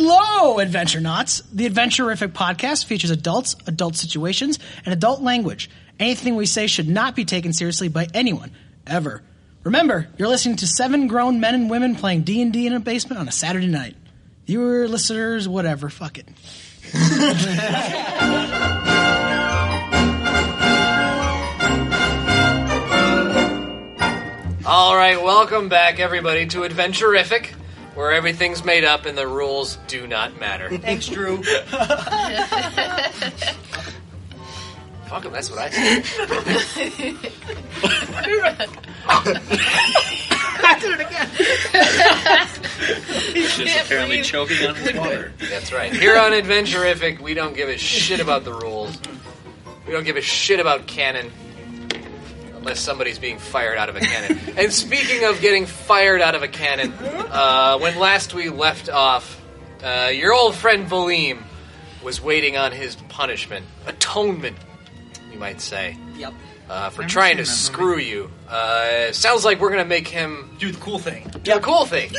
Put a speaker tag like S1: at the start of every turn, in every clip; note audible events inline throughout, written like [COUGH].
S1: Hello, Adventure Knots. The Adventurific podcast features adults, adult situations, and adult language. Anything we say should not be taken seriously by anyone, ever. Remember, you're listening to seven grown men and women playing D&D in a basement on a Saturday night. Viewer, listeners, whatever, fuck it.
S2: All right, welcome back, everybody, to Adventurific, where everything's made up and the rules do not matter.
S3: Thanks, Drew.
S2: Fuck 'em, that's what I
S4: [LAUGHS]
S2: said.
S4: just apparently choking on his water.
S2: That's right. Here on Adventurific, we don't give a shit about the rules. We don't give a shit about canon, unless somebody's being fired out of a cannon. and speaking of getting fired out of a cannon, uh, when last we left off, uh, your old friend Valim was waiting on his punishment, atonement, you might say,
S3: yep.
S2: uh, for trying to screw you. Uh, sounds like we're gonna make him
S4: Do the cool thing.
S2: do the cool thing.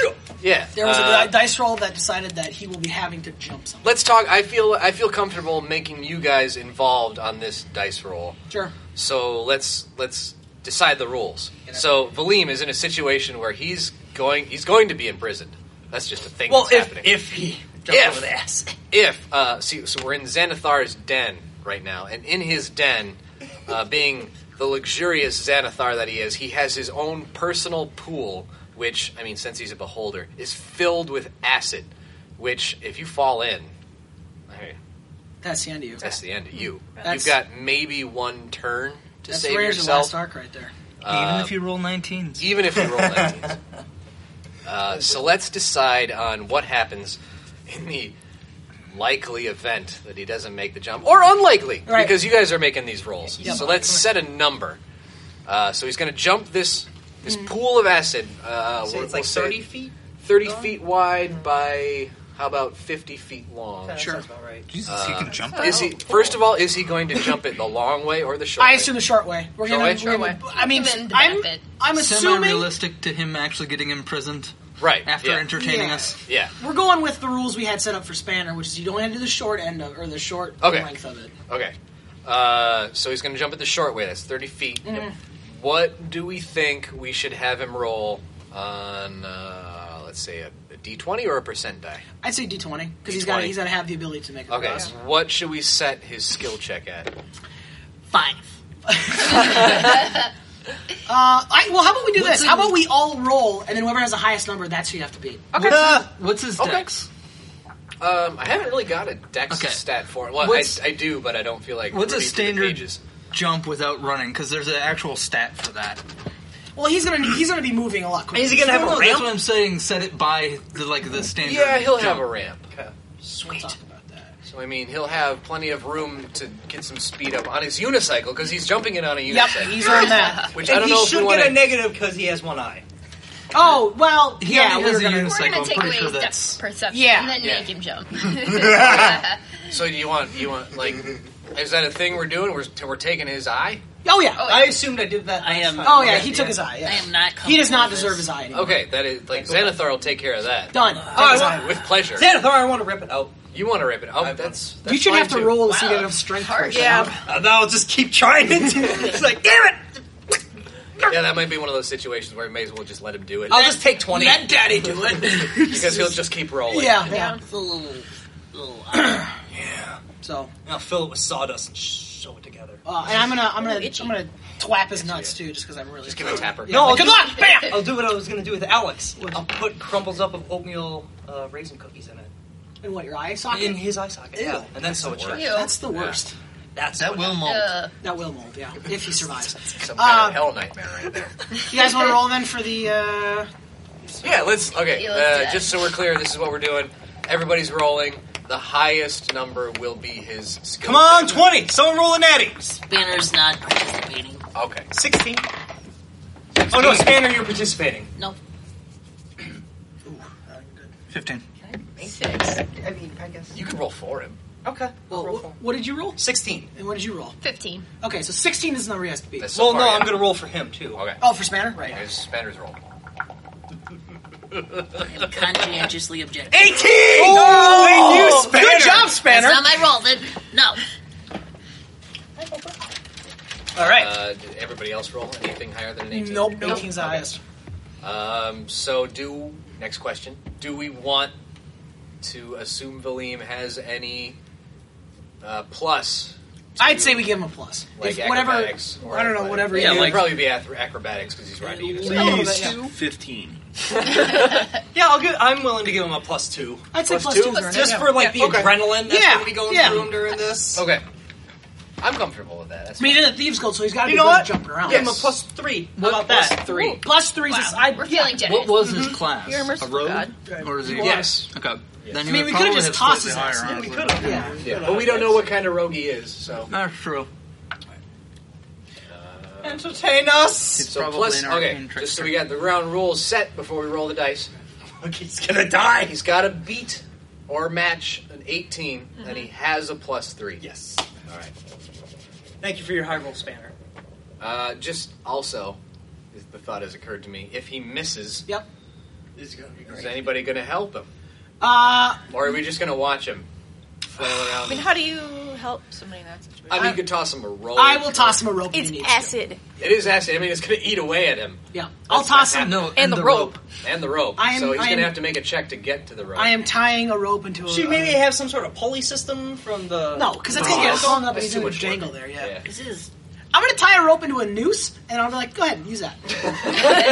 S2: Yeah.
S3: There was
S2: uh,
S3: a di- dice roll that decided that he will be having to jump something.
S2: Let's talk. I feel I feel comfortable making you guys involved on this dice roll.
S3: Sure.
S2: So let's let's decide the rules. So Valim is in a situation where he's going he's going to be imprisoned. That's just a thing.
S4: Well,
S2: that's
S4: if
S2: happening.
S4: if he jumped
S2: If.
S4: over the ass,
S2: if uh, see, so we're in Xanathar's den right now, and in his den, uh, being the luxurious Xanathar that he is, he has his own personal pool, which I mean, since he's a beholder, is filled with acid. Which, if you fall in, hey,
S3: That's the end of you.
S2: that's the end of you.
S3: That's-
S2: You've got maybe one turn to
S3: That's
S2: save
S3: Raiders of the Last
S2: yourself.
S3: Ark right there.
S5: Even if you roll 19s.
S2: uh, even if
S5: [LAUGHS]
S2: you roll 19s. Uh, so let's decide on what happens in the likely event that he doesn't make the jump, or unlikely,
S3: Right.
S2: because you guys are making these rolls.
S3: Yep.
S2: So let's set a number. Uh, so he's going to jump this this pool of acid. Uh, we'll- we'll say
S4: feet.
S2: 30 feet wide by how about 50 feet long? Uh,
S3: Sure.
S5: Jesus, you can jump that?
S2: Is he first of all? Is he going to jump it the long way or the short?
S3: I
S2: way?
S3: assume the short way. We're
S2: Short
S3: gonna.
S2: way?
S3: we're
S2: Short
S3: gonna I mean,
S6: Give in the
S3: I'm,
S6: benefit.
S3: I'm assuming
S5: Semi-realistic to him actually getting imprisoned
S2: right
S5: after
S2: yeah.
S5: entertaining
S3: Yeah.
S5: us.
S2: yeah.
S3: we're going with the rules we had set up for Spanner, which is you don't end to the short end of or the short
S2: Okay.
S3: length of it.
S2: Okay. Uh, so he's going to jump it the short way. That's 30 feet.
S3: Mm. Mm-hmm.
S2: What do we think we should have him roll on, uh, let's say, a a d20 or a percent die?
S3: I'd say D twenty because he's got
S2: D20.
S3: he's got to have the ability to make it.
S2: Okay.
S3: across.
S2: so What should we set his skill check at? [LAUGHS]
S3: Five. uh, I, well, how about we do this? How about we all roll, and then whoever has the highest number, that's who you have to beat.
S2: Okay.
S4: Uh,
S5: What's his
S2: Okay.
S5: dex?
S2: Um, I haven't really got a dex
S5: Okay.
S2: stat for him. Well, I,
S5: What's-
S2: I do, but I don't feel like
S5: What's a
S2: rooting through the
S5: standard-
S2: pages.
S5: Jump without running, because there's an actual stat for that.
S3: Well, he's gonna he's gonna be moving a lot quicker.
S4: Is he gonna have
S5: No,
S4: a
S5: no, that's
S4: ramp?
S5: what I'm saying. Set it by the like the standard.
S2: Yeah, he'll
S5: jump.
S2: have a ramp.
S3: Sweet. Talk about that.
S2: So, I mean, he'll have plenty of room to get some speed up on his unicycle because he's jumping it on a
S3: Yep,
S2: unicycle.
S3: he's on that.
S2: [LAUGHS] which
S4: And
S2: I don't
S4: he
S2: know if
S4: should
S2: we
S4: get
S2: want
S4: a negative because he has one eye.
S7: [LAUGHS]
S3: Oh well,
S5: He
S3: yeah,
S5: already
S3: we're
S5: has a
S3: gonna.
S6: We're
S5: unicycle.
S6: gonna
S5: I'm
S6: take away
S5: pretty sure
S6: his depth
S5: that's.
S6: perception
S3: Yeah.
S6: and then
S2: Yeah.
S6: make him jump.
S2: So do you want you want like is that a thing we're doing? We're we're taking his eye.
S3: Oh yeah.
S6: Oh,
S4: I assumed I did that. I am.
S3: Oh yeah, he took his eye. Yeah.
S6: not.
S3: He does not deserve his eye anymore.
S2: Okay, that is like Xanathar will take care of that
S3: Done.
S4: I
S3: Take his
S4: want-
S3: eye.
S2: with pleasure.
S4: Xanathar, I want to rip it out.
S2: You want to rip it? Oh,
S4: I-
S2: that's, that's
S3: you should
S2: fine
S3: have to
S2: too. [LAUGHS]
S3: roll to see that of strength. first.
S4: Uh, now I'll just keep trying it. [CLEARS THROAT]
S2: [LAUGHS]
S4: it's like, damn it!
S2: Yeah, that might be one of those situations where you may as well just let him do it
S4: I'll just take twenty.
S3: Let
S4: daddy do it.
S2: [LAUGHS] because he'll just keep
S5: Oh,
S2: rolling.
S3: Yeah, yeah.
S6: Yeah.
S3: It's a little, little
S4: yeah.
S3: so,
S4: I'll fill it with sawdust and sew it together.
S3: uh, and I'm gonna, I'm gonna,
S6: Itchy.
S3: I'm gonna twap his nuts too, just because I'm really.
S2: Just give him a tapper.
S3: Yeah, like,
S4: I'll
S3: good
S4: do-
S3: luck. Bam.
S4: I'll do what I was gonna do with Alex. I'll put crumbles up of oatmeal uh, raisin cookies in it.
S3: And what your eye socket?
S4: in his eye socket.
S3: Ew.
S4: Yeah. And then so it shut.
S6: Ew.
S3: That's the worst.
S4: That's
S5: That
S4: what-
S5: will mold.
S6: Uh,
S3: That will mold. Yeah, if
S4: [LAUGHS]
S3: he survives.
S2: Some kind
S3: Um,
S2: of hell nightmare
S3: [LAUGHS]
S2: right there.
S3: You guys want to roll then for the? uh...
S2: Yeah, let's okay.
S6: Yeah, let's do
S2: Uh,
S6: that.
S2: just so we're clear, this is what we're doing. Everybody's rolling. The highest number will be his skill.
S4: Come on,
S2: check.
S4: twenty. Someone roll an natty.
S8: Banner's not participating.
S2: Okay.
S4: Sixteen. Oh no, Spanner, you're participating. [CLEARS THROAT]
S8: No.
S3: uh,
S5: 15.
S6: six.
S4: I mean, I guess.
S2: You can roll for him.
S4: Okay.
S3: Well, wh- what did you roll?
S4: Sixteen.
S3: And what did you roll?
S6: Fifteen.
S3: Okay, so 16 is the number he has to beat.
S2: That's so
S4: Well,
S2: far,
S4: no,
S2: yeah.
S4: I'm gonna roll for him too.
S2: Okay.
S3: Oh, for Spanner, right?
S2: Here's Spanner's roll.
S8: I'm [LAUGHS] conscientiously objective.
S4: Eighteen. Oh,
S3: All right.
S2: Uh, did everybody else roll anything higher than an 18?
S3: nope, 18's the
S2: Okay.
S3: highest.
S2: Um, so do next question. Do we want to assume Valim has any uh, plus? to-
S3: I'd say we give him a plus.
S2: like
S3: If whatever,
S2: acrobatics or
S3: I don't know,
S2: athletic.
S3: whatever.
S5: Yeah,
S3: you do.
S2: It'd
S5: like-
S2: probably be ath- acrobatics because he's riding it.
S3: Yeah.
S5: Please,
S3: Yeah.
S5: fifteen.
S4: Yeah, I'll give, I'm willing to give him a plus two.
S3: I'd say
S2: Plus
S3: plus
S2: two?
S3: two's
S2: Plus
S3: right.
S4: Just for like
S2: Yeah,
S4: the
S2: okay.
S4: adrenaline that's
S3: Yeah,
S4: going to be going
S3: yeah.
S4: through him during this.
S2: Okay, I'm comfortable with that. That's
S3: I mean, in a thieves guild, so he's got to
S4: You
S3: be
S4: know
S3: good
S4: what?
S3: at jumping around.
S4: Give him a plus three. How about
S3: plus
S4: that?
S2: three.
S3: Plus three's a
S8: Wow,
S3: side.
S8: we're
S3: yeah. Mm-hmm.
S8: feeling generous.
S5: What was his class?
S6: You're a
S5: a
S6: merciful
S5: rogue,
S6: god.
S5: or is he?
S2: Yes.
S5: Okay. Then he
S3: I
S5: would
S3: mean, we could've
S5: probably
S3: just
S5: have
S3: tossed
S5: slightly
S3: his ass.
S5: higher
S3: Yeah,
S5: on
S4: we
S5: it.
S4: could have.
S3: Yeah.
S2: Yeah, but we don't know what kind of rogue he is, so
S5: That's true.
S4: Entertain us.
S5: It's
S2: so
S5: probably
S2: plus
S5: an arcane
S2: okay.
S5: trickster.
S2: Just so we got the round rules set before we roll the dice.
S4: [LAUGHS] He's gonna die.
S2: He's got to beat or match an 18, and
S4: Mm-hmm.
S2: he has a plus three.
S4: Yes.
S2: All right.
S4: Thank you for your high roll spanner.
S2: Uh, just also, the thought has occurred to me: if he misses,
S3: Yep.
S4: This is gonna be
S2: is anybody going to help him,
S3: Uh,
S2: or are we just going to watch him flail around?
S6: I mean, how do you help somebody in that situation?
S2: I mean, you could toss him a roll.
S3: I will toss him a rope. if
S6: it's
S3: he needs to.
S6: acid
S2: It is acid. I mean, it's going to eat away at him
S3: Yeah, I'll toss him.
S5: No,
S6: and, the, rope.
S2: and the rope.
S3: I am-
S2: so he's
S3: I
S2: going to
S3: am-
S2: have to make a check to get to the rope.
S3: I am tying a rope into a.
S4: Should we maybe have some sort of pulley system from the.
S3: no, because that's
S2: Oh,
S3: gonna get
S2: that's-
S3: hung up and
S2: that's
S3: he's
S2: too
S3: gonna
S2: much
S3: jangle
S2: work.
S3: there. Yeah.
S2: Yeah.
S8: This is
S3: I'm gonna tie a rope into a noose, and I'll be like, "Go ahead, use that."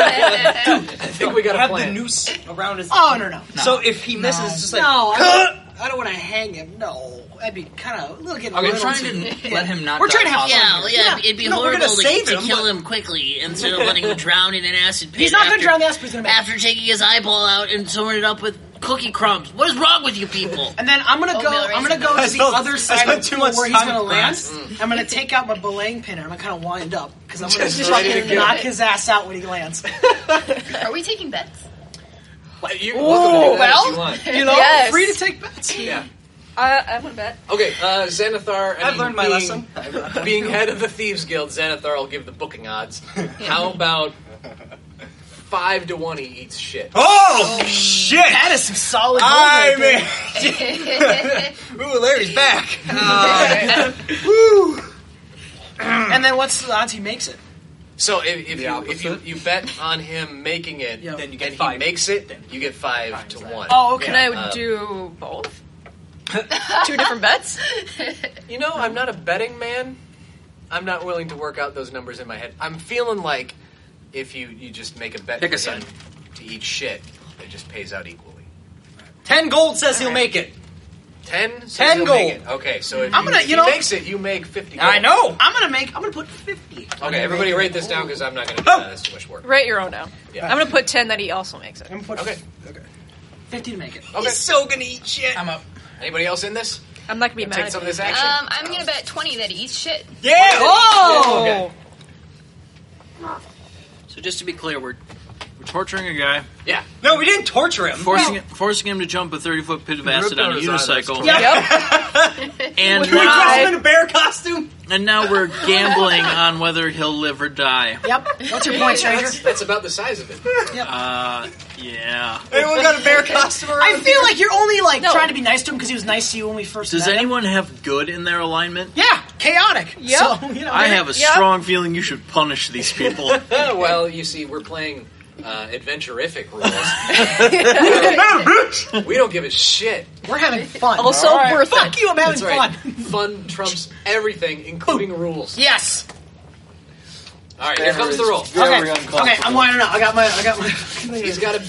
S2: I think we got a
S4: have
S2: plan.
S4: the noose around his.
S3: Oh no, no,
S4: So if he misses, it's just like
S3: no,
S2: [LAUGHS]
S3: I don't, I don't want to hang him. No, that'd be kind of a little getting.
S2: Okay,
S3: a
S5: We're
S3: little
S5: trying
S3: too-
S5: to let him not.
S3: We're
S5: die
S3: trying to have
S5: possibly.
S8: yeah, yeah,
S3: Yeah.
S8: It'd be
S3: No, we're
S8: horrible
S3: gonna
S8: to,
S3: save
S8: to
S3: him,
S8: kill
S3: but-
S8: him quickly instead of letting him drown in an acid pit.
S3: He's not gonna
S8: after-
S3: drown the ass, but he's gonna. Make it.
S8: After taking his eyeball out and sewing it up with cookie crumbs. What is wrong with you people?
S3: And then I'm gonna go.
S8: Oatmeal
S3: I'm gonna
S8: raisin
S3: go
S4: I
S3: to the
S4: spelled- I
S3: other side
S4: spent
S3: of the
S4: too
S3: pool
S4: much
S3: where he's
S4: time
S3: gonna
S4: with
S3: land.
S4: grass.
S3: I'm gonna take out my belaying pin and I'm gonna kind of wind up because I'm gonna
S2: Just ready to
S3: fucking
S2: go.
S3: knock his ass out when he lands.
S6: Are we taking bets?
S2: You can welcome to do that if
S3: well.
S2: you want.
S3: [LAUGHS] You know,
S6: Yes.
S3: free to take bets.
S2: Yeah.
S6: I, I want to bet.
S2: Okay, uh, Xanathar. I
S4: I've
S2: mean,
S4: learned my
S2: being,
S4: lesson.
S2: [LAUGHS] being head of the Thieves Guild, Xanathar will give the booking odds. How about five to one? He eats shit.
S4: Oh, shit!
S3: That is some solid. gold
S4: I
S3: right there.
S4: mean,
S3: [LAUGHS]
S4: ooh, Larry's back.
S3: And then what's the odds he makes it?
S2: So if, if, you, if you
S5: opposite?
S2: you bet on him making it,
S3: Yeah.
S2: then
S4: Then you get
S2: and he
S4: five.
S2: makes it, you get five to one.
S3: Oh, okay.
S6: Can
S2: uh,
S6: I do both? [LAUGHS] Two different bets?
S2: You know, I'm not a betting man. I'm not willing to work out those numbers in my head. I'm feeling like if you, you just make a bet
S5: Pick a
S2: with him
S5: side.
S2: to eat shit, it just pays out equally.
S4: Ten gold says he'll make it.
S2: Ten, so
S4: Ten
S2: you'll make
S4: gold.
S2: it. Okay, so if
S3: I'm gonna-
S2: he
S3: you know-
S2: makes it, you make fifty.
S4: I
S2: gold.
S4: know.
S3: I'm gonna make. I'm gonna put fifty.
S2: Okay, everybody write this down because I'm not going to do that. That's too much work.
S6: Write your own down.
S2: Yeah.
S6: I'm going to put 10 that he also makes it.
S3: I'm gonna put
S2: Okay.
S3: fifty to make it.
S2: Okay.
S4: so gonna eat shit.
S5: I'm up.
S2: Anybody else in this?
S6: I'm not going to be mad
S2: Take
S6: at
S2: some of
S6: you.
S2: this action.
S6: Uh,
S8: Um, I'm gonna bet 20 that he eats shit.
S4: Yeah.
S2: Oh! Okay.
S5: So just to be clear, we're we're torturing a guy,
S2: Yeah.
S4: No, we didn't torture him.
S5: forcing forcing him to jump a thirty foot pit of acid
S9: ripped out
S5: on a
S9: his eye, that's
S5: unicycle,
S9: torture.
S6: Yep.
S4: [LAUGHS]
S5: and
S6: With my
S5: now,
S6: eye.
S4: Dress him in a bear costume.
S5: and now we're gambling on whether he'll live or die.
S3: Yep. What's
S2: [LAUGHS]
S3: your point, stranger?
S2: That's, that's about the size of it.
S5: Uh, yeah.
S4: Anyone got a bear costume? Around
S3: I feel like you're only like
S6: No.
S3: trying to be nice to him because he was nice to you when we first
S5: Does
S3: met. him.
S5: anyone have good in their alignment?
S3: Yeah, chaotic.
S6: Yep.
S3: So, you know,
S5: I have a
S6: Yeah.
S5: strong feeling you should punish these people.
S2: Uh, [LAUGHS] well, you see, we're playing uh, adventurific
S3: [LAUGHS]
S2: rules. we don't give a shit.
S3: We're having fun.
S6: Also worth
S3: fuck
S6: it.
S3: you. I'm having
S2: That's right.
S3: fun.
S2: Fun trumps everything, including rules.
S3: Yes.
S2: All right, here comes the roll.
S3: Okay. Okay. I'm winding up. I got my. I got my.
S2: He's got to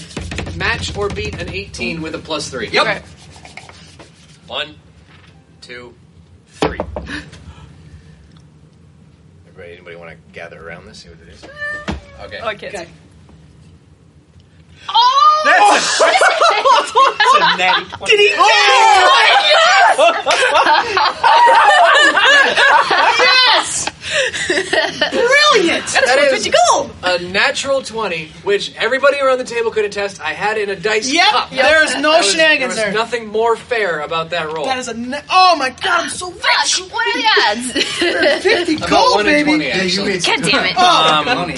S2: match or beat an 18 with a plus three. Yep.
S6: Okay.
S2: One, two, three. Everybody, anybody want to gather around this? See what it is. Okay.
S6: Oh, kids.
S3: Okay.
S4: Did [LAUGHS] he? Oh,
S3: Brilliant.
S2: That is-
S3: gold.
S2: a natural 20, which everybody around the table could attest I had in a dice
S3: Yep.
S2: cup.
S3: There is no
S2: There was, there
S3: shenanigans
S2: was
S3: there.
S2: nothing more fair about that roll.
S3: That is a. Ne- oh my god! I'm so rich.
S8: Fuck, what are the odds?
S3: [LAUGHS] Fifty
S2: about
S3: gold,
S2: 1 in
S3: baby.
S2: 20, actually.
S8: God damn it.
S3: Oh,
S5: Um,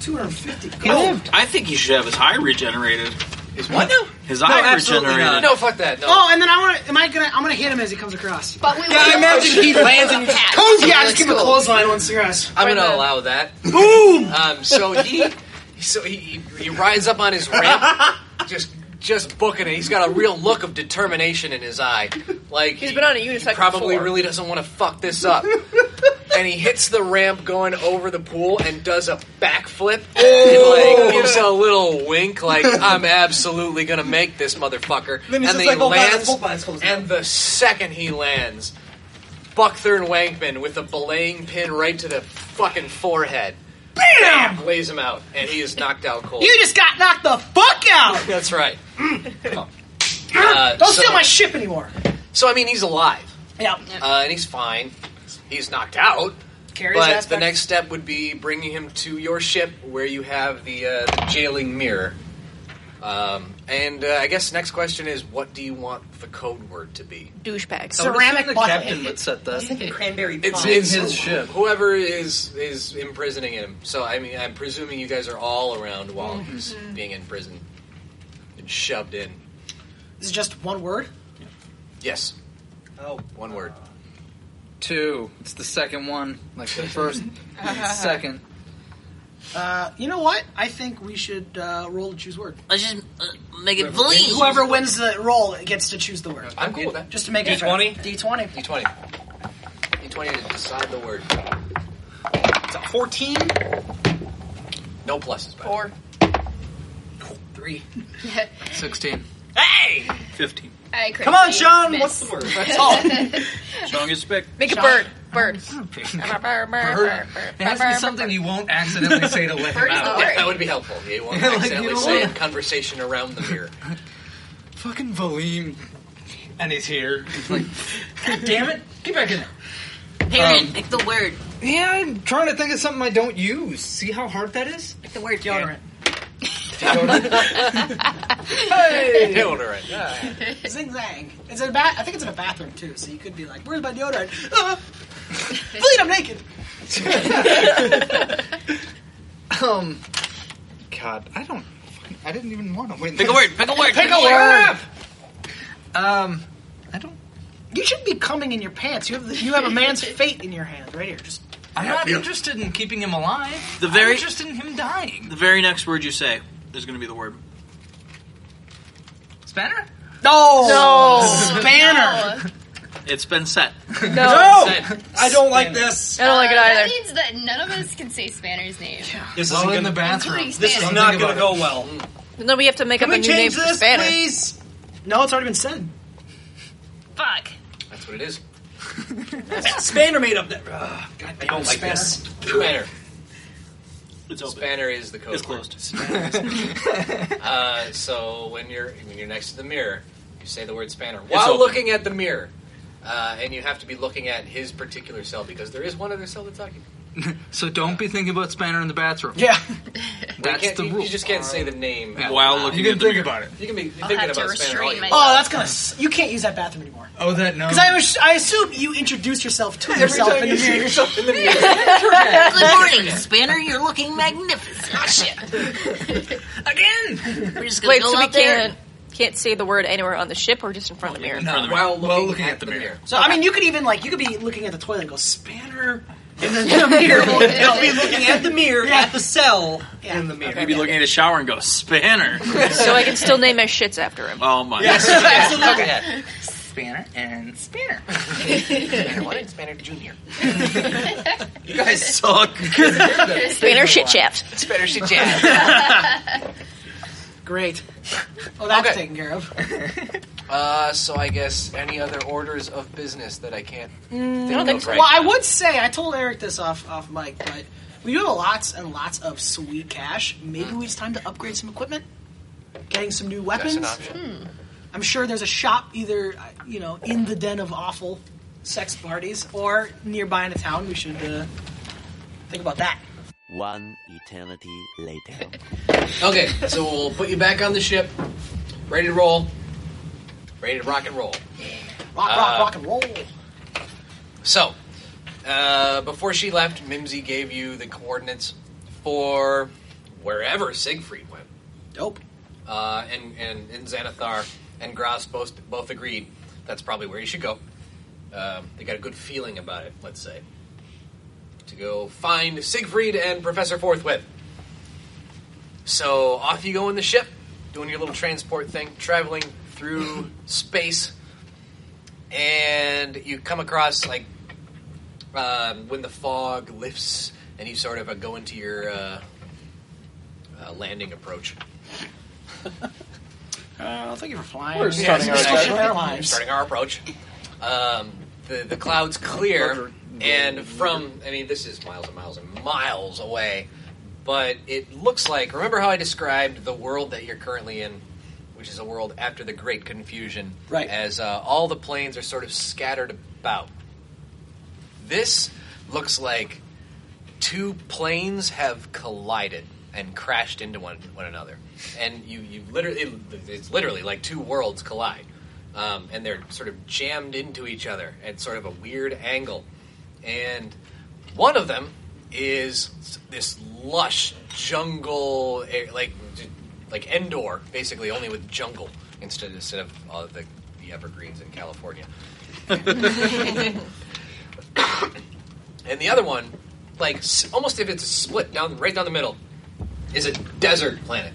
S3: 250 gold.
S9: Oh.
S5: I think he should have his high regenerated. His what now? His
S9: No,
S5: eye
S9: absolutely
S5: regenerated.
S9: not.
S2: No, fuck that. No.
S3: Oh, and then I want to. Am I gonna? I'm gonna hit him as he comes across.
S6: But we
S9: Yeah, I imagine he lands and you just.
S3: Oh yeah, just give him a clothesline once he across.
S2: I'm going
S6: Right
S2: to
S6: then.
S2: allow that. Boom. [LAUGHS] Um, so he, so he, he rides up on his
S3: [LAUGHS]
S2: ramp, just just booking it. He's got a real look of determination in his eye, like
S6: He's been on a unicycle
S2: Probably
S6: before.
S2: really doesn't want to fuck
S3: [LAUGHS]
S2: this up. and he hits the ramp going over the pool and does a backflip.
S9: [LAUGHS] Oh!
S2: And
S10: Oh,
S2: like gives a little wink, like I'm absolutely gonna make this motherfucker.
S4: Then
S2: and
S4: he's just
S2: then he
S4: like, "Oh, God,
S2: lands,
S4: that's both my assholes now."
S2: and the second he lands. Buckthorn Wankman with a belaying pin right to the fucking forehead. Bam! Lays him out, and he is knocked out cold.
S3: You just got knocked the fuck out.
S2: That's right. Uh,
S3: Don't
S2: so-
S3: steal my ship anymore.
S2: So I mean, he's alive,
S3: Yeah.
S2: uh, and he's fine. He's knocked out.
S3: Carries
S2: But
S3: ass
S2: the
S3: back-
S2: next step would be bringing him to your ship, where you have the, uh, the jailing mirror. Um, and uh, I guess next question is, what do you want the code word to be?
S6: douchebags.
S5: I would assume
S3: ceramic
S5: the
S3: bucket.
S5: captain would set
S4: I was
S5: that.
S4: thinking cranberry
S2: It's,
S4: pie.
S2: it's
S5: his ship.
S2: Whoever is is imprisoning him. So I mean, I'm presuming you guys are all around while
S3: Mm-hmm.
S2: he's being in prison and shoved in.
S3: This is just one word.
S2: Yes,
S4: oh,
S2: one word.
S5: Two. It's the second one. Like
S6: [LAUGHS]
S5: the first, second.
S3: Uh, you know what? I think we should uh, roll to choose word.
S8: Let's just uh, make it Valine.
S3: Whoever
S8: [LAUGHS]
S3: wins the roll gets to choose the word.
S2: I'm cool with that.
S3: Just to make it fair.
S4: D20?
S3: D20. [LAUGHS]
S2: D20. D20 to decide the word.
S4: it's a 14?
S2: No pluses. By the way.
S6: Four.
S3: Three.
S5: Sixteen.
S4: Hey!
S5: Fifteen.
S6: [LAUGHS] I crit.
S4: Come on, Sean!
S6: Miss.
S4: What's the
S7: [LAUGHS]
S4: word?
S5: Strong as pick.
S6: Make a bird.
S5: [LAUGHS]
S6: Bird.
S5: Bird. It has to be something you won't accidentally
S6: [LAUGHS]
S5: say to let him
S6: Bird is
S5: out.
S6: the-
S2: Yeah, that would be helpful. You
S5: [LAUGHS]
S2: won't
S5: Like, you
S2: accidentally
S5: don't
S2: say
S5: wanna-
S2: in conversation around the mirror.
S5: Fucking Valim. And he's here. He's like,
S3: Damn it. Get back in there.
S8: Parent,
S5: Um,
S8: pick the word.
S5: yeah, I'm trying to think of something I don't use. See how hard that is?
S6: Make the word
S3: Deodorant.
S2: Hey! Deodorant. Yeah.
S3: [LAUGHS] Zing zang. It's in a bath. I think it's in a bathroom too. So you could be like, "Where's my deodorant?" [LAUGHS] Uh, bleed, I'm naked.
S4: [LAUGHS]
S5: Um, God, I don't. fucking- I didn't even want to win.
S8: Pick a word. Pick a word.
S5: Pick a word. Um, I don't.
S3: You should be coming in your pants. You have the, you have a man's fate in your hand right here. Just
S5: I'm not interested in keeping him alive.
S9: The very-
S5: I'm interested in him dying. [LAUGHS]
S9: The very next word you say is going to be the word.
S5: Spanner.
S3: no,
S6: No.
S5: [LAUGHS]
S3: banner.
S9: It's been set.
S6: No. no.
S4: I don't like this.
S6: I don't like it
S7: Uh, That
S6: either.
S7: means that none of us can say Spanner's name.
S9: This
S5: Well, in
S9: isn't
S5: the
S9: gonna-
S5: bathroom.
S7: Including
S4: This is
S7: Spanner.
S4: not
S5: think
S4: gonna
S5: about
S4: go well.
S6: Then we have to make
S4: Can
S6: up a
S4: we
S6: new name
S4: change
S6: for
S4: this,
S6: Spanner.
S4: please?
S3: No, it's already been said.
S8: Fuck.
S2: That's what it is.
S4: Spanner made up that. Ugh, God, I don't like
S2: Spanner.
S4: this.
S2: Spanner.
S9: It's open.
S2: Spanner is the code.
S9: It's
S2: word.
S9: closed. [LAUGHS]
S2: Uh, so when you're when you're next to the mirror, you say the word spanner while
S9: open.
S2: looking at the mirror, uh, and you have to be looking at his particular cell because there is one other cell that's occupied.
S5: So don't be thinking about Spanner in the bathroom.
S3: Yeah.
S2: Well, you
S5: that's
S2: can't-
S5: the
S2: you-
S5: rule.
S2: You just can't say the name. out
S9: While
S2: loud.
S9: looking
S5: you can
S9: at
S5: think
S9: the
S5: about it.
S2: You can be
S6: have
S2: thinking
S6: to
S2: about spanner all
S6: restrain
S2: you
S6: my-
S2: want.
S3: Oh, that's gonna. s You can't use that bathroom anymore.
S5: Oh, that no.
S3: Because I, was- I assume you introduce yourself to yourself in the mirror. [LAUGHS]
S2: yourself in the mirror.
S8: Good morning, Spanner. You're looking magnificent.
S5: again.
S8: We're just gonna
S6: Wait,
S8: go
S6: so we
S8: out there.
S6: can't can't say the word anywhere on the ship or just in front of the mirror.
S5: No,
S2: While
S5: while
S2: looking,
S5: looking, at, the mirror.
S3: So I mean, you could even like you could be looking at the toilet and go spanner, and then the mirror. will-
S4: [LAUGHS] I'll be looking at the mirror at the cell
S3: Yeah.
S4: in the mirror.
S9: You'd be looking at a shower and go, Spanner.
S6: [LAUGHS] So I can still name my shits after him.
S9: oh my.
S5: Okay. Spanner and Spanner.
S2: Spanner one and Spanner Junior.
S5: [LAUGHS] You guys suck.
S6: Spanner shit shaft.
S2: Spanner shit jam.
S3: [LAUGHS] Great. Oh, that's
S2: Okay.
S3: taken care of.
S2: Uh, so I guess any other orders of business that I can't.
S6: I don't think
S2: of
S6: so.
S2: right
S3: Well, Mm, I
S2: now?
S3: would say I told Eric this off off mic, but we do have lots and lots of sweet cash. Maybe it's time to upgrade some equipment, getting some new
S2: Hmm. That's an
S3: weapons. Hmm.
S2: option.
S3: I'm sure there's a shop either uh, you know in the den of awful sex parties or nearby in a town. We should uh, think about that.
S11: One eternity later.
S2: Okay, so we'll put you back on the ship, ready to roll, ready to rock and roll.
S3: Rock, rock,
S2: Uh,
S3: rock and roll.
S2: So, uh, before she left, Mimsy gave you the coordinates for wherever Siegfried went.
S3: Dope.
S2: Uh, uh, and, and, and Xanathar and Gross both, both agreed that's probably where you should go. Um, they got a good feeling about it, let's say. To go find Siegfried and Professor Forthwith. So off you go in the ship, doing your little transport thing, traveling through space, and you come across like um, when the fog lifts and you sort of uh, go into your uh, uh, landing approach.
S3: Uh,
S1: well, thank you for flying.
S5: We're [LAUGHS] starting our-
S1: Starship
S2: We're
S1: Airlines.
S2: starting our approach. Um, the the clouds clear, and from I mean this is miles and miles and miles away, but it looks like remember how I described the world that you're currently in, which is a world after the Great Confusion,
S1: Right.
S2: As uh, all the planes are sort of scattered about. This looks like two planes have collided and crashed into one, one another, and you you literally it- it's literally like two worlds collide, um, and they're sort of jammed into each other at sort of a weird angle, and one of them is s- this lush jungle eh, like j- like Endor basically only with jungle instead instead of all the the evergreens in California. [LAUGHS] and the other one, like s- almost if it's split down right down the middle, is a desert planet.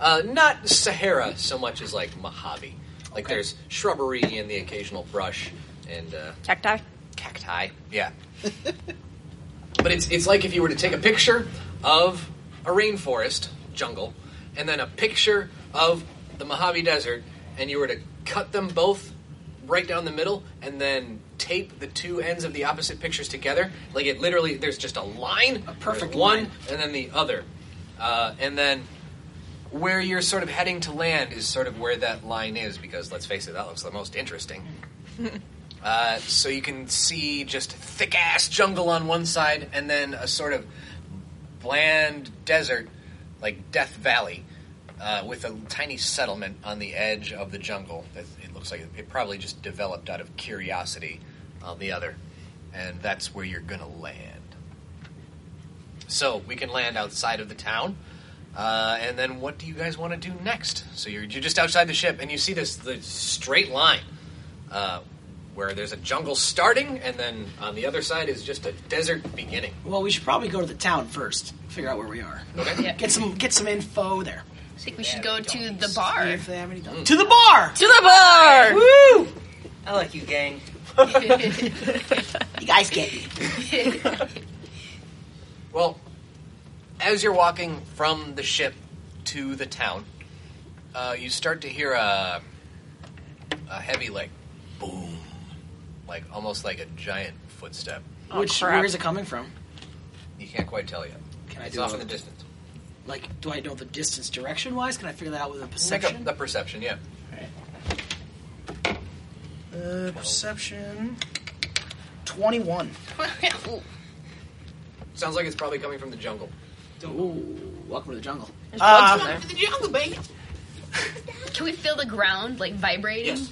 S2: Uh, not Sahara so much as like Mojave. Like there's shrubbery and the occasional brush and uh,
S6: Cacti?
S2: cacti. Yeah, but it's it's like if you were to take a picture of a rainforest jungle and then a picture of the Mojave Desert, and you were to cut them both right down the middle, and then tape the two ends of the opposite pictures together. Like it literally, there's just a line, a
S3: perfect
S2: one,
S3: line.
S2: and then the other, uh, and then. Where you're sort of heading to land is sort of where that line is, because let's face it, that looks the most interesting. Uh, so you can see just thick ass jungle on one side, and then a sort of bland desert, like Death Valley, uh, with a tiny settlement on the edge of the jungle. That it looks like it probably just developed out of curiosity on the other, and that's where you're gonna land. So we can land outside of the town. Uh, and then what do you guys want to do next? So you're, you're just outside the ship, and you see this the straight line uh, where there's a jungle starting, and then on the other side is just a desert beginning.
S3: Well, we should [LAUGHS] probably go to the town first. Figure out where we are.
S2: Okay.
S7: Yeah.
S3: Get some get some info there.
S7: I think we should go to the bar.
S3: If they have any
S2: Hmm.
S3: to the bar.
S6: To the bar!
S4: I like you, gang.
S3: [LAUGHS] You guys get me.
S2: [LAUGHS] Well, as you're walking from the ship to the town, uh, you start to hear a, a heavy, like, boom. Like, almost like a giant footstep.
S3: Which
S6: crap.
S3: where is it coming from?
S2: You can't quite tell yet.
S3: Can I
S2: it's
S3: do
S2: off
S3: a-
S2: in the distance.
S3: Like, do I know the distance direction wise? Can I figure that out with a
S2: Make
S3: perception?
S2: up the perception, yeah.
S3: Uh, perception. Twenty-one.
S7: Ooh.
S2: Sounds like it's probably coming from the jungle.
S3: Ooh, welcome to the jungle. Uh,
S6: There's
S2: Ah.
S6: bugs in there.
S7: [LAUGHS] Can we feel the ground like vibrating?
S3: Yes.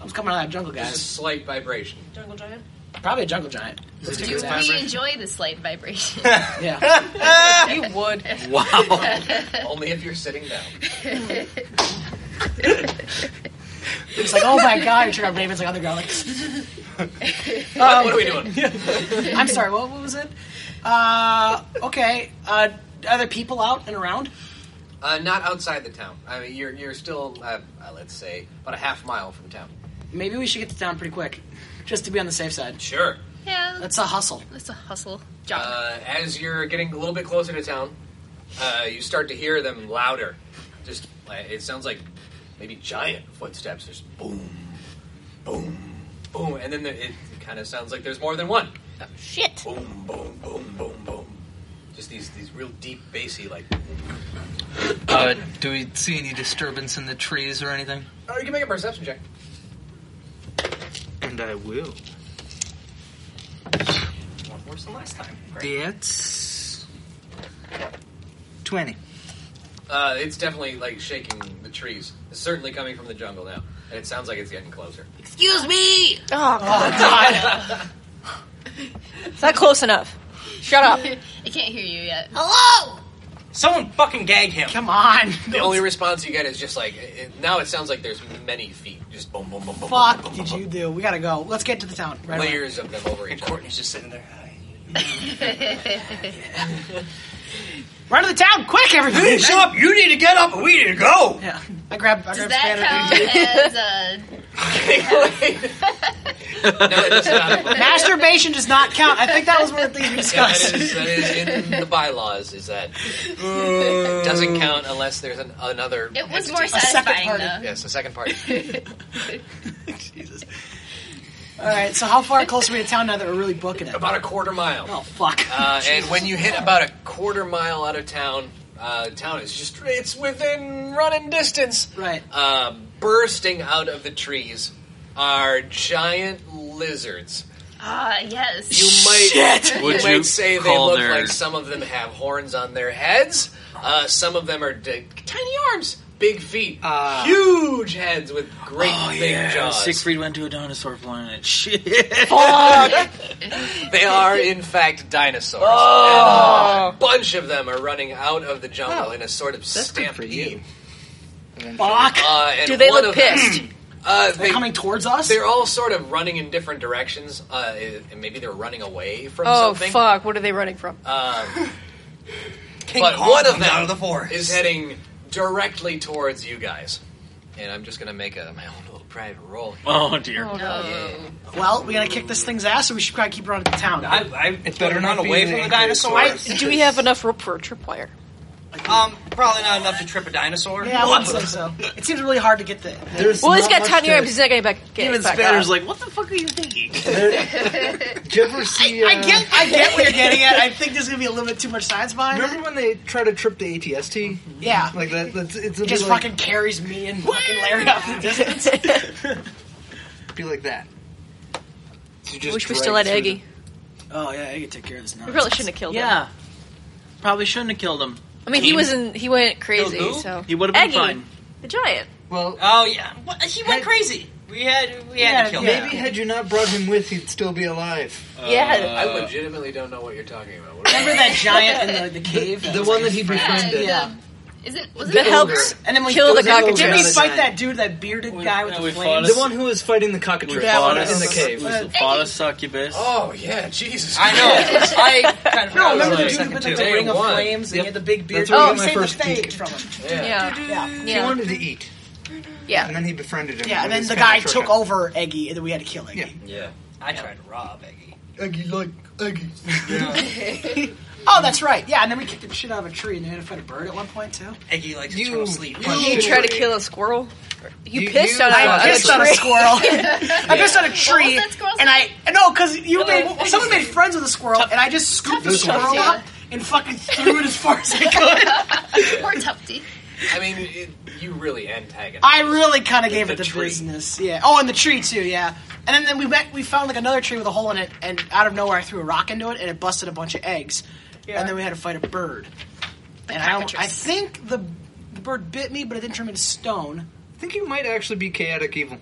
S3: I'm coming out of that jungle,
S2: There's a
S3: guys.
S2: slight vibration.
S6: Jungle giant?
S3: Probably a jungle giant. Let's
S7: Do
S3: take
S7: we
S3: this vibrant.
S7: enjoy the slight vibration?
S3: Yeah.
S2: you would. [LAUGHS]
S9: Wow.
S2: Only if you're sitting down.
S3: It's like, oh my god, you turn out David's like on the ground. Like,
S2: [LAUGHS] What- what are we
S3: [LAUGHS]
S2: doing?
S3: I'm sorry. What, what was it? Uh,
S2: [LAUGHS]
S3: okay. Uh, are there people out and around?
S2: Uh, not outside the town. I mean, you're you're still uh, uh, let's say about a half mile from town.
S3: Maybe we should get to town pretty quick, just to be on the safe side.
S2: Sure.
S7: [LAUGHS] yeah, that's,
S3: That's a hustle.
S7: that's a hustle job.
S2: Uh, as you're getting a little bit closer to town, uh, you start to hear them louder. Just uh, it sounds like maybe giant footsteps. Just boom, boom, boom, and then the, it, it kind of sounds like there's more than one.
S6: Shit.
S2: Boom, boom, boom, boom, boom. Just these these real deep bassy like.
S4: Uh, do we see any disturbance in the trees or anything?
S2: Oh, you can make a perception check.
S5: And I will.
S4: Worse than last time.
S5: That's twenty.
S2: Uh, it's definitely like shaking the trees. It's certainly coming from the jungle now, and it sounds like it's getting closer.
S8: Excuse me!
S6: Oh, God.
S2: [LAUGHS]
S6: It's not close enough. Shut up.
S7: [LAUGHS] it can't hear you yet. [LAUGHS]
S8: Hello!
S4: Someone fucking gag him.
S3: Come on.
S2: The only response you get is just like it, now. It sounds like there's many feet, just boom, boom, boom, boom. boom, boom,
S3: Fuck
S2: boom,
S3: did
S2: boom,
S3: you do? We gotta go. Let's get to the town. Right away.
S2: Layers of them over each other.
S4: Courtney's just sitting
S2: [LAUGHS]
S4: there.
S3: Run to the town, quick, everybody!
S2: [LAUGHS]
S4: Show up. You need to get up. We need to go.
S3: Yeah. I grab. I
S7: Does
S3: grab
S7: that
S3: Spanner.
S7: count as a?
S3: [LAUGHS]
S2: No, it does not.
S3: Masturbation does not count. I think that was one of the things we
S2: Yeah, that,
S3: discussed.
S2: is, that is in the bylaws. Is that it doesn't count unless there's an, another.
S7: It was
S2: entity.
S7: more satisfying though.
S2: Yes, the
S3: [LAUGHS]
S2: second party.
S3: All right. So how far close are we to town now that we're really booking it?
S2: About a quarter mile.
S3: Oh fuck.
S2: Uh, and when you hit about a quarter mile out of town, uh, town is just it's within running distance.
S3: Right.
S2: Uh, bursting out of the trees are giant lizards.
S7: Ah, yes.
S2: You might
S5: [LAUGHS]
S2: [LAUGHS] you
S9: Would you
S2: might say they
S9: call
S2: look
S9: their-
S2: like some of them have horns on their heads. Uh, some of them are d- tiny arms, big feet, huge heads with great big jaws.
S9: Oh, Siegfried went to a dinosaur planet. Shit.
S2: [LAUGHS]
S9: [LAUGHS]
S2: They are, in fact, dinosaurs. And a bunch of them are running out of the jungle in a sort of
S5: good for
S2: stampede.
S5: you.
S3: fuck.
S2: Uh, and
S6: Do they
S2: one
S6: look
S2: of them-
S6: pissed?
S2: [CLEARS THROAT] Uh, they,
S3: They're coming towards us.
S2: they're all sort of running in different directions, uh, and maybe they're running away from
S6: Oh
S2: something.
S6: fuck! What are they running from?
S4: [LAUGHS] King
S2: Um, But
S4: Kong
S2: one of
S4: comes
S2: them
S4: out of the forest.
S2: is heading directly towards you guys. And I'm just going to make a, my own little private roll. here.
S9: Oh dear.
S7: No.
S3: well, we gotta kick this thing's ass, so we should probably keep running to town.
S4: I, I,
S5: It's better
S4: run
S5: not be
S4: away
S5: an
S4: from the
S5: angry
S4: dinosaurs.
S5: source.
S6: Do we have enough rope for a tripwire?
S4: Um, probably not enough to trip a dinosaur.
S3: yeah, I wouldn't say so. It seems really hard to get the.
S5: There's
S6: Well, he's
S5: not
S6: got
S5: much
S6: tiny
S5: to-
S6: arms. He's not getting back. Get
S9: Even
S6: back
S9: Spanner's
S6: up.
S9: like, what the fuck are you thinking?
S5: Did you ever see? Uh,
S3: I get. I get what you're getting
S5: [LAUGHS]
S3: at. I think there's gonna be a little bit too much science behind it. Mm-hmm.
S5: Remember when they try to trip the ATST?
S3: Yeah.
S5: Like that. That's, it's
S3: It just
S5: like, [LAUGHS]
S3: fucking carries me and fucking Larry off the
S5: [LAUGHS]
S3: distance.
S5: be like that. You just
S6: Wish we
S5: drive
S6: still had
S5: through
S6: Eggy.
S3: Oh yeah, I can take care of this now.
S6: We probably shouldn't have killed him.
S9: yeah. Probably shouldn't have killed him.
S6: I mean, he
S9: Keen?
S6: was in. He went crazy.
S4: Killed who?
S6: So
S9: He would have been
S6: Eggy,
S9: fine.
S6: the giant.
S5: the- Well,
S4: Oh yeah, what, he went crazy. We had we had to kill him.
S5: maybe had you not brought him with, he'd still be alive.
S6: yeah.
S2: I
S9: Uh,
S2: legitimately don't know what you're talking about. What
S3: Remember that giant in the, the cave?
S5: The one that he befriended.
S3: Yeah.
S7: Is it? Was
S6: The
S7: it?
S6: help
S3: And then we
S6: kill the
S5: those are
S6: cockatrice.
S5: older
S3: Didn't we
S5: Another
S3: fight
S9: giant.
S3: that dude, that bearded guy with
S9: no,
S3: the
S9: we
S3: flames?
S5: The one who was fighting the
S9: We
S5: cockatrice
S9: fought
S5: in the
S9: us.
S5: cave.
S9: We fought a succubus.
S2: Oh, yeah, Jesus.
S4: I [LAUGHS] know. I kind of
S3: No,
S4: forgot
S3: remember
S4: about
S3: the
S4: it.
S3: dude with like, the
S2: Day
S3: ring of
S2: one.
S3: flames and he had the big beard?
S5: That's where
S6: I
S3: oh,
S5: got my
S3: same
S5: first
S3: mistake
S5: peek.
S3: from him.
S6: Yeah.
S3: Yeah.
S5: He
S6: Yeah.
S5: wanted to eat, and
S6: Yeah.
S5: then he befriended him.
S3: Yeah, and
S5: with
S3: then
S5: his
S3: the guy
S5: kinda
S3: took
S5: shortcut.
S3: over Eggy and then we had to kill Eggy.
S5: Yeah.
S2: Yeah.
S4: I tried to rob Eggy.
S5: Eggy like Eggy.
S3: [LAUGHS] Oh, that's right. Yeah, and then we kicked the shit out of a tree and they had to fight a bird at one point too.
S4: Eggy likes
S5: You-
S4: eternal sleep.
S5: you-
S6: You try to kill a squirrel. You,
S5: You-
S6: pissed
S5: you-
S6: on,
S5: I
S6: a, on a
S5: pissed
S3: on a
S6: tree.
S3: squirrel. [LAUGHS] I pissed on a tree,
S7: that squirrel's
S3: and I no, because you made
S7: Hello.
S3: someone made friends with a squirrel, and I just scooped the
S5: This one.
S3: squirrel up and fucking threw it as far as I could.
S7: Poor Tufty.
S2: I mean, it, you really antagonize.
S3: I really kind of gave
S9: the
S3: it the
S9: tree.
S3: business. Yeah. Oh, and the tree too. Yeah. And then, then we went, we found like another tree with a hole in it, and out of nowhere I threw a rock into it, and it busted a bunch of eggs. And then we had to fight a bird. And I, don't- I think the the bird bit me, but it didn't turn me to stone.
S5: I think you might actually be chaotic evil.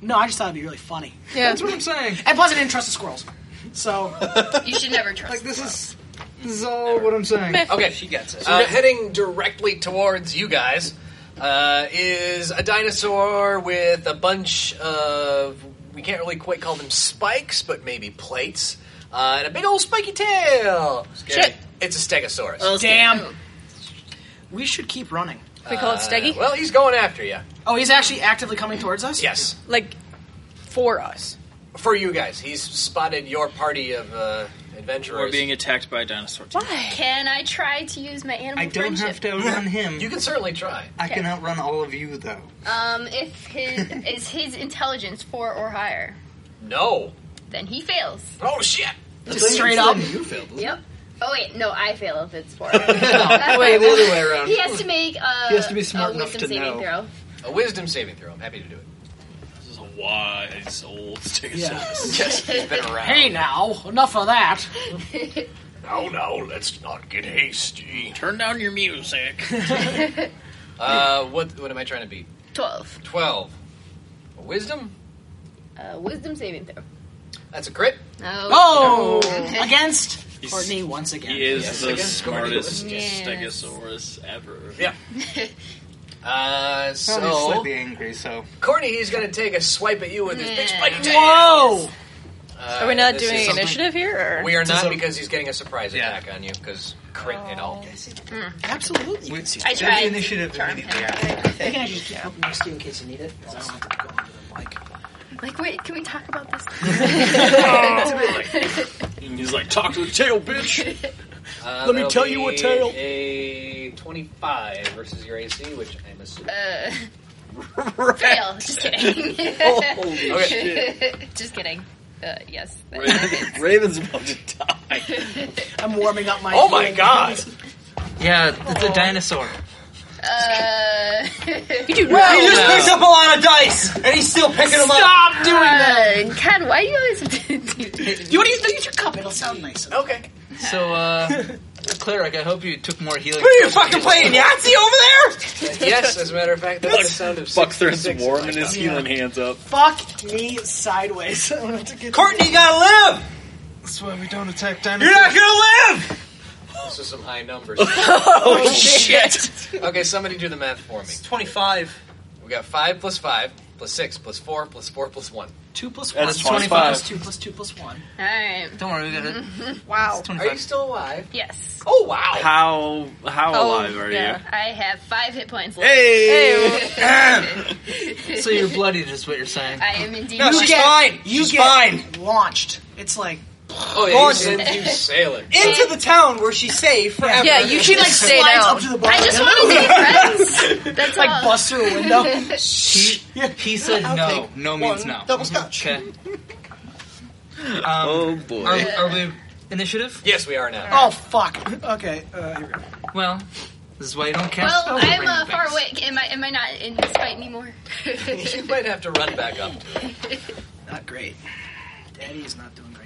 S3: No, I just thought it'd be really funny.
S6: Yeah.
S5: That's what I'm saying.
S3: And plus, I didn't trust the squirrels. So
S7: You should never trust.
S5: Like this is this is all what I'm saying.
S2: Okay.
S4: She gets it.
S2: Uh, heading directly towards you guys uh, is a dinosaur with a bunch of we can't really quite call them spikes, but maybe plates, uh, and a big old spiky tail.
S6: Shit.
S2: It's a stegosaurus.
S6: Oh,
S3: damn. We should keep running.
S6: We call it
S2: Uh,
S6: Steggy.
S2: well, he's going after you.
S3: Oh, he's actually actively coming towards us.
S2: Yes,
S6: like for us.
S2: for you guys, he's spotted your party of uh, adventurers.
S9: We're being attacked by a dinosaur. team.
S6: Why?
S7: Can I try to use my animal
S5: I don't
S7: friendship?
S5: have to outrun him.
S2: you can certainly try.
S5: I can outrun all of you though.
S4: [LAUGHS]
S7: Um, if his
S5: [LAUGHS]
S7: is his intelligence four or higher,
S2: No.
S7: then he fails.
S2: Oh shit.
S3: Just straight up.
S5: You failed.
S7: Yep. Oh wait, no, I fail if it's four. That's
S5: [LAUGHS] Wait,
S7: right. [LAUGHS]
S5: the other way around.
S7: He has to make a,
S5: He has to be smart
S7: a
S5: enough
S7: wisdom
S5: to
S7: saving
S5: know.
S2: A wisdom saving throw. I'm happy to do it.
S9: This is a wise old stegosaurus. [LAUGHS]
S2: He's been around.
S3: Hey, now enough of that.
S2: No, no, let's not get hasty.
S9: Turn down your
S2: [LAUGHS]
S9: music.
S2: Uh, what what am I trying to beat?
S7: throw. Twelve.
S2: Twelve. Wisdom.
S7: Uh, wisdom saving throw.
S2: That's a crit.
S7: Oh, [LAUGHS]
S3: Oh, against Courtney once again.
S9: He is
S3: Yes,
S9: the
S3: again, Courtney was-
S9: smartest
S3: Yes.
S9: Stegosaurus ever.
S2: Yeah. Uh, so
S12: Well, he's slightly angry, so
S2: Courtney, he's going to take a swipe at you with his big spiky tail.
S6: Whoa!
S2: Uh,
S6: Are we not
S2: this is
S6: doing
S2: something-
S6: initiative here? Or?
S2: We are not because he's getting a surprise attack on you because crit and all.
S3: Absolutely.
S12: we,
S6: Oh. I
S12: do
S6: tried.
S12: the initiative immediately. after.
S3: You can actually just keep up next to you in case you need it. I don't have to go under the mic.
S7: Like, wait, can we talk about this?
S9: And he's like, talk to the tail, [LAUGHS] bitch.
S2: Uh,
S9: Let me
S2: that'll
S9: tell you a
S2: be
S9: tale.
S2: A twenty-five versus your AC, which I'm assuming.
S7: Uh,
S2: [LAUGHS]
S7: fail. Just kidding.
S9: Holy shit.
S7: [LAUGHS] just kidding. Uh, yes. [LAUGHS]
S9: Raven- Raven's about to die.
S3: I'm warming up my.
S2: oh my god!
S5: Yeah, it's a dinosaur.
S7: Uh, [LAUGHS]
S5: Well, he just picked up a lot of dice, and he's still picking them up.
S3: Stop doing that!
S7: uh, Ken, why do you always [LAUGHS] have to do
S3: You want to use, use your cup? It'll sound nicer.
S2: Okay.
S5: [LAUGHS] So, uh,
S4: [LAUGHS]
S5: cleric, I hope you took more healing.
S4: What are you fucking playing Yahtzee over there?
S5: [LAUGHS]
S2: yes, as a matter of fact, that's the sound of
S9: Buck throws
S2: 66.
S9: warm and his healing hands up.
S3: Fuck me [LAUGHS] sideways. I'm gonna have to get
S4: Courtney, you gotta live.
S12: That's why we don't attack
S4: You're
S12: dinosaurs.
S4: not gonna live.
S2: This is some high numbers.
S4: Oh shit!
S2: okay, somebody do the math for me.
S5: 25.
S2: We got five plus five plus six plus four plus four plus one.
S3: two plus one.
S9: That's
S3: Plus
S9: 25.
S3: two plus two plus one.
S7: Alright.
S5: Don't worry, we got it.
S6: Wow.
S2: Are you still alive?
S7: Yes.
S2: Oh wow!
S9: How how alive are
S7: Oh, yeah.
S9: you?
S7: I have five hit points left.
S9: Hey! [LAUGHS]
S5: [LAUGHS] So you're bloodied, is what you're saying.
S7: I am indeed.
S5: No, she's fine.
S3: You
S5: she's
S3: get
S5: fine.
S3: launched. It's like
S2: Oh yeah, you, send, you sail it.
S5: Into the town where she's safe forever.
S6: Yeah, you should like stay
S3: slides
S6: down.
S3: up to the bar.
S7: Oh, I just want to
S4: [LAUGHS]
S3: [LAUGHS]
S7: be friends. That's
S3: like
S7: all.
S3: bust through a
S7: [LAUGHS]
S3: window.
S5: He, he said no. No means no.
S3: Double scotch. [LAUGHS]
S5: Okay. Um,
S9: Oh boy.
S5: are, are we initiative?
S2: Yes, we are now.
S3: Oh fuck. Okay. Uh, here we go.
S5: Well, this is why you don't
S7: Well,
S5: cast.
S7: I'm
S5: Rainbow
S7: uh, far
S5: Banks.
S7: away. Am I, am I not in this fight anymore? [LAUGHS]
S5: [LAUGHS]
S2: You might have to run back up. to it.
S3: Not great. Daddy is not doing great.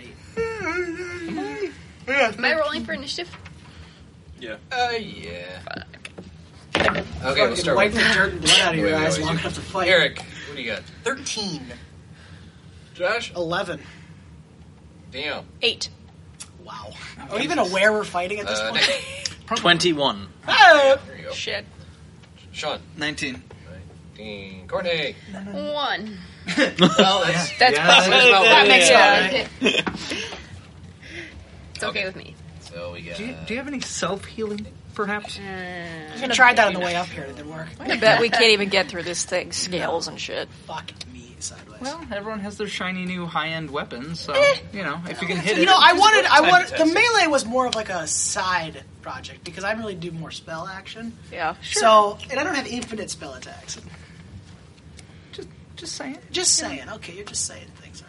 S7: am I rolling for initiative?
S2: Uh, yeah. Okay, we'll
S3: Fucking
S2: start
S3: wipe
S2: with
S3: the dirt and
S2: [LAUGHS]
S3: blood out of
S2: Wait,
S3: your
S2: wait,
S3: eyes
S2: wait,
S3: long
S2: you-
S3: enough to fight.
S2: Eric. What do you got?
S5: 13.
S2: Josh?
S3: Eleven.
S2: Damn.
S6: Eight.
S3: Wow. Are we even aware we're fighting at this
S2: Uh,
S3: point?
S2: Nick.
S5: [LAUGHS]
S9: Twenty-one.
S2: There you go.
S6: Shit.
S2: Sean.
S12: 19.
S2: Dean. Courtney.
S7: One.
S2: Well,
S7: [LAUGHS]
S2: that's,
S6: That's
S5: Yeah,
S6: possible.
S2: that's about
S6: That
S2: right.
S6: makes sense.
S2: [LAUGHS]
S7: It's okay with me.
S2: So we got.
S5: Do you, do you have any self healing, perhaps?
S3: I tried that on the way up here. It didn't work.
S6: I bet we can't even get through this thing. Scales and shit.
S3: Fuck me sideways.
S5: Well, everyone has their shiny new high end weapons, so, you know, if you can hit
S3: you
S5: it.
S3: know, I wanted, I
S2: Time
S3: wanted
S2: to
S3: the
S2: test it.
S3: melee was more of like a side project because I really do more spell action.
S6: Yeah.
S3: So, and I don't have infinite spell attacks.
S5: just, just saying.
S3: Just saying. Okay, you're just saying things,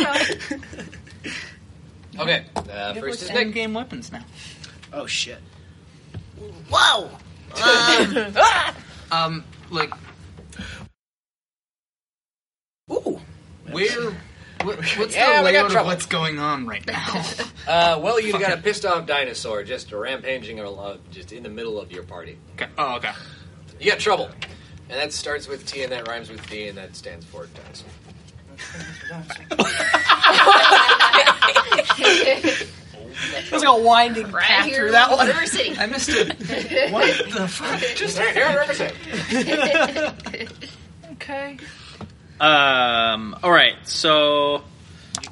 S3: aren't you?
S2: Okay. Uh,
S5: You have
S2: first is
S5: like
S2: Nick.
S5: end game weapons now.
S3: Oh shit. Whoa.
S5: [LAUGHS]
S4: Uh, Ah!
S5: Um, like,
S3: Ooh.
S2: [LAUGHS]
S5: where. What, what's
S2: Yeah,
S5: the
S2: we got
S5: layout of
S2: trouble.
S5: what's going on right now?
S2: Uh, well, you got a pissed off dinosaur just rampaging along, just in the middle of your party.
S5: okay. Oh, okay.
S2: You got trouble. And that starts with T and that rhymes with D and that stands for dinosaur.
S3: [LAUGHS] It was like a winding
S7: Right
S3: path
S7: here
S3: through that
S7: in
S3: one.
S7: River City.
S5: I missed it. what the fuck? Just
S2: Right here, represent.
S13: [LAUGHS]
S5: okay.
S9: Um. All right. So
S5: I'm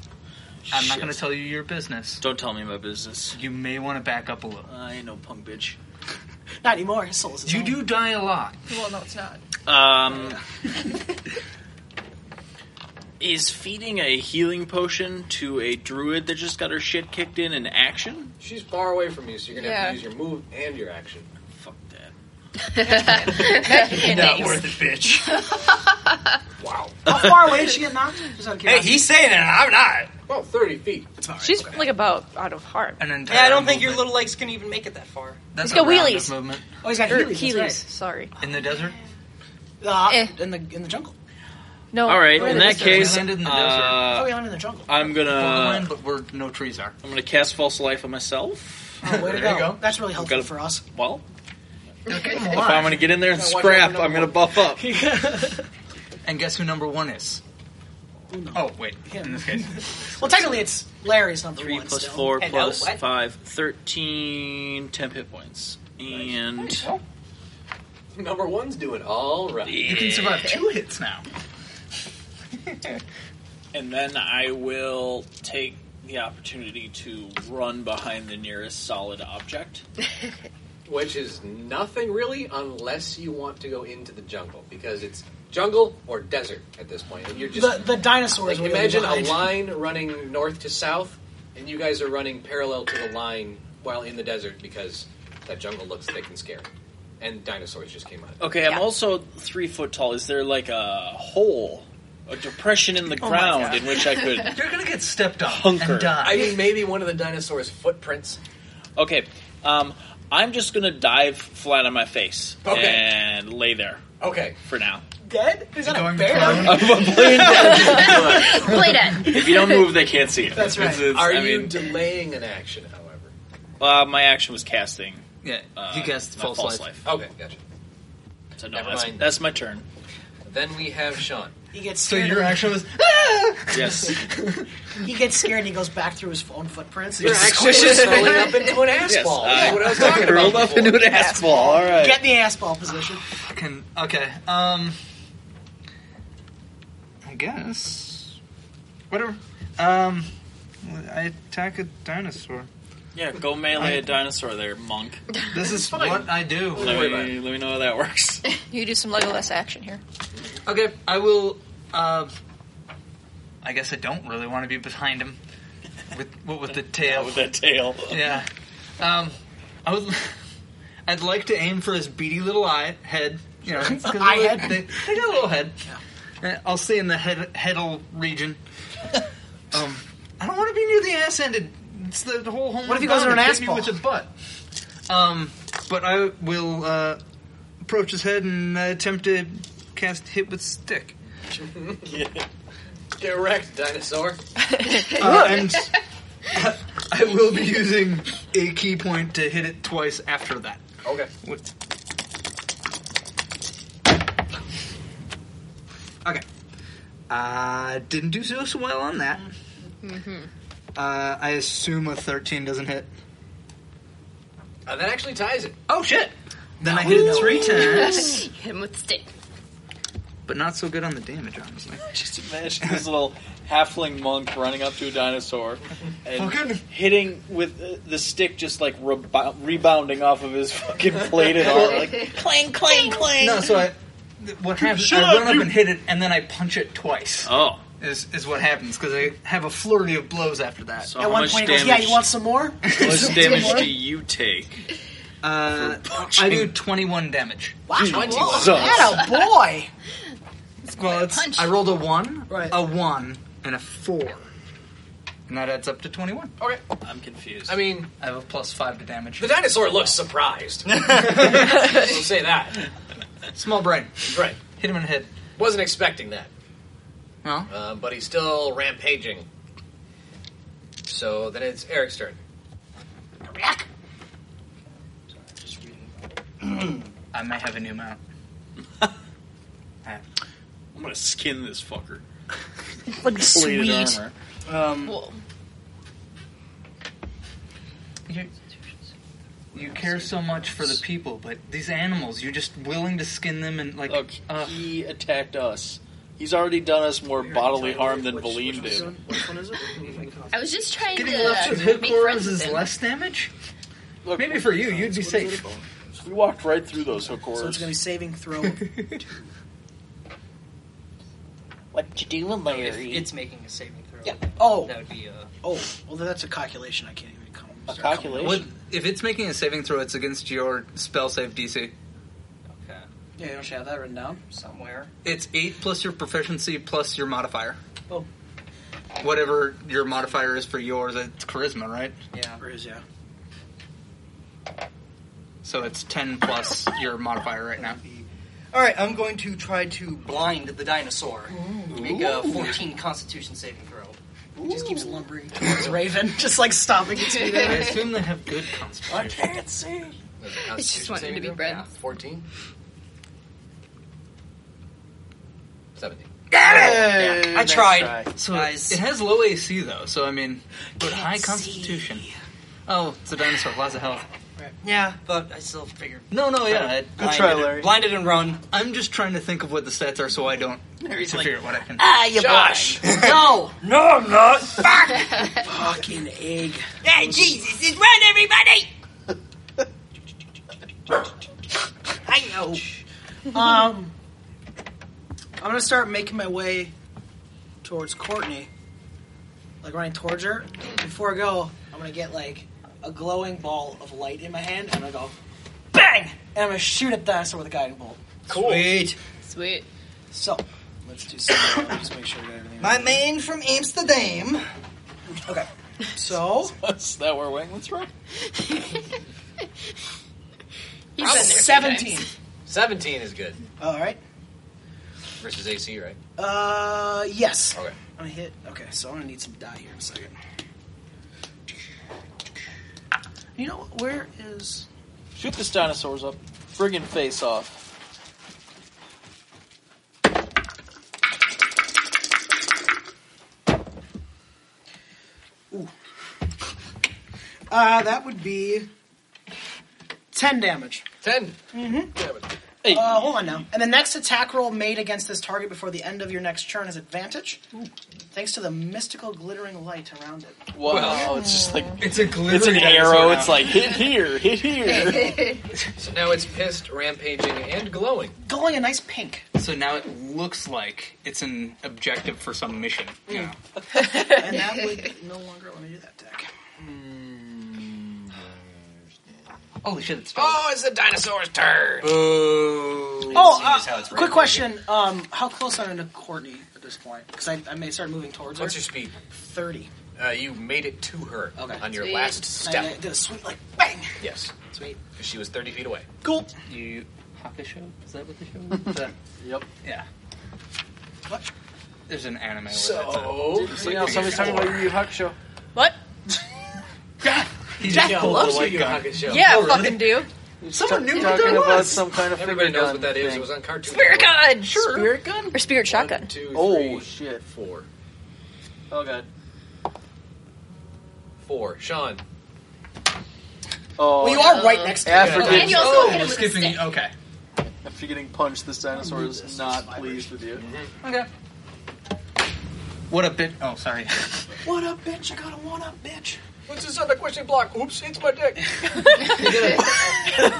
S5: not
S9: Shit.
S5: going to tell you your business.
S9: don't tell me my business.
S5: You may want to back up a little.
S9: I ain't no punk bitch.
S3: [LAUGHS] Not anymore. His soul's his
S5: You
S3: own.
S5: do die a lot.
S6: Well, no, it's
S3: [LAUGHS]
S6: not.
S9: Um. [LAUGHS] Is feeding a healing potion to a druid that just got her shit kicked in an action?
S2: She's far away from you, so you're gonna have to use
S6: Yeah.
S2: your move and your action.
S9: Fuck that.
S6: Not
S9: worth it, bitch.
S2: Wow.
S3: How far away did she get knocked? Just out of curiosity.
S12: saying it, I'm not.
S2: Well, thirty feet.
S6: She's like about out of heart.
S5: An entire
S4: Yeah, I don't think your
S5: movement.
S4: little legs can even make it that far.
S6: Let's
S5: That's a
S6: go
S5: round
S6: wheelies.
S5: of movement
S3: oh, he's got
S4: Er,
S6: Or
S3: Healy's.
S6: Keelys,
S3: That's
S6: sorry.
S5: in the desert.
S3: right. Uh,
S6: Eh.
S3: In the in the jungle.
S6: No.
S9: All right.
S3: We're
S9: In
S3: in the
S9: that
S3: desert.
S9: case,
S5: We landed in the
S3: oh,
S9: uh,
S3: we are in the jungle.
S9: I'm
S5: Borderline,
S9: gonna
S5: but where no trees are.
S9: I'm gonna cast false life on myself.
S3: Oh, way to
S5: there
S3: go.
S5: you go.
S3: That's really helpful
S9: Gotta-
S3: for us.
S9: Well,
S5: Come
S9: if I'm
S5: on.
S9: gonna get in there and
S2: Gotta watch out
S9: scrap,
S2: for number
S9: I'm gonna
S5: [LAUGHS]
S2: one.
S9: buff up.
S5: And guess who number one is? Oh wait, in this case,
S3: [LAUGHS] Well, technically, it's Larry's number
S9: Three
S3: one.
S9: plus
S3: still.
S9: four
S4: Hello,
S9: plus
S4: what?
S9: five, 13, 10 hit points. And
S2: [LAUGHS] Number one's doing all right.
S5: you can survive two hits now.
S9: [LAUGHS] and then I will take the opportunity to run behind the nearest solid object.
S2: Which is nothing really, unless you want to go into the jungle because it's jungle or desert at this point, and you're just
S3: The, the dinosaurs.
S2: Like,
S3: were
S2: imagine a
S3: really wide.
S2: line running north to south, and you guys are running parallel to the line while in the desert because that jungle looks thick and scary. And dinosaurs just came out. of it.
S9: Okay, I'm also three foot tall. Is there like a hole, a depression in the
S2: Oh
S5: Oh
S9: ground in which I
S2: [LAUGHS]
S9: could?
S5: [LAUGHS] You're gonna get stepped on
S9: Hunker.
S5: and die.
S2: I mean, maybe one of the dinosaurs' footprints.
S9: Okay, um, I'm just gonna dive flat on my face
S2: Okay.
S9: and lay there
S2: Okay.
S9: for now.
S3: dead. He's not a
S5: Going
S3: bear.
S9: I'm
S5: prone.
S3: [LAUGHS]
S2: [LAUGHS]
S9: a plain dead.
S7: Play dead.
S9: if you don't move, they can't see it.
S3: That's right.
S2: Are
S9: I
S2: you
S9: mean,
S2: delaying an action, however?
S9: uh, my action was casting.
S5: yeah,
S9: Uh,
S5: you guessed
S9: not
S5: false, life.
S2: Okay, gotcha.
S9: So no,
S2: Never
S9: that's,
S2: mind.
S9: that's my turn.
S2: Then we have Sean.
S3: He gets
S5: So
S3: scared.
S5: your
S3: and-
S5: [LAUGHS] action was
S9: Yes.
S3: he gets scared and he goes back through his own footprints. [LAUGHS]
S2: Your action is curling up into an ass
S9: Yes,
S2: ball.
S9: I-
S2: That's what I was talking about.
S9: Curled up
S2: before.
S9: into an ass ball. All right.
S3: [LAUGHS] Get in the ass ball position.
S5: fucking okay. Um, I guess whatever. Um, I attack a dinosaur.
S9: Yeah, go melee a dinosaur there, monk.
S5: This is what I do.
S9: Let
S2: worry about
S9: me, let me know how that [LAUGHS] works.
S6: You do some Legolas action here.
S5: Okay, I will. Uh, I guess I don't really want to be behind him with what with the tail.
S9: With that tail.
S5: Yeah. Um, I would. [LAUGHS] I'd like to aim for his beady little eye head. You
S3: [LAUGHS]
S5: know, 'cause
S3: Eye head.
S5: They, they got a little head. Uh, I'll stay in the head headal
S3: [LAUGHS]
S5: region. um, I don't want to be near the ass ended. It's the, the whole home.
S3: What if he
S5: run
S3: goes in
S5: down.
S3: an
S5: It
S3: ass
S5: hit me
S3: ball?
S5: with his butt? Um, but I will uh, approach his head and uh, attempt to cast hit with stick.
S2: [LAUGHS] Get wrecked, dinosaur.
S6: [LAUGHS]
S5: Uh,
S3: [LAUGHS]
S5: and I will be using a key point to hit it twice after that.
S2: Okay.
S5: What? Okay. Uh, didn't do so so well on that.
S7: Mm-hmm.
S5: Uh, I assume a 13 doesn't hit.
S2: Uh, that actually ties it.
S5: Oh shit! Then I hit it three
S7: [LAUGHS]
S5: times,
S7: Hit him with the stick.
S5: but not so good on the damage, [LAUGHS] honestly.
S9: Just imagine this little halfling monk running up to a dinosaur and
S5: Fucking-
S9: hitting with uh, the stick, just like rebo- rebounding off of his fucking
S5: [LAUGHS]
S9: plated arm.
S6: [LAUGHS]
S9: Like,
S8: Clang, clang, clang.
S5: No, so I. th- What happens? I run up and hit it, and then I punch it twice.
S9: oh,
S5: Is is what happens because I have a flurry of blows after that.
S9: so
S3: At
S9: how
S3: one
S9: much
S3: point, he
S9: damage?
S3: goes, "Yeah, you want some more?"
S9: [LAUGHS] how
S3: [LAUGHS]
S9: much damage do you take?
S5: uh, I do 21 damage.
S3: Wow,
S9: So-
S3: that a boy.
S5: Well, it's, I rolled a one,
S3: Right.
S5: a one, and a four, and that adds up to twenty-one.
S2: Okay.
S9: I'm confused.
S2: I mean,
S5: I have a plus five to damage. [LAUGHS]
S2: the dinosaur looks surprised. We'll say that.
S5: Small brain,
S2: Right.
S5: hit him in the head.
S2: Wasn't expecting that.
S5: Well,
S2: Uh, but he's still rampaging. So then it's Eric's turn.
S5: I may have a new mount.
S9: I'm gonna skin this fucker.
S3: [LAUGHS]
S9: Plated
S3: Like sweet.
S9: armor.
S5: Um,
S6: Well,
S5: You, you care so much for the people, but these animals, you're just willing to skin them and like.
S9: Look,
S5: uh,
S9: he attacked us. He's already done us more bodily harm than Valine did.
S7: I was just trying
S5: getting
S7: to
S5: left with
S7: uh,
S5: hip
S7: make friends
S5: horns
S7: with
S5: is
S7: him.
S5: less damage.
S9: Look,
S5: Maybe for you, you'd be safe.
S9: we walked right through those hook
S3: So it's
S9: horrors.
S3: gonna be saving [LAUGHS] throw.
S8: What you doing, Larry?
S4: It's making a saving throw.
S3: Yeah. Oh,
S4: That would be uh,
S3: oh. Well, then that's a calculation. I can't even come.
S9: a
S3: start coming up.
S9: calculation.
S5: What, if it's making a saving throw, it's against your spell save DC.
S4: okay.
S3: Yeah, don't you have that written down?
S4: somewhere.
S5: It's eight plus your proficiency plus your modifier.
S3: Oh.
S5: Whatever your modifier is for yours, it's charisma, right?
S4: Yeah.
S3: Where is yeah?
S5: So it's ten plus your modifier right now.
S4: All right, I'm going to try to blind the dinosaur. Make a 14 Constitution saving throw.
S3: He just keeps lumbering towards
S5: [LAUGHS]
S3: Raven, just like stomping its feet.
S5: I assume they have good constitution.
S3: can't see.
S2: It's
S7: just wanted to be bred.
S2: 14? 17.
S4: Damn it! I
S5: Nice
S4: tried.
S5: try. So
S4: guys.
S5: it has low AC though, so I mean, but high Constitution. Oh, it's a dinosaur. Lots of health.
S4: Yeah, but I still figured.
S5: No, no, yeah. I-
S4: Good try,
S5: blinded-
S4: Larry. Blinded and run.
S5: I'm just trying to think of what the stats are, so I don't
S8: Larry's
S5: to
S8: like,
S5: figure out what I can.
S8: Ah, you
S5: Josh!
S8: blind. No.
S4: No, I'm not.
S3: [LAUGHS]
S8: Fuck.
S3: Fucking egg.
S8: Ah, Jesus, it's run, everybody.
S3: I know. Um, I'm gonna start making my way towards Courtney, like running towards her. Before I go, I'm gonna get like a glowing ball of light in my hand, and I'm gonna go bang, and I'm gonna shoot at the dinosaur with a guiding bolt.
S4: Cool. Sweet.
S6: Sweet.
S3: So let's do some. let me just make sure we got everything.
S4: My man from Amsterdam.
S3: Okay. So
S9: Is that where Wangman's from?
S6: He's been there a few
S3: seventeen.
S6: times.
S2: 17 is good.
S3: All right.
S2: Versus AC, right?
S3: Uh, yes.
S2: Okay.
S3: I'm gonna hit. Okay, so I'm gonna need some die here in a second. You know what? Where is?
S9: Shoot this dinosaurs up. Friggin' face off.
S3: Uh, that would be ten damage.
S2: 10.
S3: Mm-hmm.
S2: Damn it.
S3: Uh, hold on now. And the next attack roll made against this target before the end of your next turn has advantage, thanks to the mystical glittering light around it.
S9: Wow, it's just like
S5: it's a
S9: it's an arrow. It's like hit here, hit here.
S2: [LAUGHS] So now it's pissed, rampaging, and glowing.
S3: Glowing a nice pink.
S5: So now it looks like it's an objective for some mission. you know.
S3: and that
S2: [LAUGHS]
S3: would no longer let me do that attack.
S5: Holy shit! It's
S2: Oh, it's the dinosaur's turn.
S5: Boo.
S3: Oh,
S4: Seeing as how
S3: uh,
S4: it's
S3: quick question. Um, how close am I to Courtney at this point? Because I, I may start moving towards her.
S2: What's your speed?
S3: 30.
S2: Uh, you made it to her
S3: Okay.
S2: on your
S6: Sweet.
S2: last
S3: And I, I
S2: step.
S3: did a sweep, like, bang!
S2: Yes.
S3: Sweet.
S2: 'Cause She was 30 feet away.
S3: Cool.
S5: You Hakusho? Is that what the show?
S4: [LAUGHS]
S5: Is that,
S9: yep.
S5: yeah.
S3: What?
S5: There's an anime. Where that's a-
S2: So,
S5: It's like you know, somebody's talking
S9: about Yu Yu Hakusho.
S6: What?
S5: He
S3: Jack
S5: pulled the
S3: loves Oh,
S5: white
S2: Yu Yu
S5: gun.
S2: Hakusho.
S6: Yeah, fucking do.
S3: Someone knew what
S9: talking
S3: that
S9: about
S3: was.
S9: some kind of
S2: Everybody
S9: finger
S2: knows
S9: gun
S2: what that is.
S9: thing.
S2: It was on Cartoon
S6: Spirit
S2: Network.
S6: gun. Spirit gun or spirit shotgun.
S2: One, two,
S9: Oh
S2: three,
S9: shit!
S2: four.
S9: Oh god!
S2: Four. Sean.
S9: Oh,
S3: Well, you are right next to
S9: after,
S2: Yeah.
S6: And
S9: getting,
S6: you also hit him
S5: Oh, we're
S6: with a stick.
S5: skipping. Okay.
S9: after getting punched, this dinosaur is not pleased with you.
S5: Okay. What a bit. Oh, sorry.
S3: What up, bitch? I got a one up, bitch.
S2: What's this on the question block? Oops, it's my dick.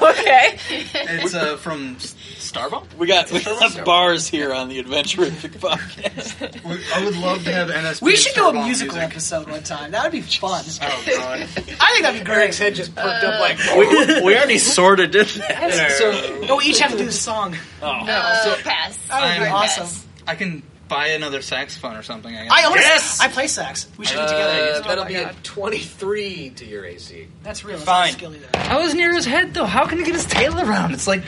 S6: okay.
S5: It's uh, from S- Starbomb.
S9: We got, we got bars here on the Adventurific podcast.
S5: We- I would love to have NSP.
S3: We should do a
S5: Starbomb
S3: musical
S5: music.
S3: episode one time. That would be fun.
S5: [LAUGHS] Oh god.
S3: [LAUGHS] I think that'd be
S2: Greg's
S3: great.
S2: head just perked up like.
S9: we, we
S2: [LAUGHS]
S9: already sort of did that.
S5: so
S3: Oh, we each have to do the song. Oh,
S6: Uh, pass.
S3: That would be
S5: I'm-
S3: awesome.
S5: I can buy another saxophone or something. I guess.
S3: I almost,
S2: Yes!
S3: I play sax. We should get
S2: Uh,
S3: together. Oh
S2: that'll be a 23 to your AC.
S3: That's real. That's
S5: Fine.
S3: not skill either.
S5: I was near his head though. How can he get his tail around? It's like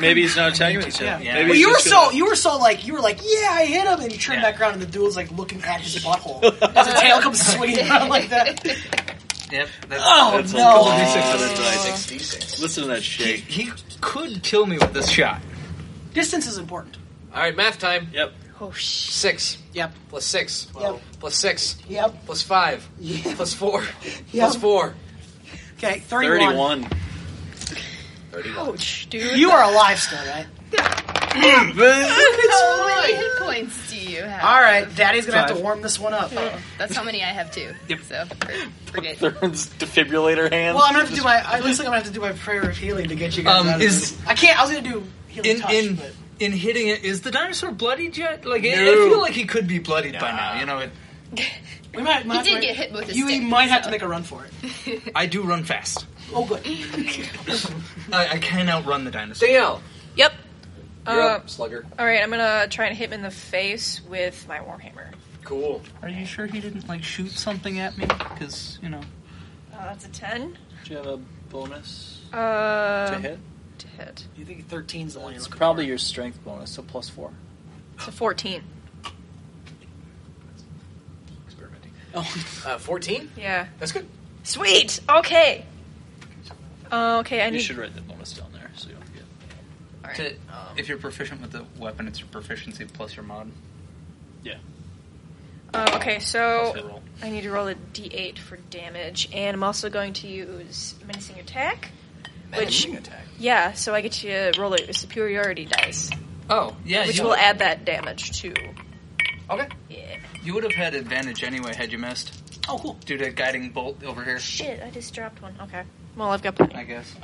S9: Maybe he's not attacking with each
S3: Yeah.
S9: other.
S5: Yeah.
S9: Maybe
S3: Well,
S9: he's
S3: you were
S9: just
S3: so
S9: gonna-
S3: you were so like you were like yeah I hit him and you turn
S5: Yeah.
S3: back around and the dude's like looking at his butthole as the tail comes swinging around like
S2: [LAUGHS]
S3: that.
S5: Yep. That's,
S3: Oh
S9: That's a couple
S3: no!
S9: D6 on his dice.
S2: 66.
S9: Listen to that shake.
S5: he could kill me with this shot.
S3: Distance is important.
S2: All right, math time.
S9: Yep.
S6: Oh shit.
S2: Six
S3: Yep.
S2: plus six
S3: Yep.
S2: plus six
S3: Yep.
S2: plus five
S3: Yep.
S2: plus four
S3: Yep.
S2: plus four.
S3: Okay. Thirty-one.
S9: Thirty-one.
S5: [LAUGHS]
S6: Ouch, dude.
S3: You are alive still, right?
S6: How many hit points do you have?
S3: [LAUGHS] All right. Daddy's gonna have
S5: Five.
S3: to warm this one up.
S6: Oh, that's how many I have too. Yep. So
S2: [LAUGHS]
S6: forget.
S9: [LAUGHS] Thurns defibrillator hand.
S3: Well, I'm gonna have to do my. It looks like I'm gonna have to do my prayer of healing to get you guys
S5: Um,
S3: out of
S5: is-
S3: this.
S6: [LAUGHS]
S3: I can't. I was gonna do healing
S5: In
S3: touch,
S5: in
S3: but
S5: in hitting it, is the dinosaur bloodied yet? Like I- I
S2: No.
S5: feel like he could be bloodied by now. You know, it,
S3: we might. might have
S6: did
S3: to-
S6: get hit with a
S3: You
S6: stick,
S3: might have to
S6: so.
S3: make a run for it.
S6: [LAUGHS]
S5: I do run fast.
S3: Oh, good.
S5: I, I can outrun the dinosaur.
S2: Danielle,
S6: Yep.
S2: you're
S6: Uh,
S2: up, slugger.
S6: All right, I'm gonna try and hit him in the face with my warhammer.
S2: Cool.
S5: Are you sure he didn't like shoot something at me? Because you know.
S6: Uh, that's a ten.
S9: Do you have a bonus
S6: Uh,
S9: to hit?
S6: To hit.
S3: You think 13's the one you're
S9: It's
S3: looking
S9: probably your strength bonus, so plus four.
S6: It's a fourteen.
S2: Experimenting.
S3: Oh.
S2: Uh, 14?
S6: Yeah.
S2: That's good.
S6: Sweet. Okay. Uh, okay, I
S9: You
S6: need.
S9: should write the bonus down there so you don't get.
S6: all right.
S5: um, To, if you're proficient with the weapon, it's your proficiency plus your mod.
S9: Yeah.
S6: Uh, okay,
S9: That's a
S6: so
S9: roll.
S6: I need to roll a d8 for damage, and I'm also going to use menacing attack, which
S4: Menacing attack?
S6: yeah, so I get to roll a superiority dice.
S4: Oh,
S5: yeah,
S6: which
S5: you-
S6: will add that damage too.
S4: Okay.
S6: Yeah.
S5: You would have had advantage anyway had you missed.
S3: Oh, cool.
S5: Due to guiding bolt over here.
S6: Shit, I just dropped one. Okay. Well, I've got plenty.
S5: I guess.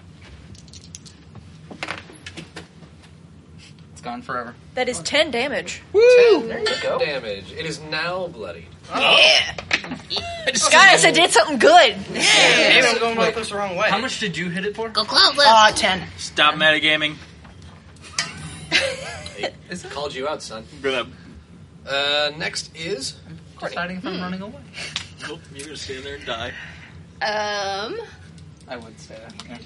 S5: It's gone forever.
S6: That is ten damage.
S2: Woo! Oh. There you go. Damage. It is now bloody.
S5: Oh,
S6: Yeah. Guys, I did something good.
S4: Maybe I'm going about this the wrong way.
S5: How much did you hit it for?
S8: Go cloud
S3: Uh, ten.
S9: Stop metagaming.
S2: Called you out, son.
S9: Nope,
S2: Uh, next is
S5: Deciding if I'm
S3: Hmm.
S5: running away.
S9: you're gonna stand there and die.
S7: Um,
S5: I would say that. yeah.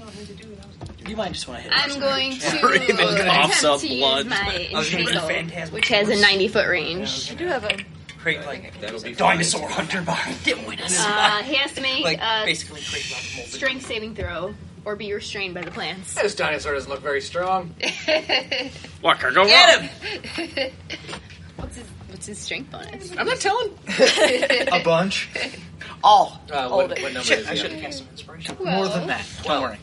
S3: You might just want to hit.
S7: I'm going
S5: [LAUGHS]
S7: to
S4: [LAUGHS]
S9: Raven coughs
S7: attempt
S9: up
S7: to use
S9: blood.
S7: my
S4: I was gonna do
S7: intrigual,
S4: Phantasm
S7: which has a 90 foot range.
S6: I do have a.
S4: Create like
S2: that'll be
S4: dinosaur hunter behind him.
S7: Uh, he has to make
S4: Like
S7: uh,
S4: basically create like molded.
S7: strength saving throw or be restrained by the
S2: [LAUGHS]
S7: plants.
S2: This dinosaur doesn't look very strong.
S9: Walker, go
S6: Get
S9: run.
S6: him!
S7: What's his, what's his strength bonus?
S2: I'm not telling.
S7: [LAUGHS]
S5: [LAUGHS] A bunch?
S3: All.
S2: Uh,
S6: Hold
S2: what,
S6: it.
S2: what number
S4: Shit,
S2: is
S4: I should
S2: he?
S4: have cast some inspiration.
S7: Well,
S5: More than that. Don't worry.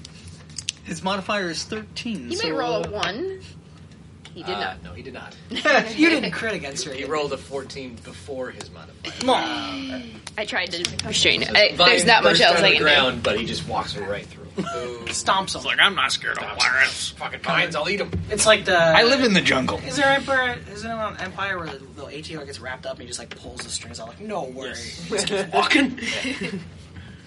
S5: His modifier is 13.
S7: He
S5: so,
S7: may roll
S5: uh,
S7: a one. He did not.
S2: Uh, No, he
S7: [LAUGHS]
S2: did not.
S3: you didn't crit against her.
S2: He
S3: did
S2: rolled a 14 before his modifier.
S7: I tried to restrain him. I, there's not much else I can do.
S2: ground, but he just walks right through.
S9: [LAUGHS]
S2: Ooh,
S3: you? Stomps him.
S9: Like I'm not scared of pirates.
S2: fucking vines, I'll eat him.
S3: It's like the.
S5: I live in the jungle.
S3: Is there Empire? Is there an Empire where the, the ATR gets wrapped up and he just like pulls the strings out? Like, no worries.
S5: [LAUGHS] Walking.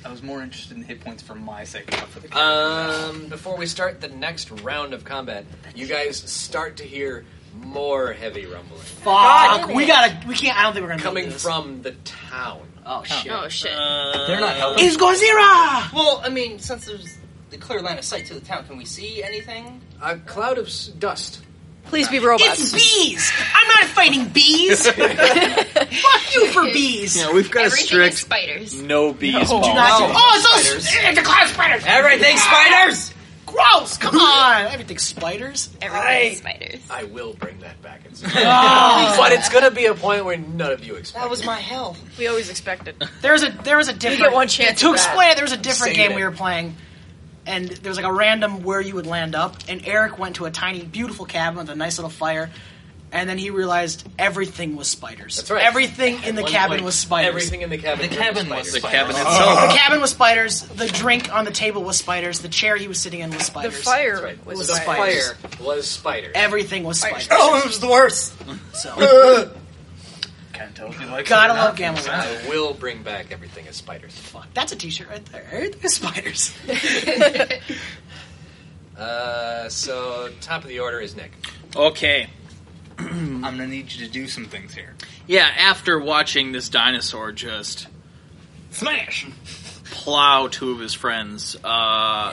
S5: I was more interested in hit points for my sake, not for the character.
S2: Um, before we start the next round of combat, you guys start to hear more heavy rumbling
S3: Fuck. We gotta. We can't. I don't think we're gonna.
S2: coming
S3: do this.
S2: from the town.
S3: Oh shit.
S7: Oh shit.
S5: They're not helping.
S3: Is Godzilla?
S4: Well, I mean, since there's the clear line of sight to the town, can we see anything?
S2: A cloud of s-
S4: [LAUGHS]
S2: dust.
S6: Please be robots.
S3: It's bees. I'm not
S6: [LAUGHS]
S3: fighting bees. Fuck you for bees.
S9: Yeah, we've got a
S7: Everything is
S9: strict
S7: spiders.
S9: [LAUGHS] no bees
S3: Do
S9: policy.
S3: not do- Oh, it's those eh, the cloud spiders.
S4: Everything spiders.
S3: Gross. Come on. Everything's spiders.
S7: Everything is spiders.
S2: Mm-hmm. I will bring that back.
S3: [LAUGHS]
S2: It's
S3: Oh.
S2: but it's going to be a point where none of you expect.
S4: That was my hell.
S6: We always expect it.
S3: There was a there was a different
S6: get one chance
S3: to
S6: at that.
S3: explain. it, There was a different
S2: Say
S3: game we
S2: that.
S3: were playing, and there was like a random where you would land up. And Eric went to a tiny, beautiful cabin with a nice little fire, and then he realized everything was spiders.
S2: That's right.
S3: Everything in the
S2: One
S3: cabin
S2: point,
S3: was spiders.
S2: Everything in the cabin.
S5: The cabin was
S9: The
S5: the
S9: cabin
S4: Oh.
S3: The
S9: itself.
S3: cabin was spiders. The drink on the table was spiders. The chair he was sitting in was
S6: The
S3: spiders.
S6: fire
S2: was
S6: was
S2: the
S6: spiders.
S2: fire was spiders.
S3: Everything was spiders.
S4: [LAUGHS] Oh, it was the worst.
S3: So
S4: [LAUGHS]
S5: Can't tell if you like
S3: gotta
S5: it or not.
S3: love Gamble Zone.
S2: I will bring back everything as spiders.
S3: Fuck, That's a T-shirt right there. Everything is [LAUGHS] spiders.
S2: Uh, so top of the order is Nick.
S9: Okay.
S5: [CLEARS THROAT] I'm gonna need you to do some things here.
S9: Yeah, after watching this dinosaur just
S5: Smash!
S9: plow two of his friends, uh,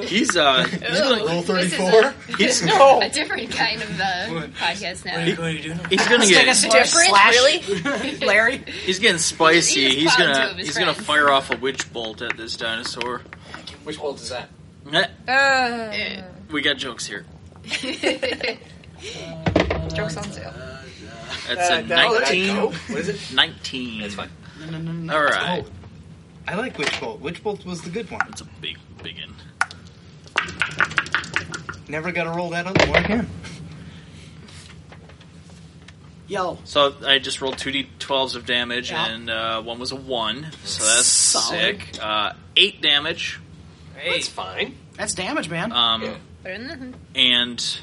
S9: he's
S2: [LAUGHS]
S9: uh, he's gonna,
S7: Roll 34?
S9: he's,
S7: [LAUGHS] a different kind of uh, podcast now.
S9: he's gonna
S3: It's like a
S9: get
S3: slash, slash
S7: really?
S3: Larry.
S9: he's getting spicy.
S7: He just
S9: He's
S7: plowed two
S9: gonna
S7: of his
S9: he's gonna
S7: friends.
S9: fire off a witch bolt at this dinosaur.
S2: Which bolt is that?
S9: Eh,
S6: Uh,
S7: Eh.
S9: We got jokes here.
S6: [LAUGHS] jokes on sale.
S9: That's a
S2: Oh, that's a
S9: 19.
S2: dope. What is it?
S9: 19.
S2: That's fine.
S9: All right.
S5: Oh, I like Witch Bolt. Witch Bolt was the good one.
S9: That's a big, big in.
S5: Never gotta roll that other one again.
S3: Yo.
S9: So I just rolled two d12s of damage,
S3: Yeah.
S9: and uh, one was a one, so that's
S3: Solid.
S9: sick. Uh, eight damage,
S2: That's fine.
S3: That's damage, man.
S9: um,
S2: Yeah.
S9: and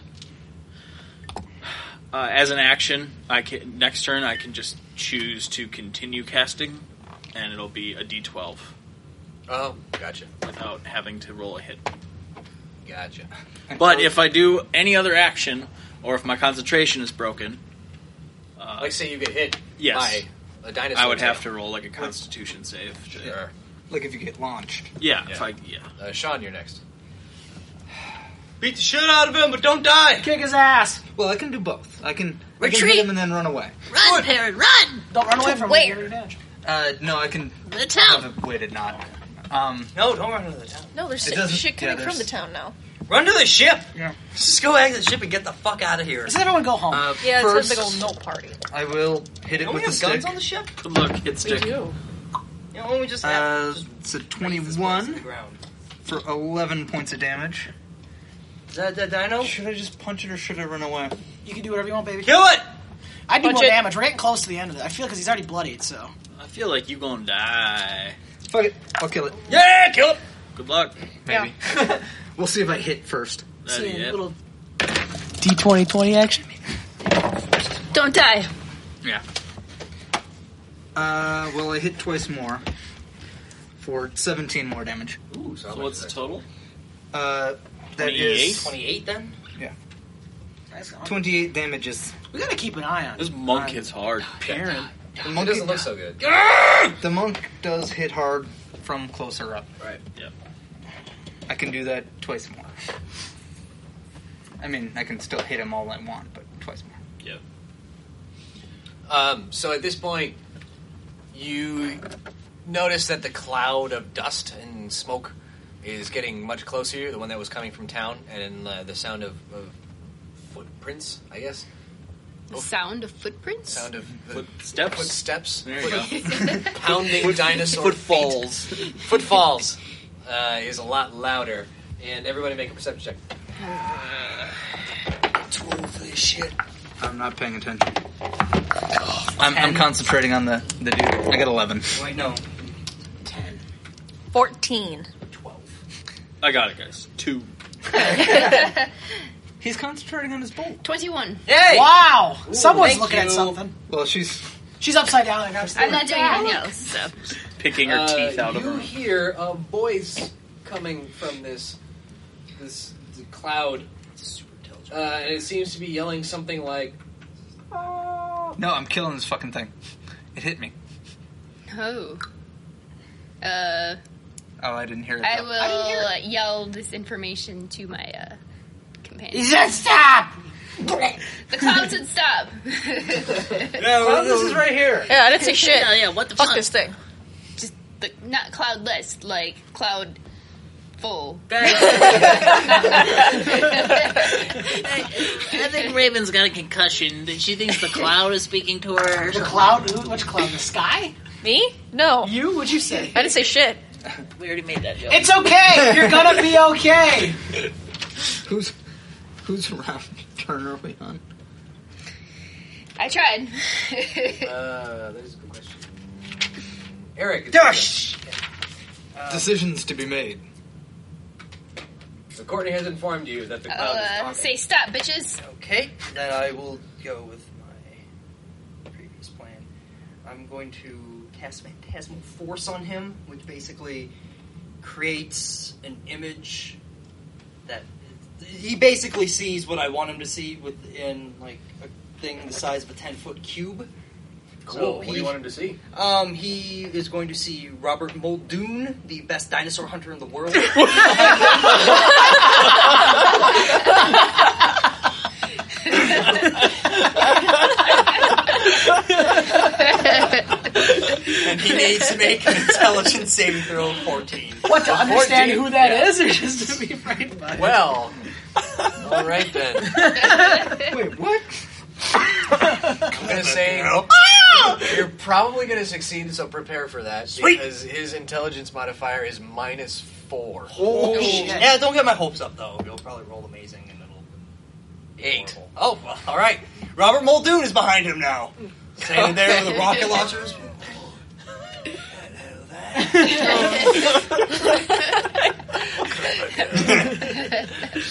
S9: uh, as an action, I can next turn I can just choose to continue casting, and it'll be a d12
S2: Oh, gotcha,
S9: without having to roll a hit.
S2: gotcha.
S9: But if I do any other action, or if my concentration is broken, uh,
S2: Like, say you get hit
S9: Yes.
S2: by a dinosaur.
S9: I would have to
S2: tail.
S9: roll like a Constitution save. to-
S2: Sure.
S5: Like if you get launched.
S9: Yeah,
S2: Yeah.
S9: if I yeah.
S2: Uh, Sean, you're next.
S4: Beat the shit out of him, but don't die.
S3: Kick his ass.
S5: Well, I can do both. I can I can
S8: Retreat!
S5: hit him and then run away.
S8: Run, Perrin, run!
S3: Don't run away
S7: To
S3: from
S7: where?
S3: me.
S6: [LAUGHS]
S3: You're advantage.
S5: Uh, no, I can.
S8: The
S5: I've
S8: town!
S5: avoided not. Um,
S4: No, don't run into the town.
S6: No, there's
S5: It doesn't-
S6: shit
S5: yeah,
S6: coming from
S5: there's-
S6: the town now.
S4: Run to the ship. Just go back to the ship and get the fuck out of here.
S3: Does everyone go home?
S4: Uh,
S6: Yeah,
S4: first,
S6: it's a big old note party.
S4: I will hit it
S6: Don't
S4: with
S6: we
S4: the
S6: have guns
S4: stick.
S6: on
S4: the [LAUGHS] ship?
S5: Good luck, hit stick.
S4: [LAUGHS] You know, when we just have
S5: Uh, it's a 21 for 11 points of damage.
S4: Is that the dino?
S5: Should I just punch it or should I run away?
S3: You can do whatever you want, baby.
S4: Kill it!
S3: I do
S5: Punch
S3: more
S5: it.
S3: damage. We're getting close to the end of it. I feel because he's already bloodied, so.
S9: I feel like you gonna die.
S5: Fuck it. I'll kill it.
S4: Yeah, kill it!
S9: Good luck.
S6: Maybe.
S5: We'll see if I hit first.
S9: That'd be it.
S1: D twenty twenty action.
S7: Don't die.
S5: Yeah. Uh, well, I hit twice more for 17 more damage.
S4: Ooh,
S9: So what's the total?
S5: Uh, that
S9: 28?
S5: is
S4: 28 then?
S5: Yeah.
S3: Nice.
S5: 28 damages.
S3: We gotta keep an eye on
S9: This monk hits hard.
S3: Parent.
S5: The monk
S2: doesn't look so good.
S5: [LAUGHS] The monk does hit hard from closer up.
S2: Right.
S9: Yep.
S5: I can do that twice more. I mean, I can still hit him all I want, but twice more.
S9: Yep.
S2: Um, so at this point, you notice that the cloud of dust and smoke is getting much closer. The one that was coming from town, and uh, the sound of, of footprints, I guess,
S7: The sound of footprints?
S2: sound of the
S9: Footsteps.
S2: footsteps,
S9: There you go.
S2: [LAUGHS] pounding dinosaur
S9: Footfalls.
S2: feet. footfalls uh, is a lot louder. And everybody make a perception check.
S5: I'm not paying attention. I'm, I'm concentrating on the, the dude. I got 11.
S4: Wait, no.
S6: 14.
S9: I got it, guys. Two.
S5: He's concentrating on his bolt.
S7: 21.
S4: Hey!
S3: Wow! Someone's
S4: thank
S3: looking at
S4: you.
S3: something.
S5: Well, she's.
S3: She's upside down. Like, upside
S7: I'm not doing anything else, so.
S9: Picking her
S2: Uh,
S9: teeth out of
S2: you
S9: her.
S2: hear a voice coming from this this cloud, uh, and it seems to be yelling something like,
S5: No, I'm killing this fucking thing. It hit me.
S7: Oh. Uh,
S5: Oh, I didn't hear it.
S7: I
S5: though. [LAUGHS]
S7: will uh, yell this information to my uh, companion.
S3: down. Stop!
S7: [LAUGHS] The clouds should stop. [LAUGHS]
S4: Well, this is right here.
S6: [LAUGHS] Yeah, I didn't say shit.
S8: Hell yeah, what the
S6: Fuck
S8: fuck?
S6: this thing.
S7: Just the, not cloudless, like cloud full.
S8: I think Raven's got a concussion. She thinks the cloud is speaking to her.
S3: The cloud? Who- Which cloud? The sky?
S6: Me? No.
S3: You? What'd you say?
S6: I didn't say shit.
S8: We already made that joke.
S3: It's okay! You're gonna be okay!
S5: [LAUGHS] Who's. Who's around? [LAUGHS] Turn are we on?
S7: I [LAUGHS] tried.
S2: uh, that is a good question. Eric, is
S5: Decisions to be made.
S2: So Courtney has informed you that the
S7: I'll
S2: cloud
S7: uh,
S2: is talking.
S7: say stop, bitches.
S4: Okay, then I will go with my previous plan. I'm going to cast Phantasmal Force on him, which basically creates an image that he basically sees what I want him to see within like a thing the size of a ten foot cube.
S2: Cool.
S4: So
S2: what
S4: he-
S2: do you want him to see?
S4: Um, he is going to see Robert Muldoon, the best dinosaur hunter in the
S3: [LAUGHS]
S4: world. and he needs to make an intelligence saving throw of 14.
S3: What, to understand
S2: 14?
S3: who that is, or just to be frightened by it?
S2: [LAUGHS] Well, all right [LAUGHS] then.
S4: [LAUGHS]
S5: Wait, what?
S2: I'm gonna say you're probably gonna succeed, so prepare for that because his intelligence modifier is minus four.
S4: Oh, yeah, don't get my hopes up, though. He'll probably roll amazing and it'll be
S2: Eight.
S4: horrible. Oh, well, all right. Robert Muldoon is behind him now. Standing there [LAUGHS] with
S7: [LAUGHS]
S4: the rocket
S3: [LAUGHS]
S4: launchers. Oh. [LAUGHS]
S3: [LAUGHS]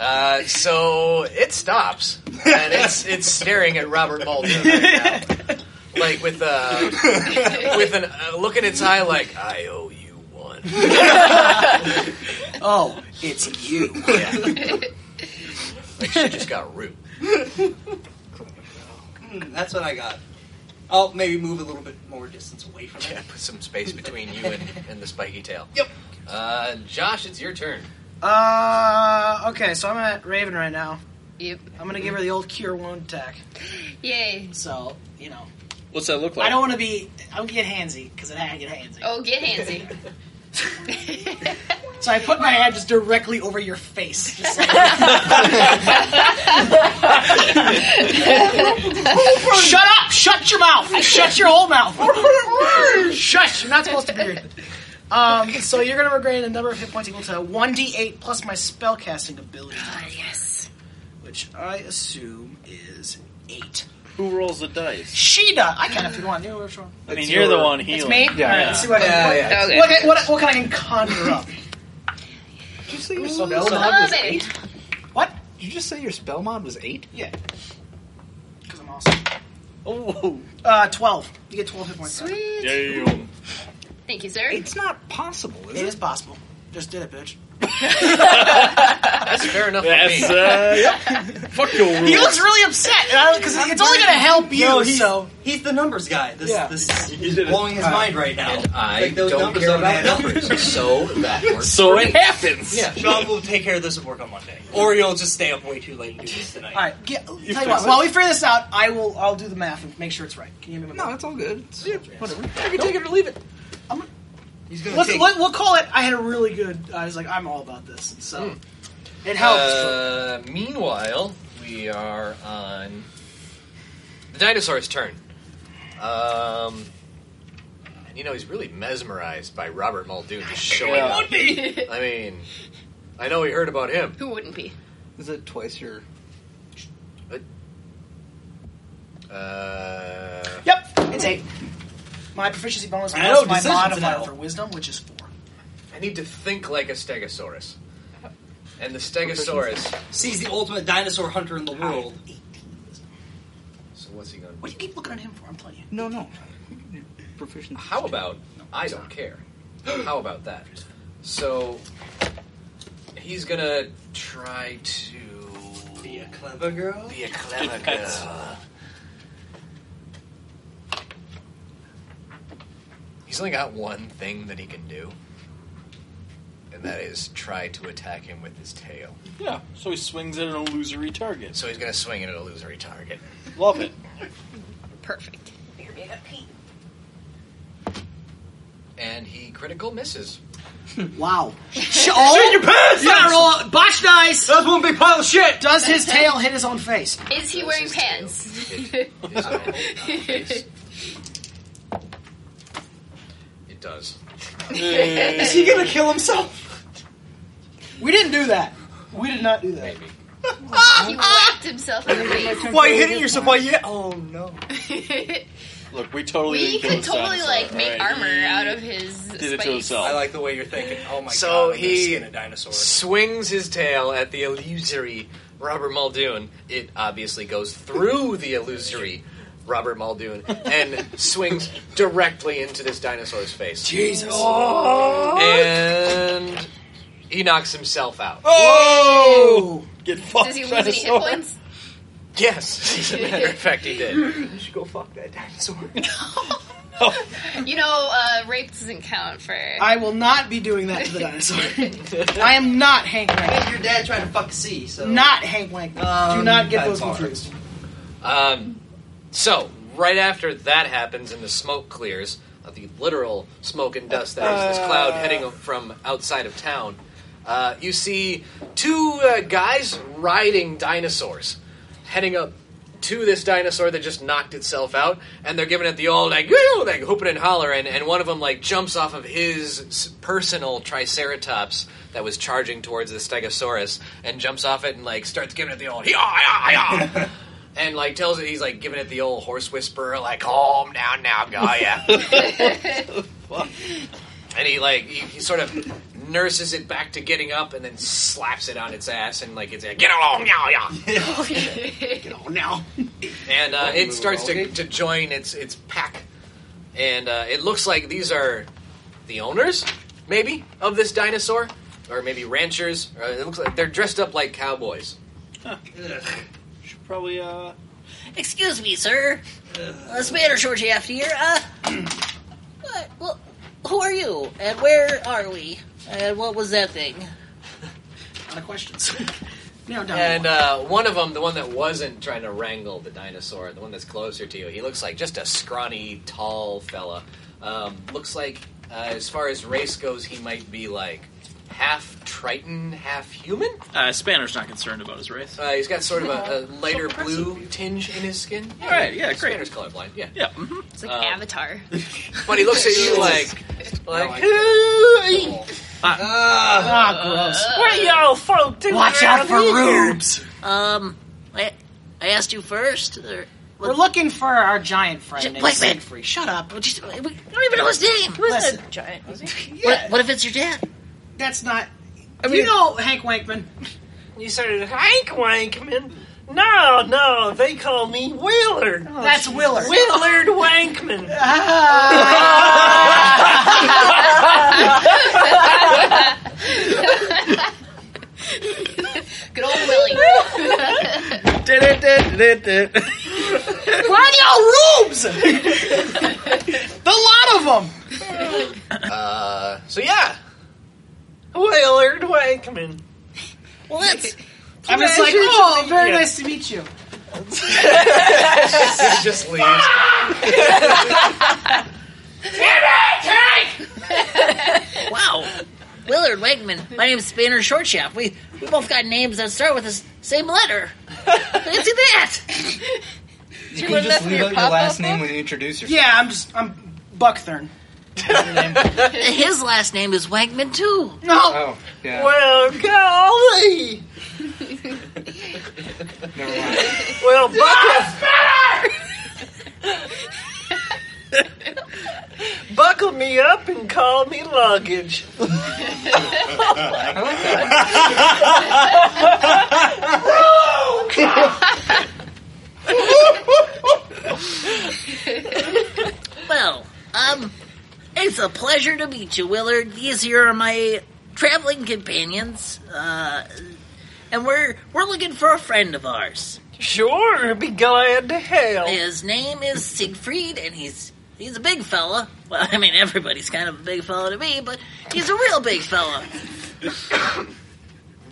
S2: Uh, so it stops, and it's it's staring at Robert Muldoon
S4: [LAUGHS]
S2: right now, like with a with an uh, look in its eye, like I owe you one.
S3: Oh, it's you.
S2: Like she just got root.
S4: Hmm, that's what I got. I'll maybe move a little bit more distance away from
S2: Yeah,
S4: him.
S2: put some space between you and, and the spiky tail.
S4: Yep.
S2: Uh, Josh, it's your turn.
S3: Uh, okay, so I'm at Raven right now.
S7: Yep.
S3: I'm gonna give her the old cure wound attack.
S7: Yay.
S3: So, you know.
S9: What's that look like?
S3: I don't wanna be. I'm gonna get handsy, because I get handsy.
S2: [LAUGHS]
S7: Oh, get handsy. [LAUGHS]
S3: So I put my hand just directly over your face. Just like,
S7: [LAUGHS]
S3: shut up! Shut your mouth! Shut your whole
S7: [LAUGHS]
S3: mouth! Shush! You're not supposed to be here. Um, so you're going to regain a number of hit points equal to 1d8 plus my spellcasting ability.
S7: Oh,
S3: yes. Which I assume is 8.
S9: Who rolls the dice?
S3: Sheeta! I can if you want. You know which one.
S9: I mean, you're the one healing.
S3: me? Oh, All right, let's see what, I can-
S9: Yeah, yeah.
S3: what, what, what, what can I conjure up?
S14: Did you say your spell
S3: Ooh,
S14: mod
S3: love
S14: was
S3: it.
S14: eight?
S3: What?
S14: Did you just say your spell mod was eight?
S3: Yeah. Because I'm awesome.
S9: Oh.
S3: Uh, 12. You get 12 hit points.
S7: Sweet. Thank you, sir.
S14: It's not possible,
S3: It is possible. Just did
S4: [LAUGHS]
S3: it, bitch.
S2: That's fair enough.
S9: That's,
S2: for me.
S9: uh,
S4: [LAUGHS]
S9: yep. Fuck your rules.
S3: He looks really upset because it's only going to help you.
S4: No, he's,
S3: so
S4: he's the numbers guy. This, this is
S9: did it.
S4: blowing his mind right now.
S14: And I
S4: like those
S14: don't
S4: numbers
S14: care
S4: are
S14: about
S4: bad numbers. so that works.
S9: So it happens.
S4: Yeah, Sean will take care of this at work on Monday, or you'll just stay up way too late and do this tonight.
S3: All right, get, tell you
S9: fix
S3: what.
S9: it.
S3: While we figure this out, I will. I'll do the math and make sure it's right. Can you give me my
S14: No,
S3: math?
S14: it's all good. It's, whatever. I can take it or leave it.
S4: He's gonna
S3: Let's,
S4: take.
S3: let, we'll call it. I had a really good. I was like, I'm all about this, so
S14: Hmm.
S3: it helps.
S2: Uh, meanwhile, we are on the dinosaur's turn. Um, and you know he's really mesmerized by Robert Muldoon
S3: [LAUGHS]
S2: just showing
S9: Yeah.
S2: up. I mean, I know he heard about him.
S7: Who wouldn't be?
S14: Is it twice your?
S2: Uh,
S3: yep, it's eight. My proficiency bonus
S4: I
S3: plus
S4: know,
S3: my
S4: decision's
S3: modifier
S4: now.
S3: for wisdom, which is four.
S2: I need to think like a stegosaurus. And the stegosaurus.
S4: Sees the ultimate dinosaur hunter in the world.
S2: So what's he going to
S3: What do you keep looking at him for? I'm telling you.
S14: No, no. Proficient.
S2: How about I
S4: [GASPS]
S2: don't care? How about that? So he's gonna try to
S4: Be a clever girl.
S2: be
S4: [LAUGHS]
S2: a clever
S9: cuts.
S2: girl. He's only got one thing that he can do, and that is try to attack him with his tail.
S9: Yeah, so he swings at an illusory target.
S2: So he's gonna swing it at a illusory target.
S9: Love it.
S7: Perfect.
S2: And he critical misses.
S3: [LAUGHS] Wow. oh, Shit, your pants. Yeah, roll. Bosh dice. That's one big pile of shit. Does his tail hit his own face? [LAUGHS]
S7: Is he wearing pants? [LAUGHS]
S2: It, is on- on face. it does.
S4: Is he gonna kill himself?
S3: We didn't do that. We did not do that.
S2: Maybe.
S7: Oh, he whacked himself
S3: [LAUGHS]
S7: in the face.
S4: Why are you hitting yourself? Why yeah? Oh no.
S7: [LAUGHS]
S9: Look, we totally
S7: we
S9: didn't kill
S7: could
S9: this
S7: totally
S9: dinosaur,
S7: like make
S9: right?
S7: armor out of his
S9: Did it to
S7: spikes.
S9: himself.
S4: I like the way you're thinking. Oh my
S2: So
S4: god! I'm gonna
S2: he-
S4: skin a dinosaur.
S2: swings his tail at the illusory Robert Muldoon. It obviously goes through the illusory Robert Muldoon and
S7: [LAUGHS]
S2: swings directly into this dinosaur's face. Jesus. And he knocks himself out.
S9: Oh! Get fucked,
S7: Does he lose any hit
S9: dinosaur.
S7: points?
S2: Yes, [LAUGHS] as a matter of fact, he did.
S4: [LAUGHS] You should go fuck that dinosaur.
S7: You know, uh, rape doesn't count for.
S3: I will not be doing that to the dinosaur. [LAUGHS] I am not Hank Wank.
S4: Your dad tried to fuck C, so
S3: Not Hank Wank. do
S4: Um,
S3: not get
S4: that's
S3: those
S4: hard.
S3: confused.
S2: Um, so, right after that happens and the smoke clears, of the literal smoke and dust that is this cloud heading from outside of town, uh, you see two uh, guys riding dinosaurs heading up to this dinosaur that just knocked itself out, and they're giving it the old like, "Yoo-hoo," like hooping and hollering, and one of them like jumps off of his s- personal triceratops that was charging towards the stegosaurus, and jumps off it and like starts giving it the old "Hee-haw, hee-haw, hee-haw," and like tells it he's like giving it the old horse whisperer like, "Calm down now, Gaia." and he like he, he sort of nurses it back to getting up, and then slaps it on its ass, and like it's like, "Get along, now, yeah." and uh, it starts to, to join its its pack. And uh, it looks like these are the owners, maybe, of this dinosaur, or maybe ranchers. Or it looks like they're dressed up like cowboys.
S9: Should probably, uh...
S8: Excuse me, sir. Uh, this matter, Georgie, after here. Uh, what? Well, who are you? And where are we? And what was that thing?
S3: Out of questions. Narrow down.
S2: And uh, one of them, the one that wasn't trying to wrangle the dinosaur, the one that's closer to you, he looks like just a scrawny, tall fella. Um, looks like Uh, as far as race goes, he might be like half Triton, half human.
S9: Uh, Spanner's not concerned about his race. [LAUGHS]
S2: Uh, he's got sort of a, a lighter blue tinge in his skin.
S9: All right, yeah, great.
S2: Spanner's colorblind. Yeah.
S9: Yeah. mm-hmm.
S7: It's like Avatar.
S2: [LAUGHS] But he looks at you like, [LAUGHS] like,
S8: Ah,
S2: gross.
S8: What are y'all folk doing
S3: Watch out
S8: around
S3: for
S8: here?
S3: rubes.
S8: Um, I, I asked you first. Or,
S3: We're looking for our giant friend.
S8: Just-
S3: named
S8: wait, wait.
S3: Siegfried. Shut up.
S8: Just- we don't even know his name.
S6: He was
S3: Listen.
S6: a giant, wasn't he?
S8: What, what if it's your dad?
S3: That's not. Do you know Hank Wankman?
S13: You started Hank Wankman. No, no, they call me Willard.
S3: Oh, That's Willard.
S13: [LAUGHS]
S3: Ah.
S13: Willard Wankman.
S7: Good old Willie.
S2: [LAUGHS]
S3: Why do y'all rubes? the lot of them.
S2: uh,
S4: [LAUGHS]
S2: so yeah.
S9: Uh,
S13: Willard Wankman.
S8: Well,
S9: [LAUGHS]
S8: that's
S3: I was like,
S13: Pleasure to
S3: oh,
S13: meet
S3: very
S13: you.
S3: nice to meet you. [LAUGHS]
S2: he just leaves.
S8: wow. Willard Wegman. My name's Spanner Shortshaft. We we both got names that start with the s- same
S3: [LAUGHS]
S8: letter. Fancy that.
S14: You can
S7: would've
S14: just
S7: left me
S14: leave
S7: your
S14: out your
S7: pop-up
S14: last
S7: book?
S14: name when you introduce yourself.
S3: Yeah, I'm just I'm Buckthorn.
S8: [LAUGHS] His last name is Wegman too.
S3: No,
S14: Oh, yeah.
S13: Well, golly.
S14: Never mind.
S13: Well, buckle. buckle me up and call me
S8: [LAUGHS]
S13: luggage. Oh,
S8: [LAUGHS] Well, um, it's a pleasure to meet you, Willard. These here are my traveling companions, uh, and we're we're looking for a friend of ours.
S13: Sure, be glad to help.
S8: His name is Siegfried, and he's he's a big fella. Well, [LAUGHS] I mean, everybody's kind of a big fella to me, but he's a real big fella.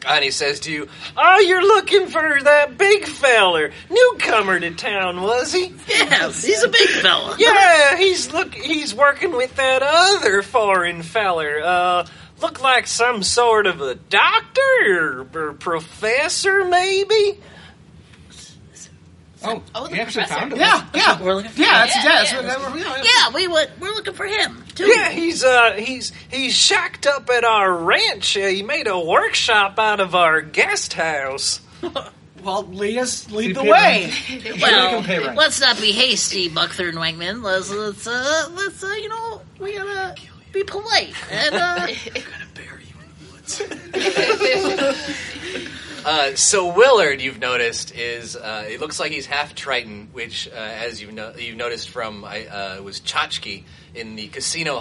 S2: And he says to you,
S13: Oh, you're looking for that big feller. Newcomer to town, was he?
S8: Yes, he's a big fella.
S13: Yeah, he's look he's working with that other foreign feller. Uh look like some sort of a doctor or, or professor maybe?
S14: Oh,
S7: Oh, the
S14: we actually
S7: professor.
S14: found him.
S3: yeah, yeah,
S8: We're looking for
S3: yeah. That's
S7: Yeah,
S3: yeah, that's
S7: yeah.
S3: what that we're- yeah.
S8: yeah, we would, we're looking for him too.
S13: Yeah, he's uh he's he's shacked up at our ranch. Uh, he made a workshop out of our guest house.
S3: Well, lead us, lead
S14: He
S3: the
S14: paid
S8: [LAUGHS]
S3: way.
S14: Make him pay
S8: Well,
S14: rent.
S8: let's not be hasty, Buckthorn Wegman. Let's let's uh, let's uh, you know we gotta be polite and uh,
S14: [LAUGHS]
S8: [LAUGHS]
S2: uh, so Willard, you've noticed is uh, it looks like he's half Triton, which, uh, as you know, you've noticed from I uh, it was Chachki in the casino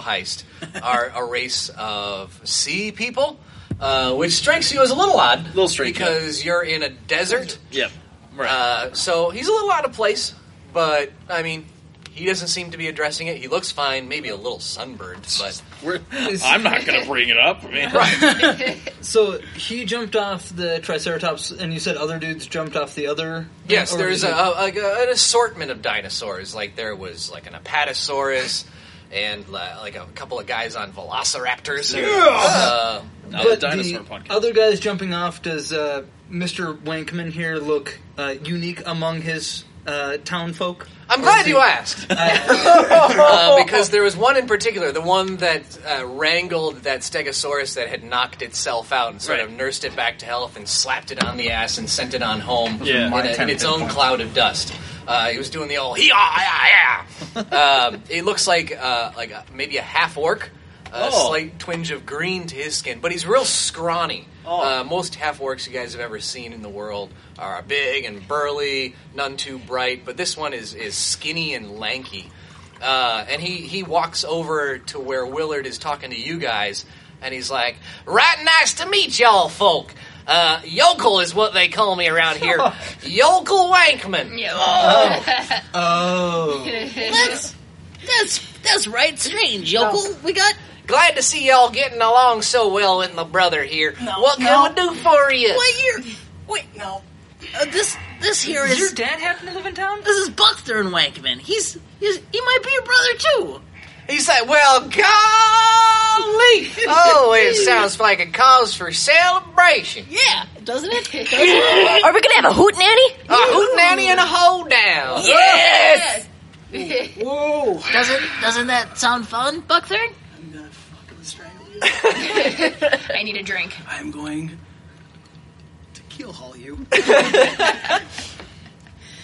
S9: [LAUGHS]
S2: heist, are a race of sea people, uh, which strikes you as a little odd,
S9: Little strange, yeah.
S2: because you're in a desert.
S9: Yep. Right.
S2: Uh, so he's a little out of place, but I mean, he doesn't seem to be addressing it. He looks fine, maybe a little sunburned, but
S9: We're,
S2: [LAUGHS]
S9: I'm not going to bring it up. I
S14: [LAUGHS]
S9: mean, [LAUGHS]
S14: So he jumped off the Triceratops, and you said other dudes jumped off the other.
S2: Yes,
S14: or
S2: there's
S14: is
S2: a,
S14: it-
S2: a, a- an assortment of dinosaurs. Like there was like an apatosaurus and li- like a couple of guys on velociraptors. Uh,
S9: not
S14: but
S9: Oh, the dinosaur podcast.
S14: Other guys jumping off. Does uh, Mr. Wankman here look uh, unique among his uh, town folk?
S2: I'm glad you asked uh, because there was one in particular, the one that uh, wrangled that stegosaurus that had knocked itself out and sort of
S9: Right.
S2: nursed it back to health and slapped it on the ass and sent it on home
S9: Yeah.
S2: in,
S9: My
S2: a- in
S14: attempt
S2: its
S14: at
S2: own
S14: that.
S2: cloud of dust. Uh, he was doing the old hee ah yeah yeah. Um, it looks like uh, like a, maybe a half orc, a
S9: Oh.
S2: slight twinge of green to his skin, but he's real scrawny.
S9: Oh.
S2: Uh, most half orcs you guys have ever seen in the world are big and burly, none too bright, but this one is is skinny and lanky. Uh, and he he walks over to where Willard is talking to you guys, and he's like, "Right, nice to meet y'all, folk." Uh, yokel is what they call me around here. yokel Wankman. Uh,
S14: Oh,
S8: that's that's that's right, strange yokel. We got
S2: Glad to see y'all getting along so well with my brother here. what can we do for you?
S8: Wait, you're wait no. Uh, this this here is
S14: your dad happen to live in town?
S8: this is Buckthorn Wankman. He's, he's he might be your brother too.
S2: He said,
S8: [LAUGHS]
S2: "Well, golly! Oh, it
S13: [LAUGHS]
S2: sounds like a cause for
S4: [LAUGHS]
S2: celebration."
S7: Yeah, doesn't it?
S2: [LAUGHS]
S6: Are we gonna have a hoot nanny?
S2: A hoot nanny and a hold down.
S6: Yes!
S8: Whoa! Doesn't doesn't that sound fun, Buckthorn?
S7: I need a drink.
S3: I'm going to keel haul you.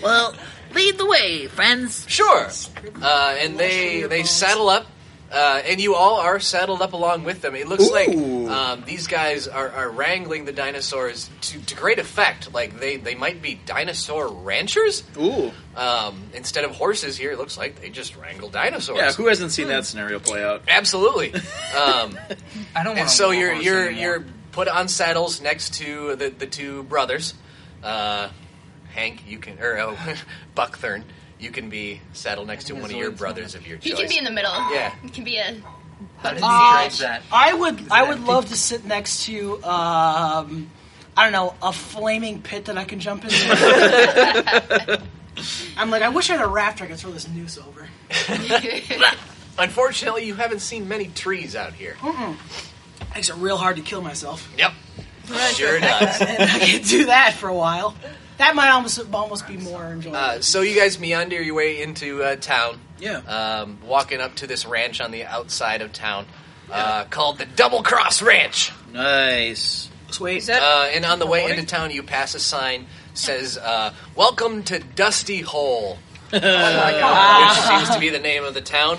S8: Well, lead the way, friends.
S2: Sure. Uh, and they they saddle up, uh, and you all are saddled up along with them. It looks like um, these guys are, are wrangling the dinosaurs to, to great effect. Like they, they might be dinosaur ranchers.
S9: Ooh.
S2: Um, instead of horses here, it looks like they just wrangle dinosaurs.
S9: Yeah, who hasn't seen that scenario play out?
S2: Absolutely. Um, I don't.
S9: wanna
S2: And so
S9: walk
S2: you're
S9: horse
S2: you're
S9: anymore.
S2: you're put on saddles next to the the two brothers, uh, Hank. You can or oh, [LAUGHS] Buckthorn. You can be saddled next to one of your brothers of your
S7: He
S2: choice.
S7: can be in the middle.
S2: Yeah.
S7: He can be a. Oh,
S3: Uh, I would I would love to sit next to um, I don't know a flaming pit that I can jump
S2: [LAUGHS]
S3: into. I'm like I wish I had a rafter I could throw this noose over.
S2: [LAUGHS] Unfortunately, you haven't seen many trees out here.
S3: Mm-mm. Makes it real hard to kill myself.
S2: Yep.
S3: [LAUGHS]
S2: Sure does.
S3: and I can do that for a while. That might almost almost be more enjoyable.
S2: Uh, so you guys meander your way into uh, town.
S3: Yeah.
S2: Um, walking up to this ranch on the outside of town uh, called the Double Cross Ranch.
S9: Nice.
S3: Sweet.
S2: uh, and on the way into town, you pass a sign says uh, "Welcome to Dusty [LAUGHS] Hole," oh
S13: God.
S2: which seems to be the name of the town.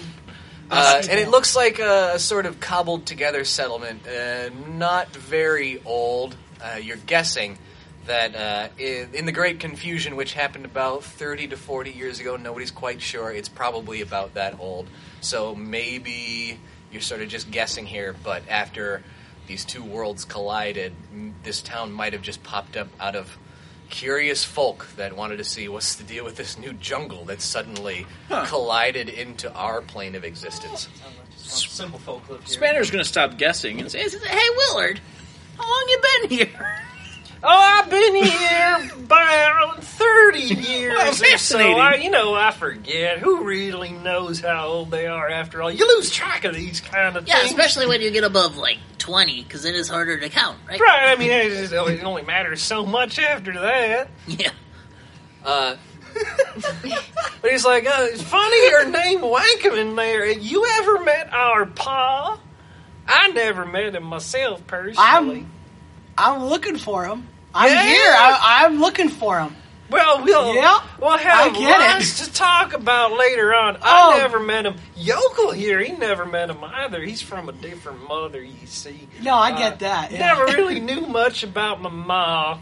S2: Uh, and it looks like a sort of cobbled together settlement, uh, not very old. Uh, you're guessing that uh, in, in the Great Confusion, which happened about 30 to 40 years ago, nobody's quite sure. It's probably about that old. So maybe you're sort of just guessing here, but after these two worlds collided, m- this town might have just popped up out of curious folk that wanted to see what's the deal with this new jungle that suddenly collided into our plane of existence.
S4: Simple folk live here.
S9: Spanner's going to stop guessing and say, "Is it- "Hey, Willard, how long you been here?"
S13: Oh, I've been here about 30 years or so.
S9: fascinating.
S13: I, you know, I forget. Who really knows how old they are after all? You lose track of these kind of
S8: Yeah,
S13: things.
S8: especially when you get above like twenty, because it is harder to count, right?
S13: Right, I mean, it, just, it only matters so much after that.
S8: Yeah.
S2: Uh,
S13: [LAUGHS] but he's like, uh, it's funny your name Wankerman there. You ever met our pa? I never met him myself personally.
S3: I'm I'm looking for him. I'm
S13: Yeah.
S3: here. I, I'm looking for him.
S13: Well, we'll,
S3: Yep.
S13: we'll have
S3: I get it. Oh.
S13: lots to talk about later on. I never met him. Yokel here, he never met him either. He's from a different mother, you see.
S3: No, I
S13: Uh,
S3: get that. yeah.
S13: Never
S3: [LAUGHS]
S13: really knew much about my ma.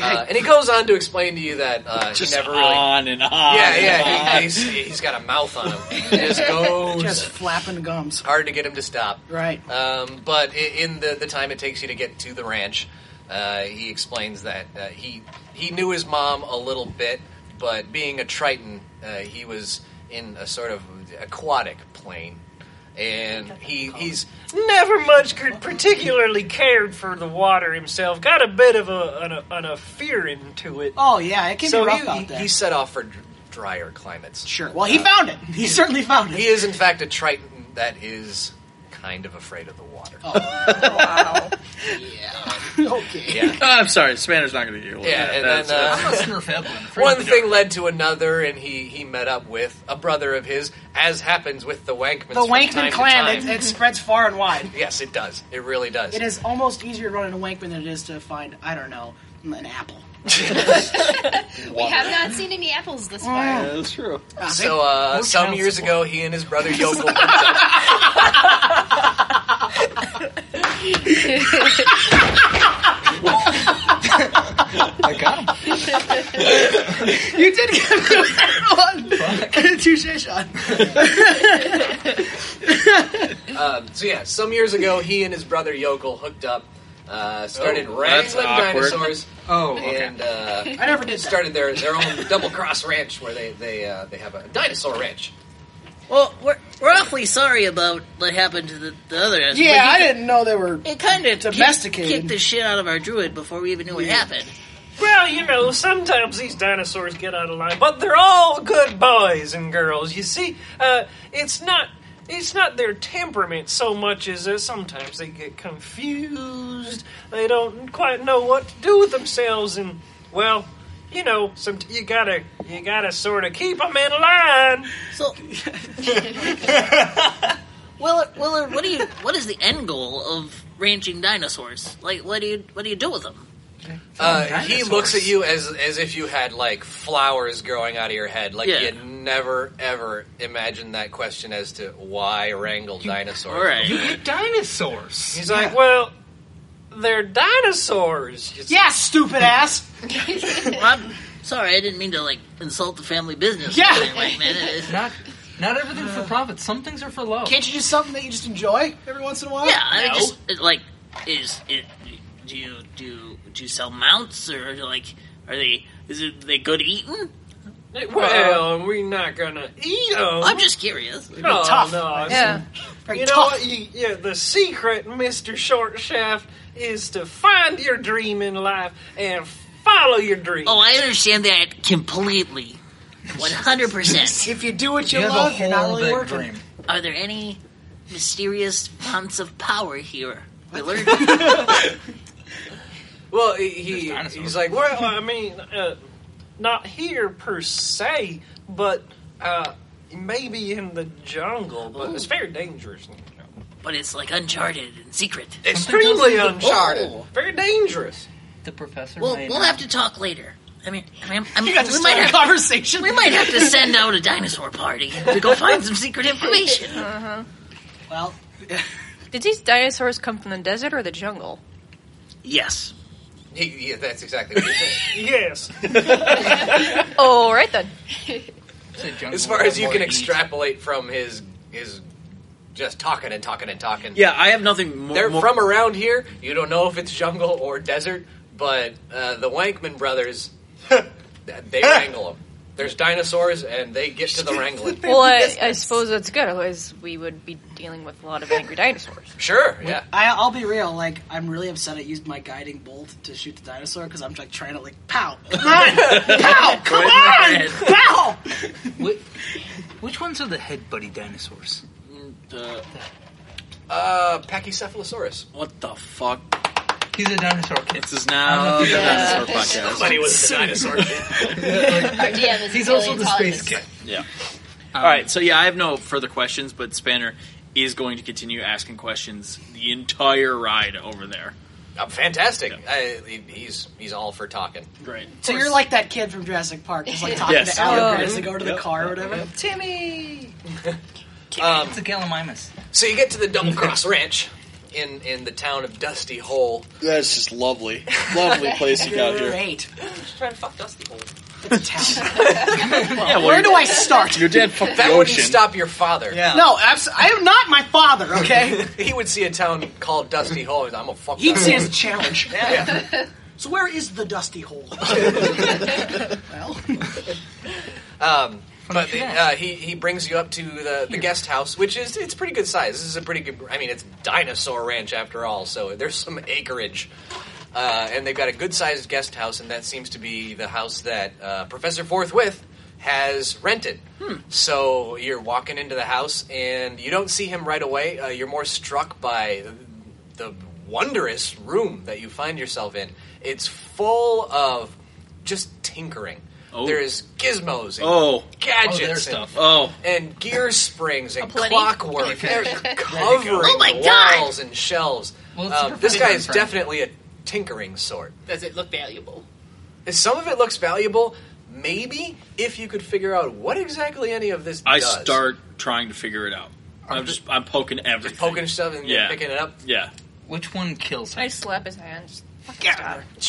S2: Uh, and he goes on to explain to you that uh,
S9: Just
S2: he never really.
S9: on and on
S2: Yeah,
S9: and
S2: yeah.
S9: on.
S2: He, he's, he's got a mouth on him.
S9: [LAUGHS]
S2: He just goes.
S3: Just flapping gums.
S2: Hard to get him to stop.
S3: Right.
S2: Um, but i- in the, the time it takes you to get to the ranch, uh, he explains that uh, he he knew his mom a little bit, but being a Triton, uh, he was in a sort of aquatic plane, and he he's
S13: Never much could particularly cared for the water himself. Got a bit of a an, an a fear into it.
S3: Oh yeah, it can
S2: so
S3: be rough
S2: he,
S3: out
S2: he-
S3: there.
S2: he set off for dr- drier climates.
S3: Sure. Well, he found it. He certainly found it.
S2: He is in fact a Triton that is kind of afraid of the water.
S3: Oh, okay.
S9: [LAUGHS]
S2: Yeah.
S9: Oh, I'm sorry, Spanner's not going to hear.
S2: Yeah, and then uh, one thing led to another, and he he met up with a brother of his, as happens with the Wankmans.
S3: The
S2: from time
S3: Wankman
S2: to
S3: clan. It,
S2: time.
S3: it spreads far and wide.
S2: yes, it does. It really does.
S3: It is almost easier to run in a Wankman than it is to find I don't know an apple.
S7: We have not seen any apples this
S2: Oh.
S7: far.
S3: Mm.
S9: that's true.
S3: Ah,
S2: So uh, some years ago, he and
S3: [LAUGHS]
S2: his brother Yokel. hooked up.
S5: I got him.
S3: you did get me with that one. Touche, Sean.
S2: Um, so yeah, some years ago, he and his brother Yokel hooked up, uh, started
S9: Oh, that's
S2: wrangling
S9: awkward.
S2: dinosaurs.
S5: Oh, okay.
S2: and uh,
S3: I never did that.
S2: started their their own double cross ranch where they they uh, they have a dinosaur ranch.
S8: Well, we're we're awfully sorry about what happened to the, the other. but
S3: Yeah,
S8: he-
S3: I didn't know they were.
S8: It kind of
S3: Domesticated.
S8: kicked the shit out of our druid before we even knew what happened.
S13: Well, you know, sometimes these dinosaurs get out of line, but they're all good boys and girls. You see, uh, it's not it's not their temperament so much as uh, sometimes they get confused. They don't quite know what to do with themselves, and well, you know, some you gotta you gotta sort of keep them in line.
S8: So, Willard, Willard, what do you? What is the end goal of ranching dinosaurs? Like, what do you? What do you do with them?
S2: Uh, he looks at you as as if you had like flowers growing out of your head, like
S8: Yeah.
S2: you had never ever imagined that question as to why wrangle dinosaurs. [LAUGHS]
S5: You get dinosaurs.
S13: He's like, well, they're dinosaurs.
S3: Yeah, stupid ass.
S8: [LAUGHS] Well, I'm sorry, I didn't mean to like insult the family business.
S3: Yeah.
S8: like, man, it-
S14: Not, [LAUGHS] not everything for profit. Some things are for love.
S3: Can't you do something that you just enjoy every once in a while?
S8: yeah, I just it, like is it? Do you do you- do you sell mounts or like are they? Is it they good eating?
S13: Well, we're not gonna eat them.
S8: I'm just
S3: Oh,
S8: curious.
S13: Oh, No, no.
S8: Yeah.
S13: You know what? You, yeah, the secret, Mister Short Shaft, is to find your dream in life and follow your dream.
S8: Oh, I understand that completely, one hundred percent.
S3: [LAUGHS] If you do what you You have a love, you're not whole really big working. dream.
S8: Are there any mysterious fonts of power
S3: [LAUGHS]
S8: here? Willard?
S13: Well, he, he he's like, well, I mean, uh, not here per se, but uh, maybe in the jungle. But it's very dangerous.
S8: But it's like uncharted and secret.
S13: Extremely
S8: Something doesn't-
S13: uncharted.
S8: Oh.
S13: Very dangerous.
S14: The professor.
S8: We'll, we'll have to talk later. I mean, I mean, I mean
S3: You got to
S8: we
S3: start
S8: might
S3: a
S8: have
S3: conversation.
S8: We might have to send out a dinosaur party to go find some
S6: [LAUGHS]
S8: secret information.
S6: Uh-huh.
S3: Well,
S6: did these dinosaurs come from the desert or the jungle?
S8: Yes.
S2: He, yeah, that's exactly what he said.
S13: Yes.
S2: [LAUGHS]
S6: All Oh, right then.
S2: as far as you can extrapolate from his his just talking and talking and talking.
S9: [LAUGHS] Yeah, I have nothing more.
S2: They're
S9: more-
S2: from around here. You don't know if it's jungle or desert, but uh, the Wankman brothers, [LAUGHS] they wrangle them. There's dinosaurs, and they get to the wrangling.
S6: Well, I, I suppose that's good. Otherwise, we would be dealing with a lot of angry dinosaurs.
S2: Sure, yeah.
S3: I, I'll be real. Like, I'm really upset. I used my guiding bolt to shoot the dinosaur because I'm like trying to like [LAUGHS] pow, [LAUGHS] pow, come on, pow.
S14: Which ones are the head buddy dinosaurs?
S9: Uh,
S2: uh, Pachycephalosaurus.
S9: What the fuck?
S14: He's a dinosaur kid.
S9: This is
S5: Oh,
S9: now the
S14: Yeah.
S9: dinosaur podcast.
S14: Somebody was a dinosaur
S10: [LAUGHS]
S14: kid. Yeah, this He's also the space kid.
S9: Yeah. All right. So yeah, I have no further questions, but Spanner is going to continue asking questions the entire ride over there.
S2: Uh, fantastic. I, he- he's he's all for talking.
S9: Great.
S3: So you're like that kid from Jurassic Park, just like talking
S2: Yes.
S3: to Alan
S2: Oh.
S3: as they go to the
S2: Yep.
S3: car or whatever.
S14: Timmy.
S2: Um,
S14: it's a gallimimus.
S2: So you get to the Double Cross Ranch in in the town of Dusty Hole.
S15: That's just lovely. Lovely place you got here.
S3: [LAUGHS] Great.
S2: Just trying to fuck Dusty Hole.
S3: well, Where do I start?
S15: Your dad fucked
S2: That
S15: the
S2: wouldn't
S15: ocean.
S2: stop your father.
S3: No, abs- I am not my father. [LAUGHS] Okay.
S2: [LAUGHS] he would see a town called Dusty Hole. he's like, I'm a fuck.
S3: He'd
S2: that
S3: see
S2: up."
S3: his challenge.
S2: [LAUGHS] Yeah.
S3: So where is the dusty hole?
S2: Um, but the, uh, he he brings you up to the, the guest house, which is it's pretty good size. This is a pretty good. I mean, it's dinosaur ranch after all, so there's some acreage, uh, and they've got a good sized guest house, and that seems to be the house that uh, Professor Forthwith has rented.
S9: Hmm.
S2: So you're walking into the house, and you don't see him right away. Uh, you're more struck by the wondrous room that you find yourself in. It's full of just tinkering. There's gizmos and
S9: Oh.
S2: gadgets
S9: Oh, there's
S2: and,
S9: stuff. Oh.
S2: and gear springs and
S9: plenty?
S2: clockwork.
S9: Okay. [LAUGHS]
S2: They're
S9: There you go.
S2: covering
S9: Oh my
S2: the
S9: God!
S2: walls and shelves.
S10: Well, it's
S2: Um,
S10: your
S2: this guy
S10: friend,
S2: is
S10: friend.
S2: definitely a tinkering sort.
S10: Does it look valuable?
S2: Some of it looks valuable, maybe if you could figure out what exactly any of this
S9: I
S2: does.
S9: start trying to figure it out. I'm just I'm poking everything,
S2: poking stuff and
S9: yeah.
S2: picking it up.
S9: Yeah.
S14: Which one kills
S6: I slap his hands.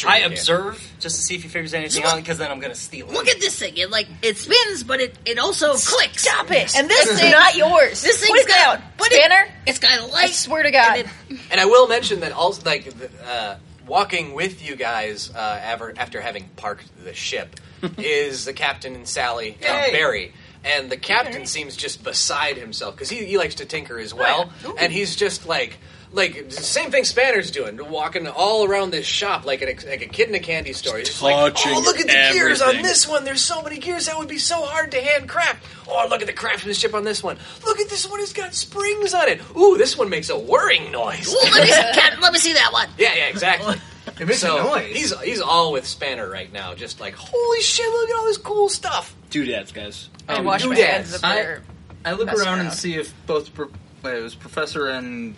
S4: I observe just to see if he figures anything out, because then I'm gonna steal it.
S8: Look at this thing. It like it spins, but it, it also clicks. Stop
S6: it! And this is not yours.
S8: This thing's
S6: Put it
S8: got
S6: down.
S8: But
S6: Spanner?
S8: It, it's got light.
S6: I swear to God.
S2: And I will mention that also, like, the, uh, walking with you guys uh, ever, after having parked
S13: [LAUGHS]
S2: the ship is the captain and
S10: uh,
S2: Sally and
S13: Yay.
S2: Barry. And the captain seems just beside himself because he, he likes to tinker as well, and he's just like.
S10: like same thing Spanner's doing, walking all around this shop like an, like a kid in a candy store. He's just like,
S13: Touching
S10: oh, look at the gears on
S13: everything.
S10: this one. There's so many gears that would be so hard to handcraft. Oh, look at the craftsmanship on this one. Look at this one. It's got springs on it. Ooh, this one makes a whirring noise.
S8: Ooh, let me see, Captain, let me see that one.
S10: Yeah,
S5: [LAUGHS]
S10: yeah, exactly.
S5: It makes
S10: so
S5: a noise.
S10: He's he's all with Spanner right now, just like holy shit! Look at all this cool stuff.
S2: Doodads, guys.
S10: I
S13: Oh,
S5: Um,
S10: wash my
S5: doodads.
S10: hands of
S5: I,
S10: their
S5: I look
S10: mess
S5: around and
S10: around.
S5: see if both pro- uh, it was Professor and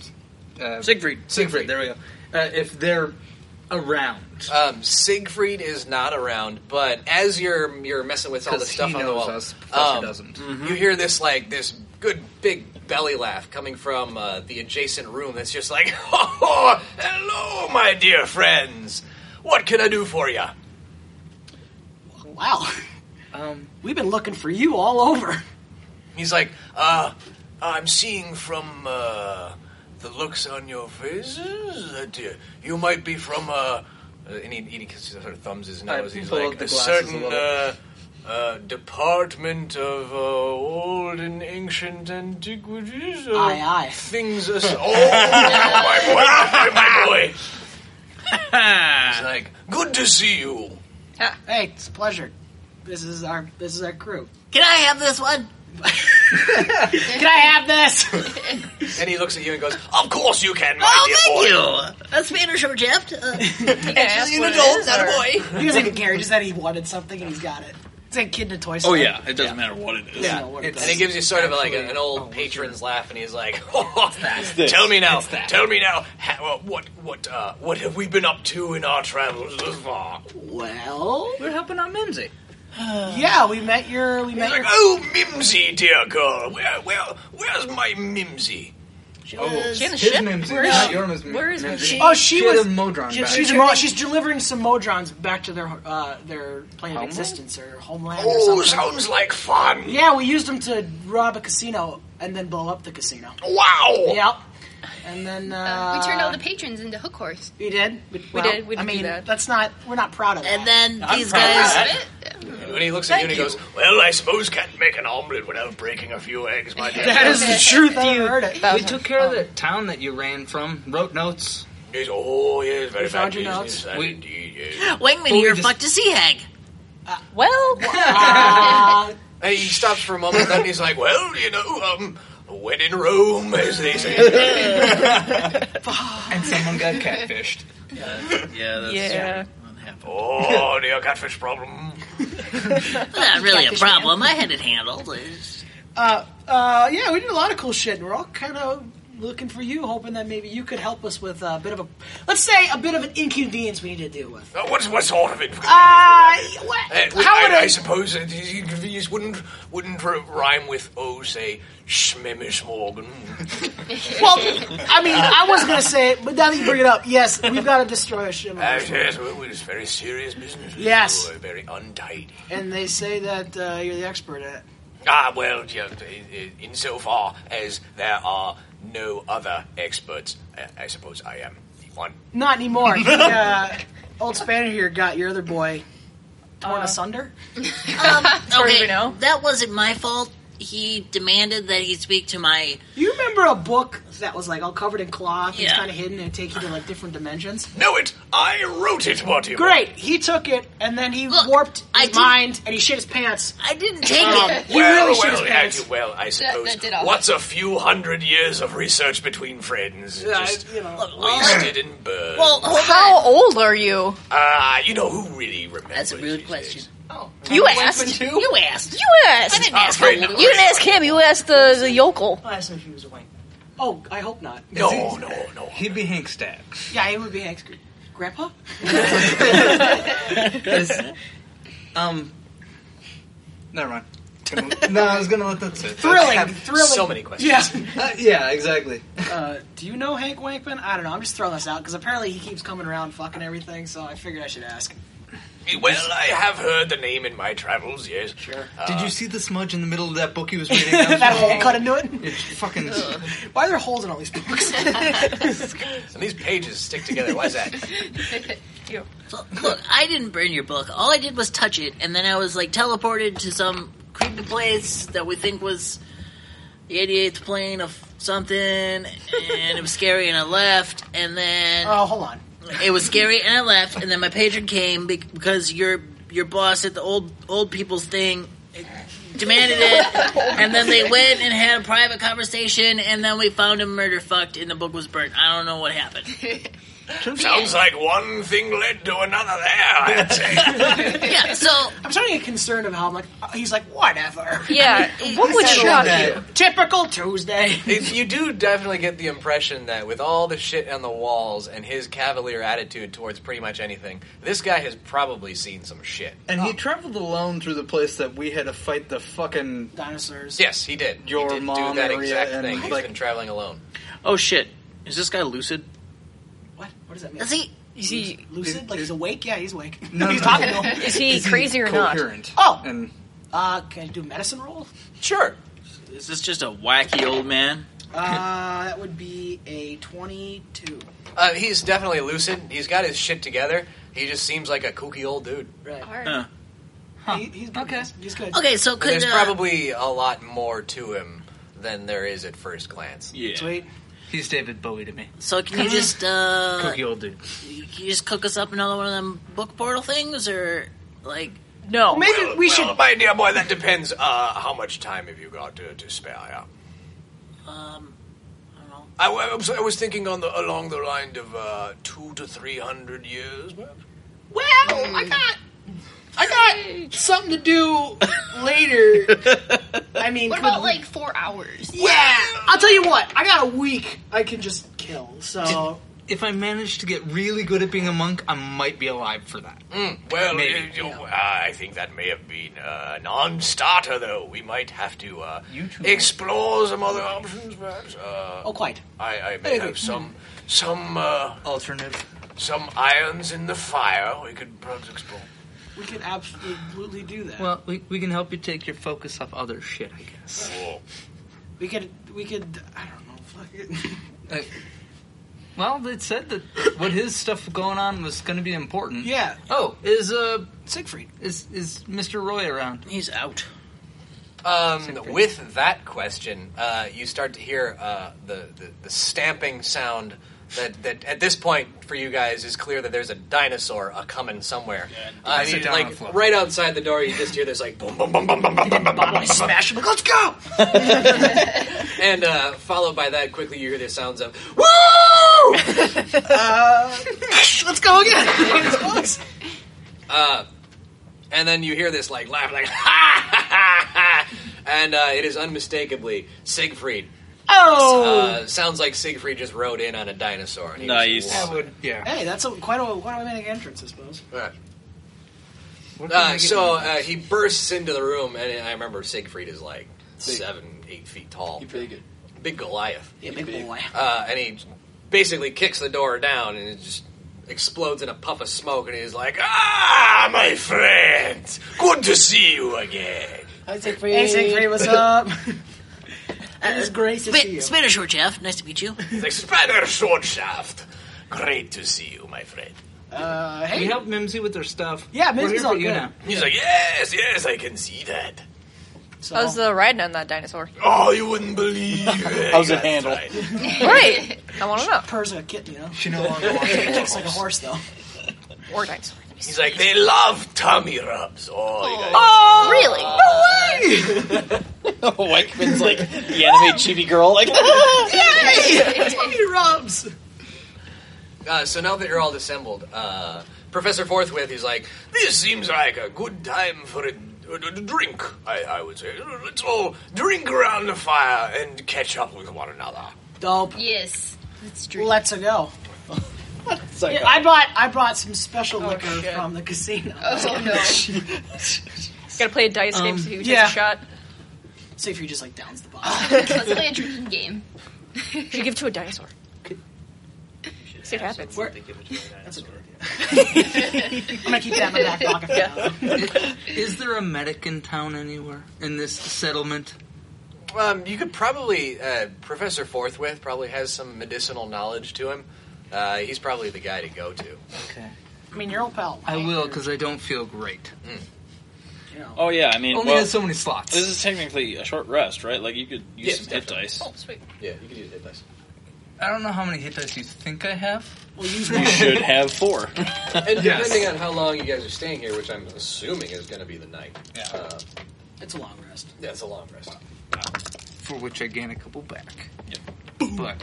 S5: uh,
S2: Siegfried.
S5: Siegfried. There we go. Uh, if they're around.
S10: Um, Siegfried is not around, but as you're you're messing with all the
S5: 'Cause
S10: stuff
S5: he
S10: on the
S5: knows
S10: wall, um,
S5: us, Professor doesn't.
S2: Mm-hmm.
S10: You hear this like this good big belly laugh coming from uh, the adjacent room. That's just like, [LAUGHS] oh, hello, my dear friends. What can I do for you?
S3: Wow.
S5: Um,
S3: We've been looking for you all over.
S10: He's like, uh, I'm seeing from uh, the looks on your faces that you, you might be from uh, uh, and he, he sort of thumbs his
S5: I
S10: nose. He's
S5: pull up
S10: like
S5: the
S10: a
S5: glasses
S10: certain
S5: a
S10: uh,
S5: little.
S10: uh, department of uh, old and ancient antiquities. Uh,
S16: Aye, aye.
S10: Things. As- oh, my boy! My boy! He's like, good to see you.
S3: Hey, it's a pleasure. This is our this is our crew.
S8: Can I have this one?
S3: [LAUGHS] Can I have this?
S10: And he looks at you and goes, "Of course you can, my
S8: Oh,
S10: dear
S8: thank
S10: boy."
S8: you. That's Banner short shaft. Uh,
S3: [LAUGHS] Actually,
S8: an adult, not a boy.
S3: He
S8: [LAUGHS]
S3: doesn't even care. Just that he wanted something and he's got it. It's like kid in a toy store.
S2: Oh yeah, it doesn't matter what it is.
S10: Yeah, and he gives you sort of like an
S8: oh,
S10: old patron's laugh, and he's like, oh,
S2: this.
S10: "Tell me now,
S2: It's that."
S10: tell me now, ha- well, what what uh, what have we been up to in our travels thus far?"
S3: Well,
S5: we're helping out Mimsy.
S3: [SIGHS] yeah, we met your we met
S10: He's like,
S3: your.
S10: "Oh, Mimsy, dear girl, where where where's my Mimsy?"
S5: Oh,
S3: She in the
S5: his
S3: ship?
S5: Mimsy,
S3: Where is
S5: not
S3: she?
S5: your Mimsy.
S3: Where is
S5: Mimsy.
S3: she? Oh, she
S5: had
S3: was-
S5: a Modron
S3: She-
S5: back.
S3: she's, mo- she's delivering some Modrons back to their uh, their plane of
S5: Homeland?
S3: existence or homeland. or
S10: Oh,
S3: something.
S10: sounds like fun.
S3: Yeah, we used them to rob a casino and then blow up the casino.
S10: Wow.
S3: Yep. And then uh,
S7: we turned all the patrons into hook horse.
S3: We did. We,
S7: We did. We
S3: I
S7: did do
S3: mean,
S7: that.
S3: that's not. We're not proud of that.
S8: And then
S10: I'm
S8: these
S10: proud of
S8: guys.
S10: [LAUGHS] that. And he looks at you and he goes, "Well, I suppose can't make an omelet without breaking a few eggs, my dear."
S5: [LAUGHS] That is the
S3: truth. I heard it.
S5: We took care of the town that you ran from. Wrote notes.
S10: Yes, oh yes, very
S5: found
S10: bad
S5: your notes.
S10: business. that
S5: We-
S10: indeed, yes.
S8: Wingman
S5: Well, we
S8: here
S5: just-
S8: fucked a sea hag.
S3: [LAUGHS]
S6: well,
S3: Ah,
S10: And he stops for a moment, and then he's like, "Well, you know, um, when in Rome, as they
S5: [LAUGHS]
S10: say."
S5: and someone got catfished.
S2: Yeah, that's
S8: Yeah.
S10: Oh, dear catfish problem.
S8: Not really a problem. I had it Um, handled. [LAUGHS]
S3: Uh, uh, yeah, we did a lot of cool shit, and we're all kind of looking for you, hoping that maybe you could help us with a bit of a, let's say, a bit of an inconvenience we need to deal with.
S10: Uh, What's what sort of it?
S4: [LAUGHS]
S3: Uh, what?
S10: Uh, we-
S3: how
S10: I,
S3: would
S10: I
S3: I-
S10: suppose it is inconvenience wouldn't wouldn't r- rhyme with oh say Schmemish Morgan.
S3: [LAUGHS] Well, I mean, I was gonna say it, but now that you bring it up, yes, we've got to destroy a ship.
S10: [LAUGHS] yes, yes, well, it's very serious business.
S3: Yes.
S10: Oh, very untidy.
S3: And they say that uh, you're the expert at it.
S10: Ah, well, yeah, i- i- insofar as there are no other experts, I, I suppose I am the one.
S3: Not anymore. He, uh, old Spanner here got your other boy
S8: Uh,
S3: torn asunder.
S8: Um,
S3: far as
S8: okay,
S3: we know.
S8: that wasn't my fault. He demanded that he speak to my.
S3: You remember a book that was like all covered in cloth, and it's
S8: Yeah.
S3: kind of hidden, and it'd take you to like different dimensions?
S10: Know it! I wrote it, what do you want?
S3: Great. He took it and then he warped his mind and he shit his pants. Um,
S8: I didn't
S10: Take it.
S3: He
S10: Um, well,
S3: really shit his
S10: well, had
S3: pants.
S10: you well, I
S3: That-
S10: suppose.
S3: that did all.
S10: What's a few hundred years of research between friends
S3: Yeah,
S10: just
S3: you know.
S10: wasted and burned?
S6: Uh, how old are you?
S10: Ah, you know who really remembers? That's a
S8: rude question.
S6: You asked.
S8: You asked.
S6: You asked. I didn't
S10: ask how old it was.
S6: You didn't ask him. You asked the, the yokel.
S3: I asked him if he was a wank. Oh, I hope not.
S10: No, no, Oh, no.
S5: He'd be Hank Stack.
S3: Yeah, he would be Hank's gr- grandpa.
S5: Is- um, never mind. no, I was gonna let that sit.
S3: Thrilling,
S5: I have
S3: thrilling.
S5: Yeah, uh, yeah, exactly.
S3: Uh, do you know Hank Wankman? I don't know. I'm just throwing this out because apparently he keeps coming around fucking everything, so I figured I
S6: [LAUGHS]
S3: should ask.
S10: Well, I have heard the name in my travels, yes. Ah. Sure.
S5: Did
S3: [LAUGHS]
S5: you see the smudge in the middle of that book he was reading?
S3: that hole cut into it?
S5: It's fucking.
S3: Why are there holes in all these books?
S10: [LAUGHS] And these pages stick together. Why is that?
S8: [LAUGHS] So, look, I didn't burn your book. All I did was touch it, and then I was like teleported to some creepy place that we think was the 88th plane of something, and it was scary, and I left, and then
S3: Oh, hold on.
S8: it was scary, and I left, and then my patron came be- because your your boss at the old old people's thing demanded it, and then they went and had a private conversation, and then we found him murder fucked, and the book was burnt. I don't know what happened.
S2: Sounds like one thing led to another [LAUGHS] there, I'd say.
S8: yeah, so
S3: [LAUGHS] I'm starting to get concerned of how I'm like uh, he's like whatever. [LAUGHS]
S6: Yeah,
S2: what would shock you?
S3: Typical Tuesday.
S2: It- you do definitely get the impression that with all the shit on the walls and his cavalier attitude towards pretty much anything, this guy has probably seen some shit.
S14: And
S5: uh.
S14: he traveled alone through the place that we had to fight the fucking
S3: dinosaurs.
S2: Yes, he did.
S14: Your
S2: he did
S14: mom
S2: do that
S14: area
S2: exact
S14: and,
S2: thing. He's
S14: like-
S2: been traveling alone.
S9: Oh shit! Is this guy lucid?
S3: What? What does that mean?
S8: Is he?
S3: Is he lucid? Like he's awake? Yeah, he's awake.
S14: No,
S3: he's
S14: no.
S3: talking to him.
S6: Is he Is he crazy or not?
S14: coherent?
S3: Oh,
S14: and
S3: uh, can I do a medicine roll?
S2: Sure.
S9: Is this just a wacky old man?
S3: Uh, that would be a twenty-two.
S2: Uh, he's definitely lucid. He's got his shit together. He just seems like a kooky old dude.
S3: Right.
S2: Huh.
S3: He, he's good. Okay. He's good.
S2: And there's probably a lot more to him than there is at first glance.
S9: Yeah.
S3: Sweet.
S14: He's David Bowie to me.
S8: So
S14: [GASPS]
S8: can you just uh,
S14: Cookie old dude.
S8: Can you just cook us up another one of them book portal things, or like
S6: no?
S2: Well, well, my dear boy, that depends. Uh, how much time have you got to, to spare? Yeah.
S8: Um,
S2: I, w- I was, I was thinking on the along the line of uh, two to three hundred years. perhaps.
S4: Well, I got, I got something to do
S14: [LAUGHS]
S4: later.
S3: I mean,
S7: What
S3: could
S7: about
S3: we-
S7: like four hours?
S3: Yeah, I'll tell you what. I got a week. I can just kill. So
S14: If I manage to get really good at being a monk, I might be alive for that.
S2: Mm, well,
S14: Maybe.
S2: uh, you- uh, I think that may have been uh, a non-starter, though. We might have to uh, explore some other options, perhaps. Uh,
S3: oh, quite.
S2: I, I
S3: Very
S2: may
S3: good.
S2: have some some uh,
S14: alternative,
S2: some irons in the fire. We could perhaps explore.
S3: we can absolutely do that.
S14: Well, we, we can help you take your focus off other shit, I guess.
S3: we could. We could. I don't know. Fuck
S14: [LAUGHS]
S3: it.
S14: Uh, well, it said that what his stuff going on was going to be important.
S3: Yeah.
S14: Oh, is uh
S3: Siegfried
S14: is is Mister Roy around?
S8: He's out.
S2: Um, with that question, uh, you start to hear uh, the, the the stamping sound that, that at this point for you guys is clear that there's a dinosaur a coming somewhere. Uh,
S14: Sit
S2: you-
S14: down on the floor.
S2: like right outside the door, you just hear this like boom, boom, boom, boom, boom, boom, boom, boom, boom, boom, boom,
S3: smash him. Like, let's go.
S2: and uh, followed by that, quickly you hear the sounds of
S3: Woo! uh, [LAUGHS] let's go again. [LAUGHS] It's close.
S2: Uh, and then you hear this like laugh, like [LAUGHS] ha ha ha, ha, and uh, it is unmistakably Siegfried.
S3: Oh.
S2: uh, sounds like Siegfried just rode in on a dinosaur. And he
S9: Nice.
S2: just lost
S14: That
S2: it.
S14: would yeah.
S3: Hey, that's a, quite a quite a manic entrance, I suppose.
S2: Yeah.
S14: What can I
S2: Uh,
S14: get
S2: so
S14: you?
S2: uh, he bursts into the room, and I remember Siegfried is like seven, eight feet tall. He's big. Big Goliath.
S3: Yeah, big boy.
S2: Uh, and he basically kicks the door down, and it just explodes in a puff of smoke, and he's like, Ah, my friends! Good to see you again!
S3: Hey, Siegfried. Hey, Siegfried.
S2: [LAUGHS]
S3: What's up?
S8: Uh,
S3: It is great to
S8: Sp-
S3: see
S8: [LAUGHS]
S3: you.
S8: Spanish Short Jeff, nice to meet you.
S2: He's like, Spider Sword Shaft! Great to see you, my friend.
S3: Uh,
S14: We
S3: hey.
S14: helped Mimsy with their stuff.
S3: Yeah,
S14: We're
S3: Mimsy's
S14: here for
S3: all
S14: you
S3: good.
S14: now.
S2: He's like, Yes, yes, I can see that.
S3: So,
S6: How's the riding on that dinosaur?
S2: Oh, you wouldn't believe it. How's it handle?
S6: Right. I want to know.
S3: purrs like a kitten, you know.
S14: She no
S3: [LAUGHS]
S14: longer wants to
S3: Kicks like a horse, though.
S6: Or dinosaur.
S2: He's like, They love tummy rubs. Oh, you guys.
S6: Really?
S9: Wakeman's like the anime chibi girl. Like
S3: [LAUGHS]
S14: [LAUGHS]
S3: Yay! Tummy rubs.
S2: [LAUGHS] Uh, so now that you're all assembled, uh, Professor Forthwith is like, "This seems like a good time for a, a- a drink." I, I would say, let's all drink around the fire and catch up with one another.
S3: Dope.
S7: Yes. That's true.
S3: Let's go. Yeah, I brought I brought some special liquor
S7: Oh, shit.
S3: from the casino.
S7: Oh,
S3: [LAUGHS]
S7: no.
S6: Gotta play a dice game
S7: Um,
S6: to see who takes
S3: Um, yeah.
S6: a
S3: [LAUGHS]
S6: shot.
S3: See if you just like downs the bottle.
S7: Let's play a drinking game.
S6: [LAUGHS] Should give it to a dinosaur. See what happens.
S3: That's a good
S7: [LAUGHS]
S3: idea. I'm gonna keep that in my back pocket. For now.
S14: [LAUGHS] Is there a medic in town anywhere in this settlement?
S2: Um, you could probably uh, Professor Forthwith probably has some medicinal knowledge to him. Uh, he's probably the guy to go to.
S14: Okay.
S3: I mean, your old pal.
S14: I will because I don't feel great.
S9: Oh yeah, I mean,
S14: Only
S9: well,
S14: has so many slots.
S9: This is technically a short rest, right? Like you could use
S14: Yes,
S9: some
S14: definitely.
S9: hit dice.
S14: Oh,
S6: sweet.
S2: Yeah, you could use hit dice.
S14: I don't know how many hit dice you think I have.
S2: Well, use
S9: You should have
S3: [LAUGHS]
S9: four.
S2: And depending on how long you guys are staying here, which I'm assuming is going to be the night. Yeah. Uh,
S3: It's a long rest.
S2: yeah, it's a long rest.
S14: for which I gain a couple back. But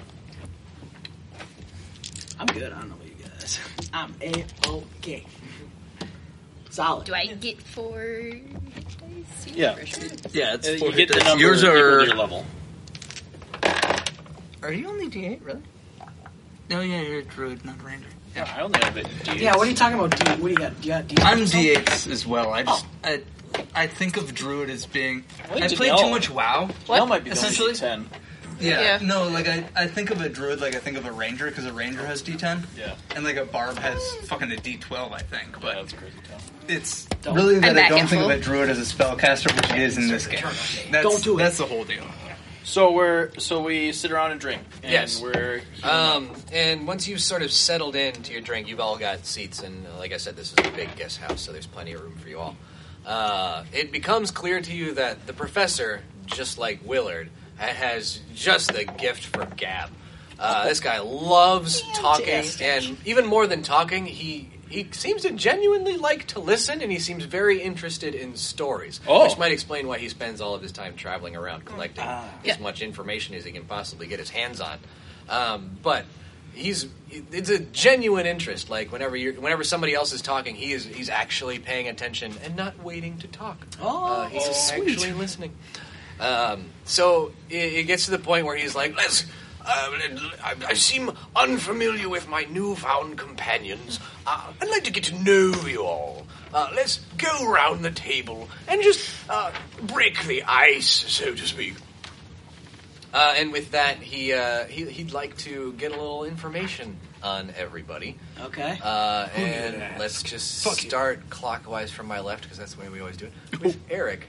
S3: I'm good. I don't know what you guys. I'm a okay. Solid.
S7: Do I get four hit dice?
S9: Yeah. [LAUGHS]
S7: [LAUGHS]
S3: [LAUGHS]
S14: Yeah, it's
S9: Uh,
S14: four
S9: you get
S14: hit
S9: the
S14: dice.
S9: number
S14: Yours
S9: equal
S14: are-
S9: to your level.
S14: are you only D8 really? No, yeah, you're a druid, not a ranger.
S9: Yeah, I only have it.
S3: Yeah, what are you talking about? D- what do you got? Do you got D-
S14: I'm D8s as well. I just I, I think of druid as being
S9: I
S14: I
S9: think
S14: play
S9: Janelle-
S14: too much WoW.
S9: Janelle might be the only
S14: essentially
S9: D10.
S14: Yeah,
S9: Yeah.
S14: no, like I, I think of a druid like I think of a ranger because a ranger has D10.
S9: Yeah,
S14: and like a barb has fucking a D12, I think. But
S9: that's crazy.
S14: It's
S9: Don't-
S14: really
S9: I'm
S14: that I
S9: back
S14: don't
S9: at
S14: think of
S9: full.
S14: a druid as a spellcaster, which it is in this game. That's,
S9: Don't do it.
S14: That's the whole deal.
S9: So we're so we sit around and drink. And
S2: Yes.
S9: we're
S2: Um, and once you've sort of settled into your drink, you've all got seats, and uh, like I said, this is a big guest house, so there's plenty of room for you all. Uh, it becomes clear to you that the professor, just like Willard, ha- has just the gift for gab. Uh, this guy loves talking, and even more than talking, he he seems to genuinely like to listen, and he seems very interested in stories,
S9: Oh.
S2: which might explain why he spends all of his time traveling around collecting
S3: Ah.
S2: as much information as he can possibly get his hands on. Um, but he's it's a genuine interest. Like whenever you whenever somebody else is talking, he is he's actually paying attention and not waiting to talk. Uh,
S3: Oh,
S2: he's
S3: sweet.
S2: actually listening. Um, so it, it gets to the point where he's like, "Let's." Uh, I, I seem unfamiliar with my newfound companions. Uh, I'd like to get to know you all. Uh, let's go round the table and just uh, break the ice, so to speak. Uh, and with that, he, uh, he he'd like to get a little information on everybody.
S3: Okay.
S2: Uh,
S3: Who did I
S2: and let's just start clockwise from my left because that's the way we always do it. With Eric,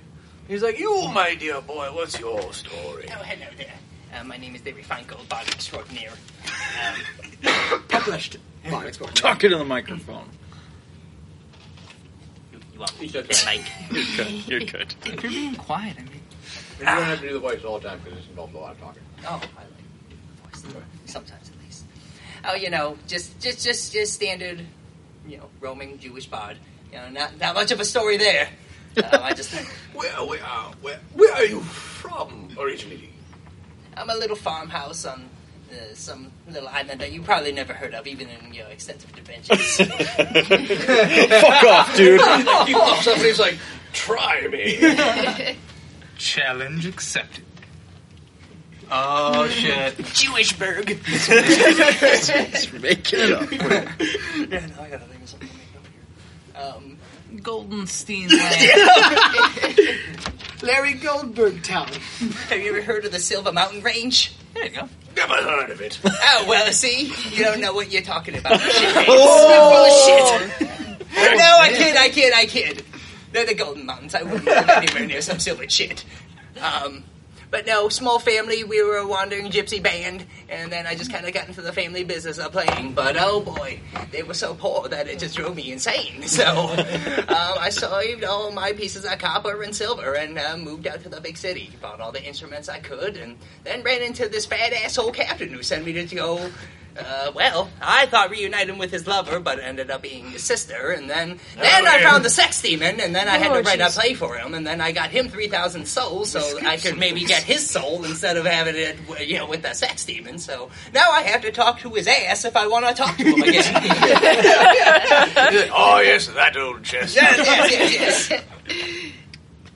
S2: he's like, "You, my dear boy, what's your
S3: [LAUGHS]
S2: story?"
S4: Oh, hello there. Uh, my name is David Feingold, Bard Extraordinaire.
S3: Published.
S9: [LAUGHS] Talk into the microphone.
S4: You want me
S2: to
S9: [LAUGHS] You're good. You're
S2: [LAUGHS]
S9: good.
S14: If you're being quiet, I mean,
S2: You don't have to do the voice all the time because it's involved a lot of talking.
S4: Oh, I like voice. Sometimes at least. Oh, you know, just just just just standard, you know, roaming Jewish bard. You know, not not much of a story there. Um, I just
S2: [LAUGHS] where where are where, where are you from originally?
S4: I'm a little farmhouse on uh, some little island that you probably never heard of, even in your extensive
S15: [LAUGHS]
S4: dimensions.
S15: Fuck off,
S2: [LAUGHS]
S15: dude.
S2: like, he pops up and he's like, "Try
S15: [LAUGHS]
S2: me."
S14: challenge accepted. [LAUGHS]
S9: Uh,
S14: Oh shit!
S4: [LAUGHS]
S2: [LAUGHS]
S4: Jewishburg.
S14: making it
S4: [LAUGHS]
S14: up.
S4: yeah, no, I gotta think of something to make up here. Um,
S14: Goldenstein
S4: [LAUGHS] Larry Goldberg Town. Have you ever heard of the Silver Mountain Range?
S14: There you go.
S2: Never heard of it.
S4: Oh well, see, you don't know what you're talking about. Shit.
S14: Oh!
S4: Full of shit. no, I kid, I kid, I kid. They're the Golden Mountains. I wouldn't live anywhere near some silver shit. Um, but no, small family. We were a wandering gypsy band, and then I just kind of got into the family business of playing. But oh boy, they were so poor that it just drove me insane.
S8: [LAUGHS]
S4: So [LAUGHS] um, I saved all my pieces of copper and silver and uh, moved out to the big city. Bought all the instruments I could, and then ran into this fat asshole captain who sent me to go uh, well, I thought reunite him with his lover, but it ended up being his sister, and then then I found the sex demon, and then I had to
S3: Lord
S4: write a
S3: Jesus.
S4: play for him, and then I got him three thousand souls, so I could maybe get his soul instead of having it, you know, with the sex demon. So now I have to talk to his ass if I want to talk to him again.
S2: He's like, "Oh yes, that old
S4: [LAUGHS]
S2: chestnut."
S10: [LAUGHS]
S4: yes, yes, yes, yes.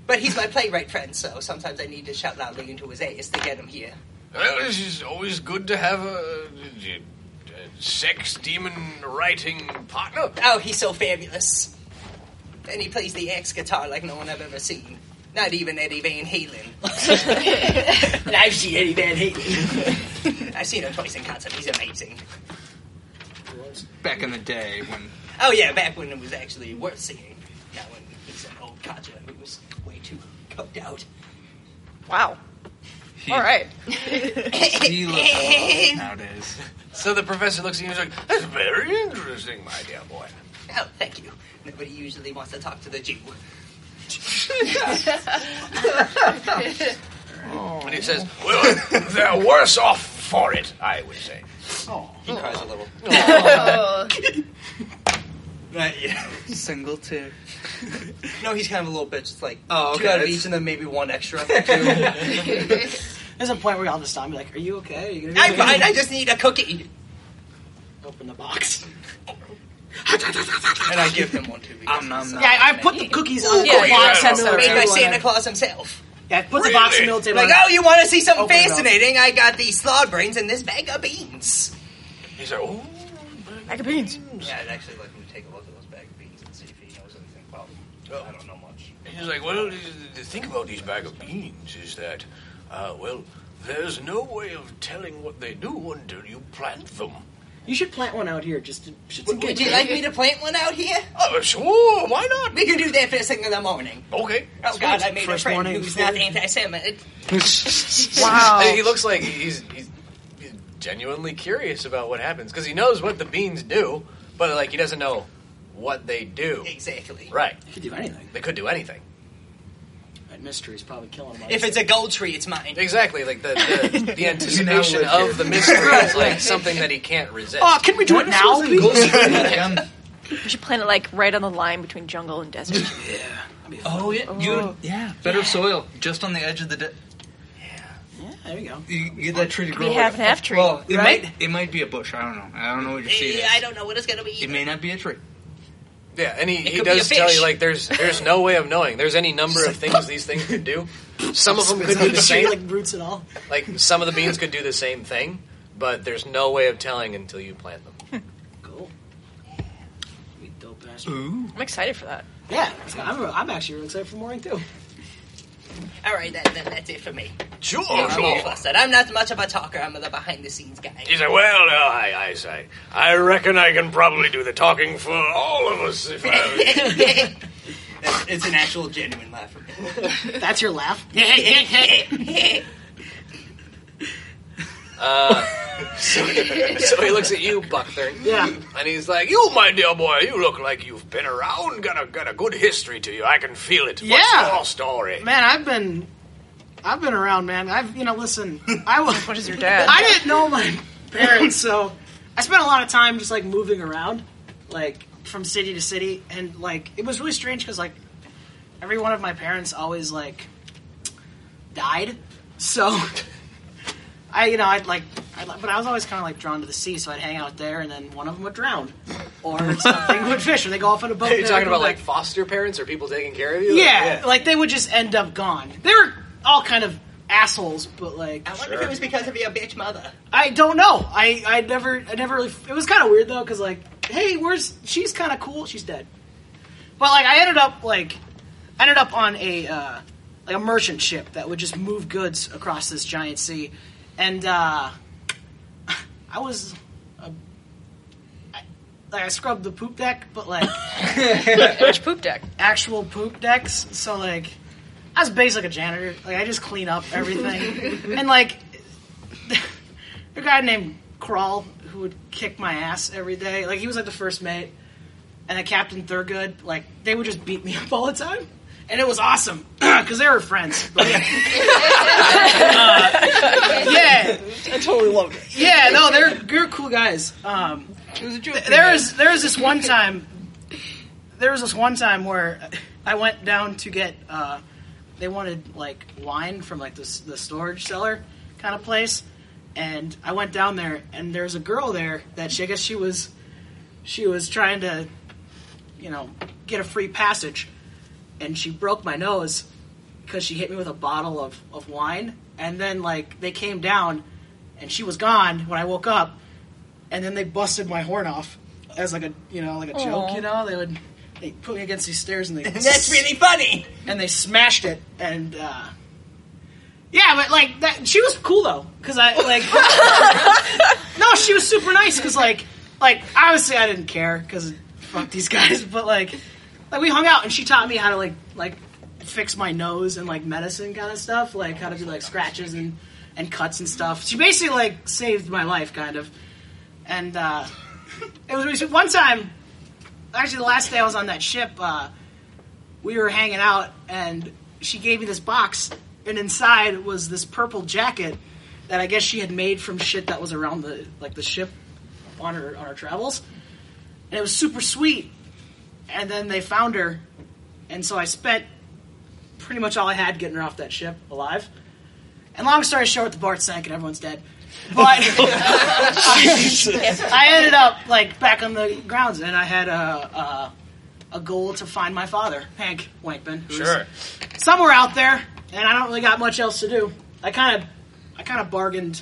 S4: But he's my playwright friend, so sometimes I need to shout loudly into his ass to get him here.
S2: [LAUGHS] Well, it's just always good to have a, a sex demon writing partner.
S4: Oh, he's so fabulous. And he plays the axe guitar like no one I've ever seen. Not even Eddie Van Halen. and I've seen Eddie Van Halen. I've seen him twice in concert. He's amazing.
S14: back in the day when
S4: Oh, yeah, back when it was actually worth seeing. Not when he's an old codger who was way too coked out.
S6: Wow.
S14: he,
S6: All right.
S14: he looks old
S4: [LAUGHS]
S14: nowadays.
S2: So the professor looks at you and he's like, That's very interesting, my dear boy.
S4: Oh, thank you. Nobody usually wants to talk to the Jew. Oh.
S2: And he says, well, they're worse off for it, I would say.
S14: He
S10: Oh.
S14: cries a little.
S4: [LAUGHS]
S2: Oh.
S14: Not yet. Single too.
S4: No, he's kind of a little bitch. It's like
S14: Oh,
S4: two
S14: okay,
S4: out of
S14: that's-
S4: each, and then maybe one extra. [LAUGHS]
S7: [LAUGHS]
S3: There's a point where y'all just stop and be like, "Are you okay? Are you
S4: I'm fine. I just need a cookie.
S3: open the box."
S4: And I give him one too. Because uh, he's-
S3: Yeah, I, I put the cookies on
S4: Yeah,
S3: the
S4: yeah,
S3: box.
S4: yeah.
S3: on the
S4: Made by
S3: table.
S4: Santa Claus himself.
S3: Yeah, I put the box on the middle table.
S4: Like,
S3: and I-
S4: oh, you want to see something
S3: Open it up.
S4: fascinating? I got these slod brains and this bag of beans.
S2: He's like, oh,
S4: bag of beans. Yeah, I'd actually like him to take a look at those bag of beans and see if he knows anything about them. I don't know much.
S2: He's like, well, the the thing about these bag of beans is that, uh, well, there's no way of telling what they do until you plant them.
S3: You should plant one out here. Just to, just to
S4: Would you like me to plant one out here?
S2: Oh, sure. Why not?
S4: We can do that first thing in the morning.
S2: Okay.
S4: Oh God,
S2: Sweet.
S4: I made a
S2: First
S4: friend
S2: morning
S4: who's
S2: food.
S4: not anti-Semitic.
S2: And [LAUGHS] he looks like he's, he's genuinely curious about what happens because he knows what the beans do, but like he doesn't know what they do
S4: exactly.
S2: Right?
S3: They could do anything.
S2: They could do anything.
S3: That mystery's probably killing him.
S4: If it's a gold tree, it's mine.
S2: Exactly. Like the the,
S4: [LAUGHS]
S2: the anticipation
S4: You now live
S2: of the
S4: here.
S2: mystery
S4: [LAUGHS]
S2: is like something that he can't resist.
S3: Oh, can we do it now?
S6: We should plant it like right on the line between jungle and
S3: [LAUGHS]
S6: desert.
S14: Oh yeah,
S6: Oh.
S14: you yeah. Better soil, just on the edge of the. De-
S3: yeah, there you go.
S14: You get that tree to
S6: Could
S14: grow.
S6: be
S14: like
S6: half
S14: a-
S6: and half tree,
S14: Well, it
S6: right?
S14: might it might be a bush. I don't know. I don't know what your seed is.
S4: I don't know what it's gonna be.
S14: It may not be a tree.
S2: Yeah, and he,
S4: It
S2: he
S4: could be
S2: does
S4: a
S2: tell you
S4: fish.
S2: like there's there's no way of knowing. There's any number of things these things could do. Some of them could do the
S3: She, [LAUGHS]
S2: same.
S3: like roots and all.
S2: Like some of the beans could do the same thing, but there's no way of telling until you plant them.
S3: [LAUGHS] Cool. You dope ass.
S2: Ooh.
S6: I'm excited for that.
S3: Yeah, so I'm, I'm actually really excited for morning too.
S4: All right, then, then that's it for me.
S2: Sure,
S4: Yeah, I'm
S2: sure.
S4: all busted. I'm not much of a talker. I'm the behind-the-scenes guy.
S2: He said, "Well, uh, I, I say, I reckon I can probably do the talking for all of us if I."
S4: [LAUGHS] it's, it's an actual genuine laugh.
S3: That's your laugh.
S2: [LAUGHS] Uh, so, so he looks at you, Buckthorn.
S3: Yeah.
S2: And he's like, "You, my dear boy, you look like you've been around. Got a got a good history to you. I can feel it.
S3: Yeah.
S2: What's your story?"
S3: Man, I've been, I've been around, man. I've, you know, listen, I was. [LAUGHS] What is your
S6: dad?
S3: I didn't know my parents, so I spent a lot of time just like moving around, like from city to city, and like it was really strange because like every one of my parents always like died, so. [LAUGHS] I, you know, I'd like, I'd, like- but I was always kind of like drawn to the sea, so I'd hang out there, and then one of them would drown, or something would fish, or they go off on a boat.
S2: [LAUGHS] [LAUGHS] Are you
S3: and
S2: talking
S3: they'd
S2: about
S3: go
S2: like foster parents or people taking care of you?
S3: yeah, like they would just end up gone. They were all kind of assholes, but like
S4: I wonder if it was because of your bitch mother.
S3: I don't know. I I never I never really. It was kind of weird though, because like, hey, where's she's kind of cool. She's dead. But like, I ended up like, I ended up on a uh, like a merchant ship that would just move goods across this giant sea, and uh, [LAUGHS] I was. a- I- Like I scrubbed the poop deck, but
S4: [LAUGHS]
S3: like
S6: Which poop deck?
S3: actual poop decks. So like, I was basically a janitor. Like I just clean up
S4: [LAUGHS]
S3: everything, and like, [LAUGHS] a guy named Crawl who would kick my ass every day. Like he was like the first mate, and the Captain Thurgood. Like they would just beat me up all the time, and it was awesome [CLEARS THROAT] because they were friends.
S4: [LAUGHS]
S3: But, [LAUGHS] yeah. Uh, yeah,
S4: I totally loved it.
S3: yeah, no, they're they're cool guys. Um, th- there is there is
S4: [LAUGHS]
S3: this one time, there was this one time where I went down to get uh, they wanted like wine from like this the storage cellar kind of place, and I went down there and there's a girl there that she I guess she was she was trying to you know get a free passage, and she broke my nose because she hit me with a bottle of, of wine and then like they came down and she was gone when I woke up, and then they busted my horn off as like a you know like a joke.
S4: Aw.
S3: You know they would they put me against these stairs and they
S4: [LAUGHS] That's really funny.
S3: and they smashed it and uh, yeah, but like that she was cool though because I like [LAUGHS] no she was super nice because like like obviously I didn't care because fuck these guys but like like we hung out and she taught me how to like like fix my nose and like medicine kind of stuff like how to do like scratches and and cuts and stuff she basically like saved my life kind of and uh it was really sweet. one time actually the last day i was on that ship uh we were hanging out, and she gave me this box, and inside was this purple jacket that I guess she had made from shit that was around the like the ship on her on her travels, and it was super sweet. And then they found her, and so I spent pretty much all I had getting her off that ship alive. And long story short, the Bart sank and everyone's dead. But [LAUGHS] I ended up like back on the grounds, and I had a a, a goal to find my father, Hank Wankman, who's
S2: Sure.
S3: somewhere out there. And I don't really got much else to do. I kind of I kind of bargained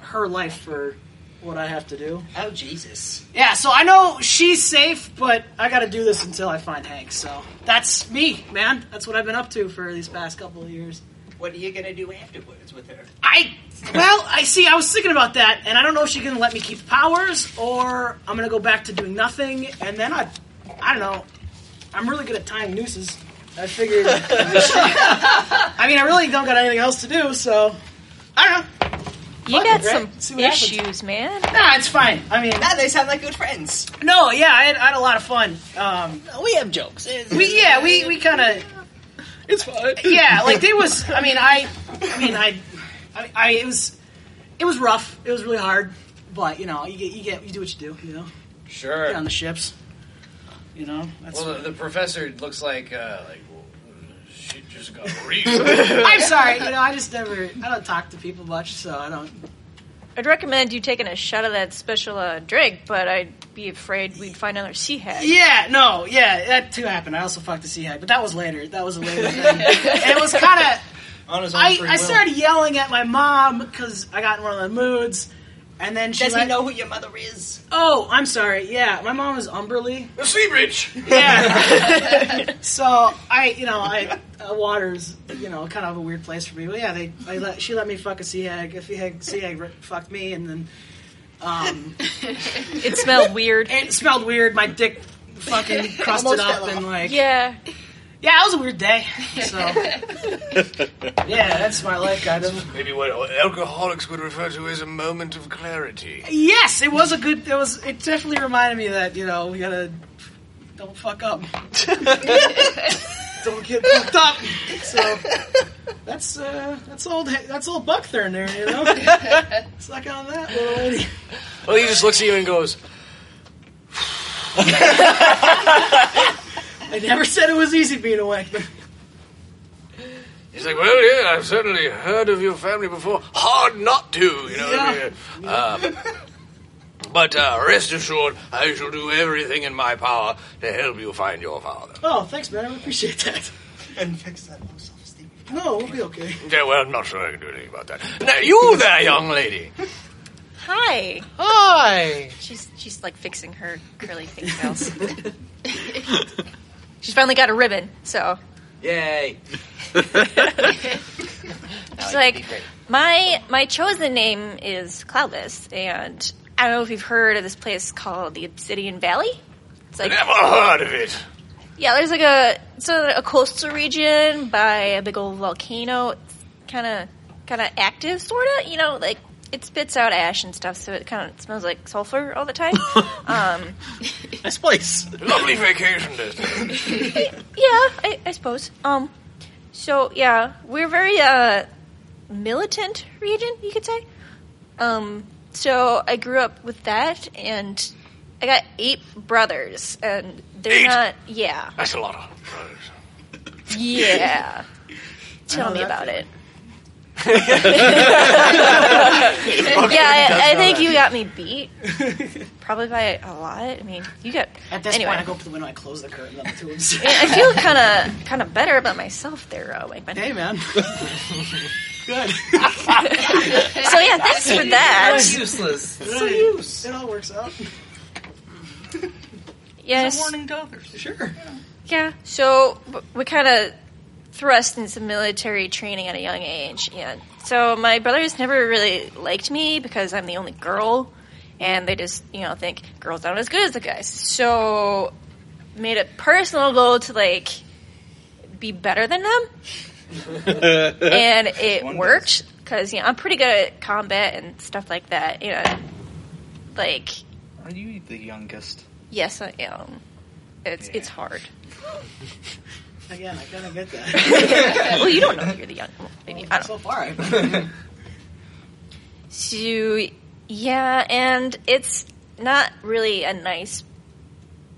S3: her life for what I have to do.
S4: Oh Jesus!
S3: Yeah, so I know she's safe, but I got to do this until I find Hank. So that's me, man. That's what I've been up to for these past couple of years.
S4: What are you gonna do afterwards with her?
S3: I well, I see. I was thinking about that, and I don't know if she's gonna let me keep powers, or I'm gonna go back to doing nothing, and then I, I don't know. I'm really good at tying nooses. I figured. I mean, I really don't got anything else to do, so I don't know.
S6: You
S3: Fuck
S6: got
S3: it, right?
S6: some
S3: See what happens.
S6: issues, man.
S3: Nah, it's fine. I mean,
S4: nah, they sound like good friends.
S3: No, yeah, I had, I had a lot of fun. Um,
S8: we have jokes.
S3: We yeah, we we kind of.
S9: It's fun.
S3: Yeah, like they was. I mean, I, I mean, I, I, I it was, it was rough. It was really hard, but you know, you get you get you do what you do. You know,
S2: Sure.
S3: Get on the ships. You know. That's
S2: well, the, the professor looks like uh, like well, she just [LAUGHS] got real.
S3: [LAUGHS] I'm sorry. You know, I just never. I don't talk to people much, so I don't.
S6: I'd recommend you taking a shot of that special uh, drink, but I'd be afraid we'd find another sea hag.
S3: Yeah, no, yeah, that too happened. I also fucked the sea hag, but that was later. That was a later thing. and it was kind of.
S4: On his own
S3: I,
S4: free
S3: I
S4: will.
S3: started yelling at my mom because I got in one of the moods, and then she
S4: Does
S3: let,
S4: he know who your mother is?
S3: Oh, I'm sorry. Yeah, my mom is Umberly.
S2: The sea bridge.
S4: [LAUGHS]
S3: Yeah. so I, you know, I uh, water's you know kind of a weird place for me. But yeah, they I let, she let me fuck a sea hag. A sea hag, sea hag ri- fucked me, and then um,
S6: it
S8: [LAUGHS]
S6: smelled weird.
S3: It smelled weird. My dick fucking crusted
S6: [LAUGHS] Almost
S3: up
S6: fell
S3: and
S6: off.
S3: like
S6: Yeah.
S3: yeah, it was a weird day. So yeah, that's my life, guys.
S2: Maybe what alcoholics would refer to as a moment of clarity.
S3: Yes, it was a good. It was. It definitely reminded me that you know we gotta don't fuck up, don't get fucked up. So that's uh, that's old. That's old Buckthorn there.
S6: [LAUGHS]
S3: You know, suck on that little lady.
S2: Well, he just looks at you and goes,
S3: I never said it was easy being away.
S2: he's like, well, yeah, I've certainly heard of your family before. Hard not to, you know. Uh, but uh, rest assured, I shall do everything in my power to help you find your father.
S3: Oh, thanks, man. I appreciate that. And fix that low self esteem. No, we'll be okay.
S2: Yeah, well, I'm not sure I can do anything about that. Now, you there, young lady.
S6: Hi.
S2: Hi.
S6: She's she's like fixing her curly pigtails. [LAUGHS] she's finally got a ribbon, so
S2: [LAUGHS]
S3: [LAUGHS]
S4: Yay!
S2: Oh,
S6: she's like, my my chosen name is Cloudless, and I don't know if you've heard of this place called the Obsidian Valley. It's like
S2: Never heard of it.
S6: Yeah, there's like a it's a, a coastal region by a big old volcano. It's kind of kind of active, sort of. You know, like it spits out ash and stuff, so it kind of smells like sulfur all the
S2: [LAUGHS]
S6: time. um,
S9: Nice place.
S2: Lovely vacation destination.
S6: [LAUGHS] yeah, I, I suppose. Um, so yeah, we're very uh militant region, you could say. Um, so I grew up with that, and I got eight brothers, and they're
S2: Eight?
S6: not. Yeah,
S2: That's a lot of brothers.
S6: yeah. Tell
S4: [LAUGHS]
S2: know
S6: me
S2: that
S6: about it.
S2: Okay,
S6: yeah,
S3: does
S6: I, I
S3: know
S6: think
S3: that.
S6: you got me beat. Probably by a lot. I mean, you got.
S3: At this
S6: anyway,
S3: point, I go up to the window, I close the curtain on the [LAUGHS] two of us.
S6: I mean, I feel kind of kind of better about myself there, uh, Wakeman.
S3: Hey, man. [LAUGHS] Good.
S6: so yeah, thanks for that.
S14: You're useless.
S3: So use. It all works out.
S6: Yes.
S14: warning to others. Sure.
S6: Yeah. So w- we kind of thrust into military training at a young age. Yeah. So my brothers never really liked me because I'm the only girl, and they just you know think girls aren't as good as the guys. So made a personal goal to like be better than them,
S13: [LAUGHS]
S6: and it worked because you know I'm pretty good at combat and stuff like that. You know, like
S14: Are you the youngest?
S6: yes I am. It's it's hard.
S3: Again, I kind of get that.
S6: [LAUGHS] well, you don't know if you're the young. Well, maybe I don't.
S3: So far, I've
S6: [LAUGHS] So yeah, and it's not really a nice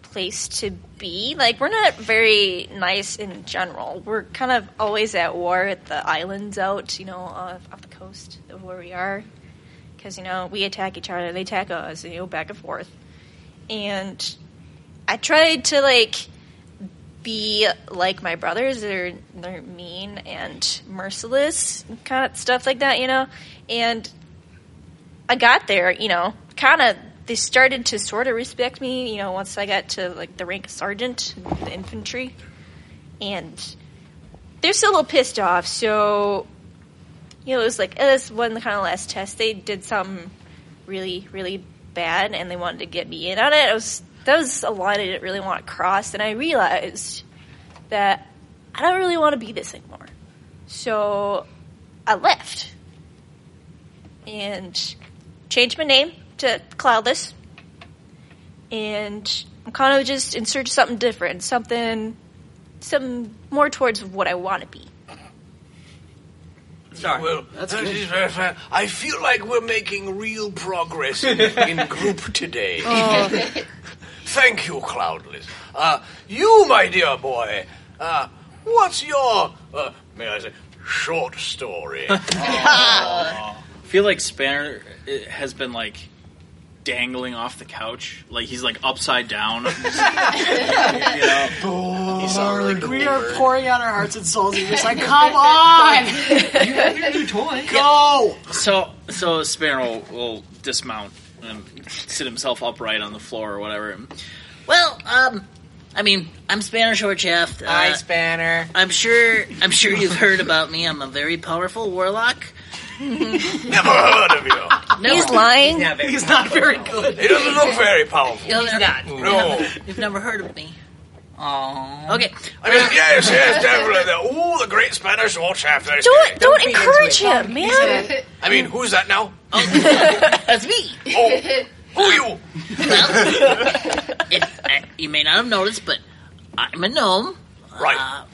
S6: place to be. Like we're not very nice in general. We're kind of always at war with the islands out, you know, off, off the coast of where we are, because you know we attack each other, they attack us, you know, back and forth. And I tried to like be like my brothers. They're they're mean and merciless, kind of stuff like that, you know. And I got there, you know, kind of they started to sort of respect me, you know, once I got to like the rank of sergeant in the infantry, and they're still a little pissed off. So, you know, it was like eh, this wasn't the kind of last test. They did something really, really bad, and they wanted to get me in on it. I was that was a line I didn't really want to cross, and I realized that I don't really want to be this anymore. So I left and changed my name to Cloudless. And I'm kind of just in search of something different, something, some more towards what I want to be.
S3: Sorry.
S10: Well,
S3: That's
S10: that
S3: good.
S10: is very fair. I feel like we're making real progress
S3: [LAUGHS]
S10: in, in group today.
S4: [LAUGHS]
S6: Oh.
S10: [LAUGHS] Thank you, Cloudless. Uh, you, my dear boy, uh, what's your, uh, may I say,
S9: [LAUGHS]
S10: short story?
S9: I feel like Spanner uh, has been like dangling off the couch, like he's like upside [LAUGHS] down.
S3: Oh, we are pouring out our hearts and souls. And you're just like, come on! you have your new toy. Go!
S9: So, so Spanner will, will dismount and sit himself upright on the floor or whatever.
S8: Well, um, I mean, I'm Spanner Shortshaft. Uh,
S9: Hi,
S8: Spanner. I'm sure. I'm sure you've heard about me. I'm a very powerful warlock.
S10: [LAUGHS] Never heard of you.
S8: He's
S6: lying.
S8: He's not very,
S10: good. He doesn't look very powerful.
S8: You'll never-
S10: No.
S8: You've never heard of me. Oh. Okay.
S10: I mean, yes, yes, definitely. The, ooh, the great Spanish war chap. Don't,
S8: Don't- don't Don't be
S6: encourage into it. him, man. He's gonna-
S10: I mean, who's that now?
S8: That's me.
S10: Oh, who you?
S8: Well, if, uh, you may not have noticed, but I'm a gnome.
S10: Right.
S8: Uh,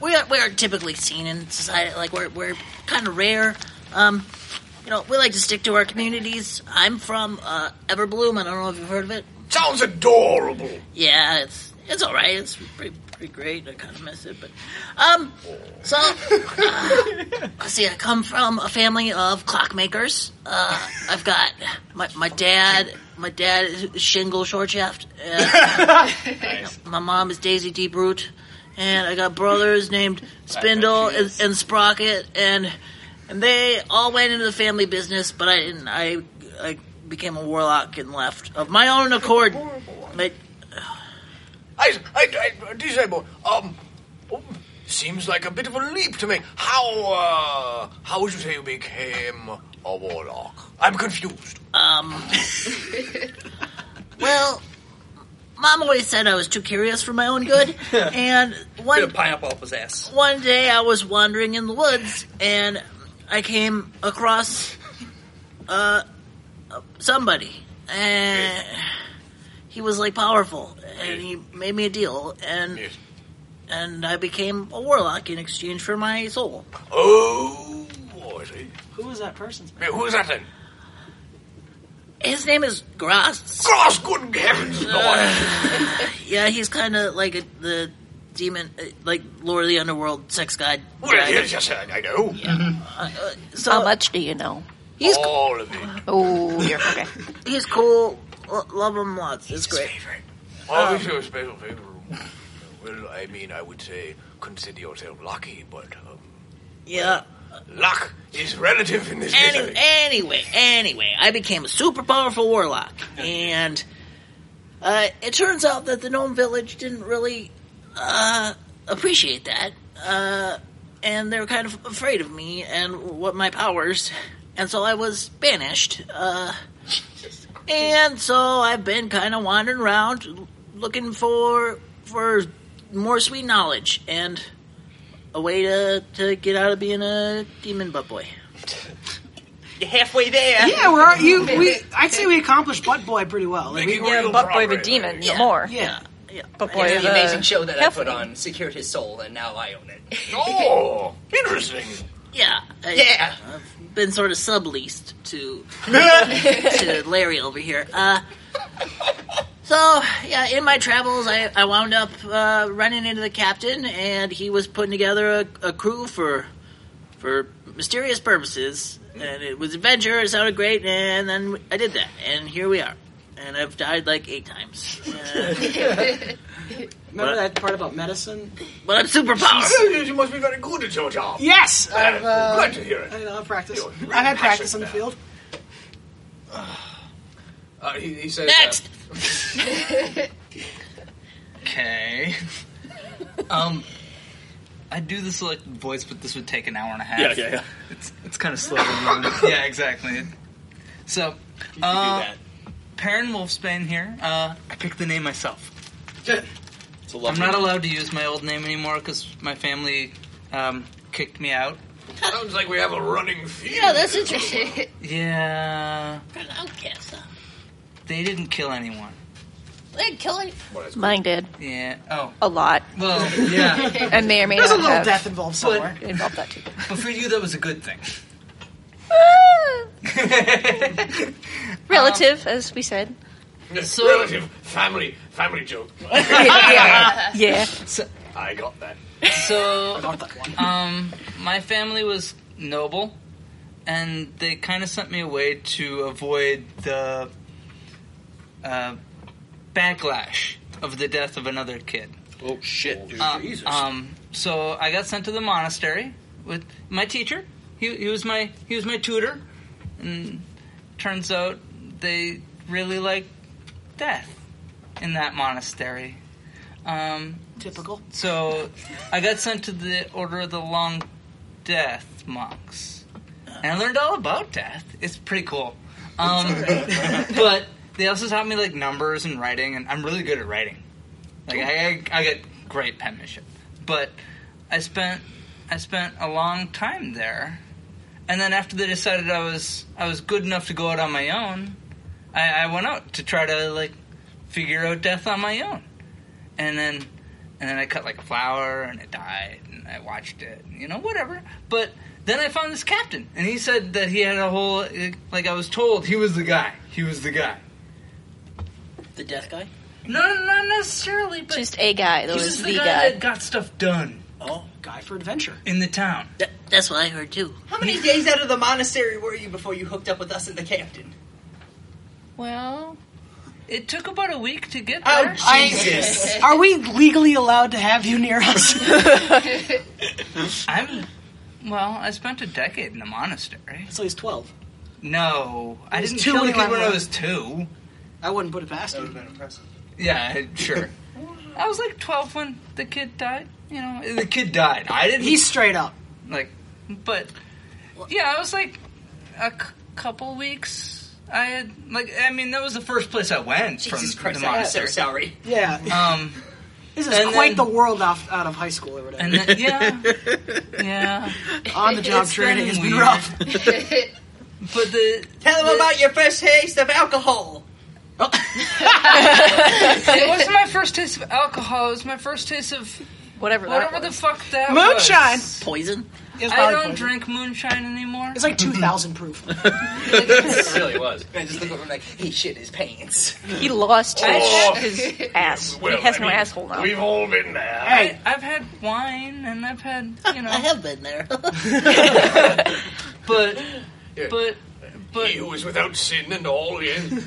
S8: we are we are typically seen in society like we're we're kind of rare. Um, you know, we like to stick to our communities. I'm from uh, Everbloom. I don't know if you've heard of it.
S10: Sounds adorable.
S8: Yeah, it's it's all right. It's pretty pretty great. I kind of miss it, but um, so uh, [LAUGHS] let's see. I come from a family of clockmakers. Uh, I've got my my dad. My dad is Shingle Shortshaft. Uh, [LAUGHS] My mom is Daisy Deep Root, and I got brothers named Spindle and, and Sprocket, and and they all went into the family business, but I didn't. I I became a warlock and left of my own accord. Like,
S10: I, I, I, disabled. Um, seems like a bit of a leap to me. How, uh, how would you say you became a warlock? I'm confused. [LAUGHS]
S8: Um, well, mom always said I was too curious for my own
S4: [LAUGHS]
S8: good, and
S4: Bit
S8: one
S4: of pineapple up his ass.
S8: one day I was wandering in the woods and I came across uh somebody and he was like powerful and he made me a deal and and I became a warlock in exchange for my soul.
S10: Oh, I see.
S3: Who was that person's
S10: Yeah, who is that then?
S8: His name is Uh, Gross.
S10: Gross, good heavens!
S8: yeah, he's kind of like a, the demon, uh, like Lord of the Underworld sex god.
S10: Well, yes, yes, I I
S8: Oh.
S10: know.
S8: So
S6: Uh, How much do you know?
S8: He's
S10: All of it.
S6: Oh, you're okay.
S8: he's cool. Lo- love him lots. It's great.
S10: Always your special favor. Well, I mean, I would say consider yourself lucky, but um,
S8: Yeah.
S10: luck is relative in this
S8: Any-
S10: case.
S8: anyway, anyway, I became a super powerful warlock, and uh, it turns out that the gnome village didn't really uh, appreciate that, uh, and they were kind of afraid of me and what my powers, and so I was banished. Uh, and so I've been kind of wandering around looking for for more sweet knowledge and a way to, to get out of being a demon butt boy.
S4: [LAUGHS] You're halfway there.
S3: Yeah, we're you. We I'd say we accomplished Butt Boy pretty well. Like, we
S6: Yeah, butt boy of a demon, no more.
S4: [LAUGHS]
S3: Yeah,
S8: Yeah.
S4: It's the amazing show that I put on secured his soul, and now I own it. [LAUGHS]
S8: Oh,
S4: interesting.
S8: Yeah. I,
S4: Yeah.
S8: I've been sort of subleased to
S4: [LAUGHS]
S8: to Larry over here. Uh, so yeah, in my travels, I, I wound up uh, running into the captain, and he was putting together a, a crew for for mysterious purposes, and it was adventure. It sounded great, and then I did that, and here we are. And I've died like eight times. Uh,
S3: Remember that part about medicine?
S8: but I'm super
S3: [LAUGHS]
S8: powerful.
S10: Ah, You must be very good at your job.
S3: Yes, I've, uh,
S10: glad to hear it.
S3: I know, I've practiced.
S10: You're
S3: I've had practice on the field.
S2: Uh, he, he says,
S3: Next.
S5: uh, [LAUGHS] Okay. um, I do this like voice, but this would take an hour and a half.
S9: Yeah, yeah, yeah.
S5: It's it's kind of slow. to move. yeah, exactly. So, uh, Perrin Wolfsbane here. Uh, I picked the name myself. I'm not allowed to use my old name anymore because my family um, kicked me out.
S10: Sounds like we have a running feud.
S7: Yeah, that's
S8: [LAUGHS]
S7: interesting.
S5: Yeah,
S7: okay, so
S5: they didn't kill anyone.
S7: they kill it.
S6: Mine did.
S5: Yeah. Oh.
S6: A lot.
S5: Well, yeah.
S6: [LAUGHS] I may or may
S5: There's a
S6: not
S5: little
S6: have
S5: death involved somewhere.
S6: Involved that too.
S5: But for you, that was a
S6: [LAUGHS]
S5: good thing.
S6: Relative, as we said.
S10: So, Relative family family joke.
S6: Yeah. Yeah.
S10: [LAUGHS] I got that.
S5: So, um, my family was noble, and they kind of sent me away to avoid the uh, backlash of the death of
S4: [LAUGHS]
S5: another kid.
S2: Oh shit!
S5: Uh, um, so I got sent to the monastery with my teacher. He, he was my he was my tutor, and turns out they really like death in that monastery. Um,
S3: Typical.
S5: so I got sent to the Order of the Long Death monks, and I learned all about death. It's pretty cool. Um, but they also taught me like numbers and writing, and I'm really good at writing. Like I, I, I get great penmanship. But I spent I spent a long time there, and then after they decided I was I was good enough to go out on my own, I, I went out to try to like figure out death on my own, and then and then I cut like a flower and it died and I watched it, you know, whatever. But then I found this captain, and he said that he had a whole like I was told he was the guy. He was the guy.
S8: The death guy?
S5: No, not necessarily, but
S6: just a guy. That
S5: He's
S6: was
S5: just the
S6: the
S5: guy
S6: guy.
S5: that got stuff done.
S3: Oh, guy for adventure
S5: in the town.
S8: that's what I heard too.
S4: How many days out of the monastery were you before you hooked up with us and the captain?
S6: Well,
S5: it took about a week to get
S3: Oh,
S5: there.
S3: Jesus. Are we legally allowed to have you near
S4: [LAUGHS]
S3: us?
S5: [LAUGHS] I'm. Well, I spent a decade in the monastery.
S3: So he's twelve.
S5: No, I
S3: He's
S5: didn't
S3: two
S5: kill the
S3: in
S5: kid
S3: my
S5: when I
S3: life.
S5: was two.
S3: I wouldn't put it past
S4: That would
S3: him.
S4: have been impressive.
S5: Yeah, [LAUGHS] I-
S4: [LAUGHS]
S5: sure. I was like twelve when the kid died. You know, the kid died. I didn't.
S3: He's straight up.
S5: Like, but yeah, I was like a c- couple weeks. I had like, I mean, that was the first place I went
S4: Jesus
S5: from
S4: Christ,
S5: the
S4: I'm so
S5: monastery.
S4: sorry.
S3: Yeah.
S5: Um,
S3: This is
S5: and
S3: quite
S5: then-
S3: the world off, out of high school or whatever.
S5: And then,
S3: [LAUGHS]
S5: yeah, yeah.
S3: On the job
S5: It's
S3: training
S5: been
S3: has been
S5: weird.
S3: rough.
S5: [LAUGHS]
S4: [LAUGHS]
S5: But the
S4: Tell him about your first taste of alcohol.
S5: it wasn't my first taste of alcohol. It was my first taste of
S6: whatever.
S5: that whatever the fuck that
S3: Moonshine.
S5: was.
S8: Poison.
S3: It's
S5: I
S3: probably
S5: don't
S3: poison.
S5: drink moonshine anymore.
S3: It's
S4: [LAUGHS]
S5: [LAUGHS]
S3: like two thousand proof.
S2: it really was.
S4: I just look over and like, he shit his
S5: [LAUGHS]
S4: pants.
S6: He lost his,
S5: Oh.
S6: his ass.
S4: Well,
S6: he has
S4: I
S6: no
S4: mean,
S6: asshole now.
S10: We've all been there.
S4: [LAUGHS]
S5: [LAUGHS] I, I've had wine and I've had you know.
S8: I have been there.
S3: [LAUGHS]
S5: but
S10: but but he who is without sin and all in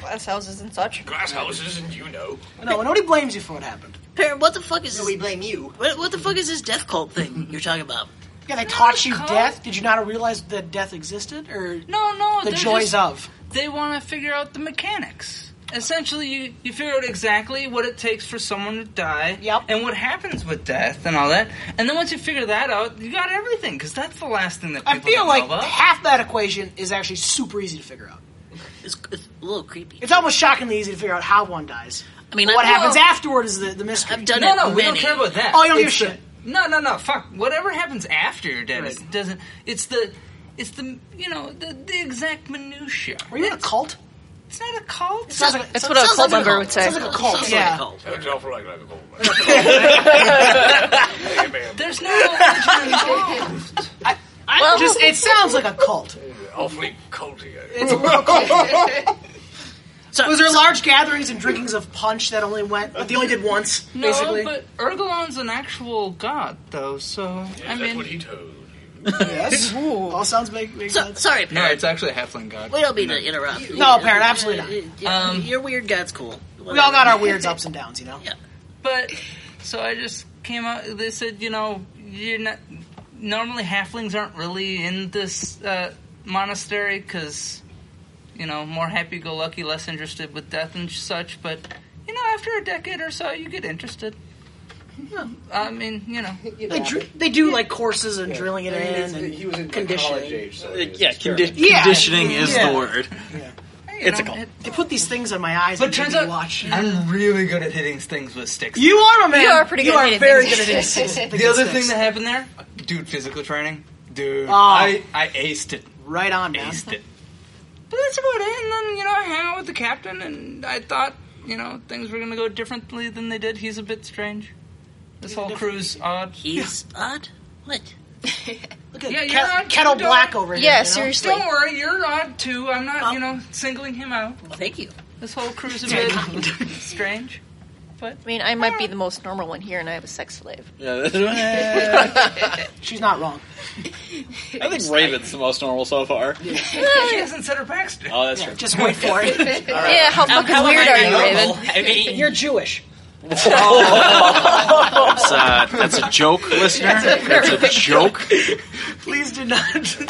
S6: Glass houses and such.
S10: glass houses and you know.
S3: [LAUGHS] No, nobody blames you for what happened.
S8: Parent, what the fuck is this?
S4: We blame you.
S8: What, what the fuck is this death cult thing [LAUGHS] you're talking about?
S3: Yeah, they taught you death. Did you not realize that death existed, or
S5: [LAUGHS] No, no.
S3: the
S5: they're
S3: joys
S5: just-
S3: of?
S5: They want to figure out the mechanics. Essentially, you, you figure out exactly what it takes for someone to die yep. and what happens with death and all that. And then once you figure that out, you got everything, because that's the last thing that people
S3: I feel
S5: don't
S3: like
S5: know about.
S3: half that equation is actually super easy to figure out.
S8: It's, it's a little creepy.
S3: It's almost shockingly easy to figure out how one dies.
S8: I mean,
S3: But what
S8: I've-
S3: happens
S8: well,
S3: afterward is the, the mystery.
S8: I've done
S5: no,
S8: it
S5: no, we don't
S8: many.
S5: care about that.
S3: Oh, you don't give
S5: It's
S3: a shit.
S5: the- No, no, no. Fuck. Whatever happens after you're dead is, doesn't. It's the. It's the you know the, the exact minutia.
S3: Were you in a cult?
S5: It's not a cult.
S6: It sounds like a- That's what a sounds cult like a member cult. would say.
S5: Sounds like a cult,
S6: Sounds like a
S5: yeah.
S6: cult.
S10: Sounds awful like, like a gold.
S5: There's no
S3: [LAUGHS]
S5: religion involved.
S3: I just it sounds like a cult.
S10: Awfully culty. eh?
S4: [LAUGHS]
S3: It's a real
S8: [LAUGHS]
S3: cult. was there large gatherings and drinkings of punch that only went? They only did once,
S5: No,
S3: basically.
S5: but Ergolon's an actual god, though. So I mean, what he
S10: told. [LAUGHS]
S3: yes, all sounds make, make sense.
S8: Sorry,
S5: No, it's actually a halfling god.
S8: We don't mean to interrupt.
S3: No, Parrot, Oh, absolutely
S8: not.
S5: Um,
S8: Your weird god's cool.
S3: We
S8: [LAUGHS]
S3: all got our weirds ups and downs, you know.
S5: But so I just came out. They said, you know, you're not. Normally, halflings aren't really in this uh, monastery because, you know, more happy-go-lucky, less interested with death and such. But you know, after a decade or so, you get interested. I mean, you know,
S3: They, dr- they do like courses and drilling it in and conditioning.
S9: yeah, condi-
S3: Yeah.
S9: conditioning is
S3: Yeah.
S9: the word. It's a cult.
S3: They put these things on my eyes. But turns out, [LAUGHS] watch.
S5: I'm really good at hitting things with sticks.
S3: You are a man.
S5: You are
S3: pretty good at hitting
S5: very
S3: things
S5: good at
S3: with sticks.
S5: it.
S3: With
S5: the other
S3: sticks.
S5: thing that happened there, dude, physical training, dude,
S3: Oh.
S5: I I aced it.
S3: Right on, man.
S5: Aced it. But that's about it. And then you know, I hang out with the captain, and I thought you know things were gonna go differently than they did. He's a bit strange. This whole crew's odd. [LAUGHS]
S8: He's odd.
S3: [LAUGHS]
S8: What?
S3: Look at
S5: yeah,
S3: Ke-
S5: you're odd too,
S3: Kettle
S5: don't-
S3: Black over here.
S6: Yeah,
S3: you know?
S6: seriously.
S5: Don't worry, you're odd too. I'm not, you know, singling him out.
S8: thank you.
S5: This whole crew's a
S3: [LAUGHS]
S5: bit strange. But
S6: I mean, I might be the most normal one here, and I have a sex slave.
S3: [LAUGHS]
S9: [LAUGHS]
S3: She's not wrong.
S9: I think Raven's the most normal so far.
S5: she hasn't said her backstory.
S9: Oh, that's true.
S3: Just wait for
S9: [LAUGHS]
S3: it.
S6: Yeah, how fucking weird are you,
S3: [LAUGHS]
S6: Raven?
S9: I mean,
S3: You're Jewish.
S9: That's, uh, that's a joke, listener. That's a joke.
S3: Please do [LAUGHS] not.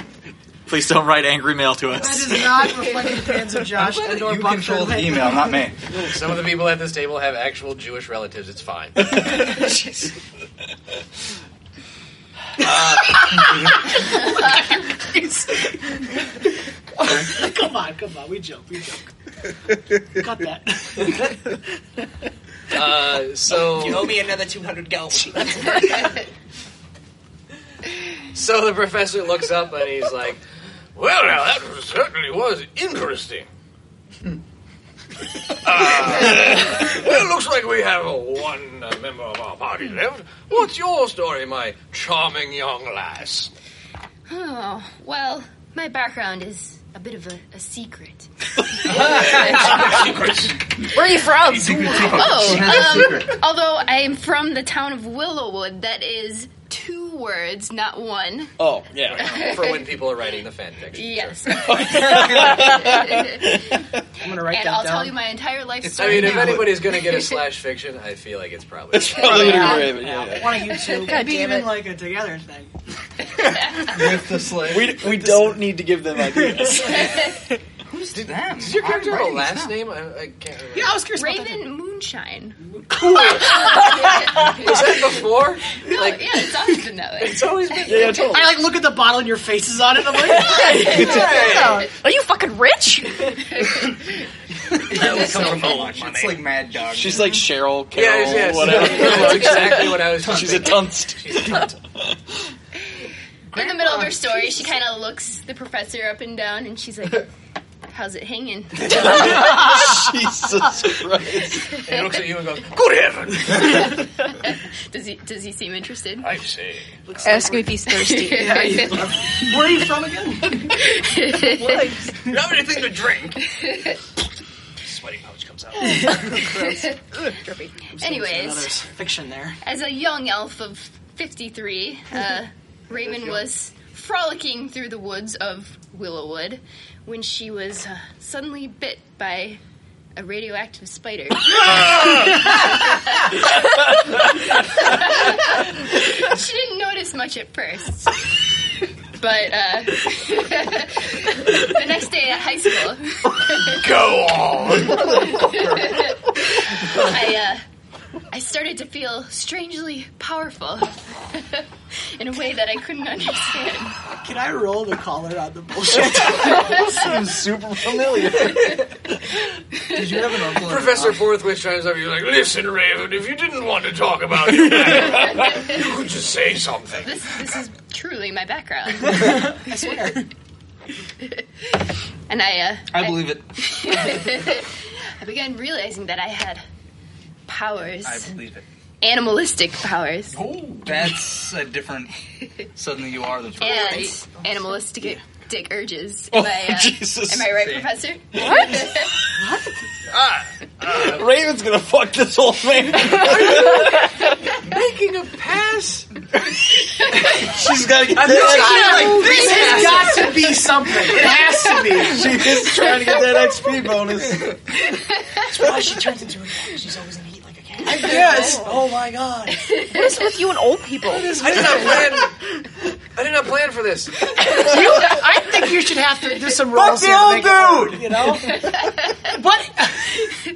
S9: Please don't write angry mail to
S3: That
S9: us. [LAUGHS]
S3: is
S2: [LAUGHS]
S3: not reflecting the fans of Josh and or Buck Shirley.
S2: [LAUGHS] Some of the people at this table have actual Jewish relatives.
S3: [LAUGHS]
S2: It's fine.
S10: Uh,
S3: come on, come on. We joke, we [LAUGHS] joke. Cut that.
S2: Uh, so
S4: [LAUGHS] You owe me another 200
S10: [LAUGHS]
S4: gold. [LAUGHS]
S2: So the professor looks up and he's like,
S10: Well, now that was- certainly was interesting. uh, well, Ah, looks like we have uh, one uh, member of our party left. What's your story, my charming young lass?
S7: Oh, well, my background is a bit of a, a secret.
S6: Where are you from?
S7: Oh, um, although I am from the town of Willowwood, that is two words, not one.
S9: Oh, yeah.
S2: For when people are writing the fan
S5: [LAUGHS]
S2: fiction. [LAUGHS]
S7: Yes.
S3: I'm gonna write
S7: and
S3: that
S7: I'll
S3: down.
S7: tell you my entire life
S2: I
S7: story.
S2: mean, if
S7: now.
S2: anybody's going
S7: [LAUGHS]
S2: to get a slash fiction, I feel like it's probably.
S9: It's probably gonna be Raven. Yeah,
S3: Why don't you two
S6: God
S3: be
S6: damn
S3: in
S6: it.
S3: like a together thing?
S9: [LAUGHS] With the slave. We, we don't need to give them ideas.
S5: Who's them?
S2: Does your character have a
S5: Alrighty,
S2: last
S5: so.
S2: name? I, I can't remember.
S3: Yeah, I was curious. About
S7: Raven Moonshine. [LAUGHS]
S3: Cool.
S2: Was that before?
S7: No,
S2: Like-
S7: yeah, it's awesome to know it.
S2: It's always been.
S9: yeah, totally.
S3: I like look at the bottle and your faces on it. And
S9: [LAUGHS]
S3: I'm like, hey, yeah.
S6: Are you fucking rich?
S5: That will come from the lunch. It's like
S4: [LAUGHS]
S5: Mad Dog.
S9: She's like Cheryl Carol,
S2: Yes, yes.
S9: whatever.
S2: That's exactly what I was
S9: She's a
S2: thinking.
S7: [LAUGHS]
S9: dunst.
S7: In the middle of her story, she kind of looks the professor up and down, and she's like, "How's it
S3: [LAUGHS]
S7: hanging?"
S9: Jesus Christ.
S2: And he looks at you and goes, Good heaven!
S7: Does he Does he seem interested?
S2: I say.
S6: Ask him if he's [LAUGHS]
S7: [LAUGHS]
S6: thirsty.
S3: Where are you from again?
S7: [LAUGHS]
S10: You have anything to drink? Sweaty pouch comes
S4: [LAUGHS]
S10: out. [LAUGHS]
S3: Oh,
S7: Anyways,
S3: Another fiction there.
S7: as a young elf of 53,
S10: [LAUGHS]
S7: uh, Raven was frolicking through the woods of Willowwood when she was uh, suddenly bit by a radioactive
S10: [LAUGHS]
S7: spider. she didn't notice much at first. But uh, [LAUGHS] the next day at high school,
S10: Go on!
S7: I uh, I started to feel strangely powerful [LAUGHS] in a way that I couldn't understand.
S3: Can I roll the collar on
S9: [LAUGHS]
S3: the bullshit?
S9: Seems super familiar.
S14: Did you have an uncle? in-
S2: Professor Forthwith chimes up. He's like, Listen, Raven, if you didn't want to talk about
S14: [LAUGHS]
S2: your matter, you could just say something.
S7: This this is truly my background.
S3: I swear.
S7: and I, uh, [LAUGHS]
S5: I believe it.
S7: I began realizing that I had powers,
S5: I believe it.
S7: animalistic powers,
S5: That's a different. Suddenly, you are the
S7: and
S5: person.
S7: animalistic dick urges.
S5: Oh,
S7: am I, uh,
S5: Jesus.
S7: Am I right,
S5: See.
S7: Professor? [LAUGHS]
S15: Raven's gonna fuck this whole thing.
S13: Making a pass.
S15: She's gotta get
S13: I'm
S15: that XP.
S13: just trying to- this has got
S3: to be something. It has to be.
S15: She is trying to get that XP bonus.
S3: That's why she turns into a cat. She's always in heat like a cat.
S10: Yes.
S3: Oh my god.
S6: What is with you and old people?
S2: I did not plan. I did not plan for this.
S3: You- I think you should have to do some rolls
S13: the
S3: here to
S13: old
S3: make it work,
S13: dude!
S3: you know?
S6: [LAUGHS]
S3: But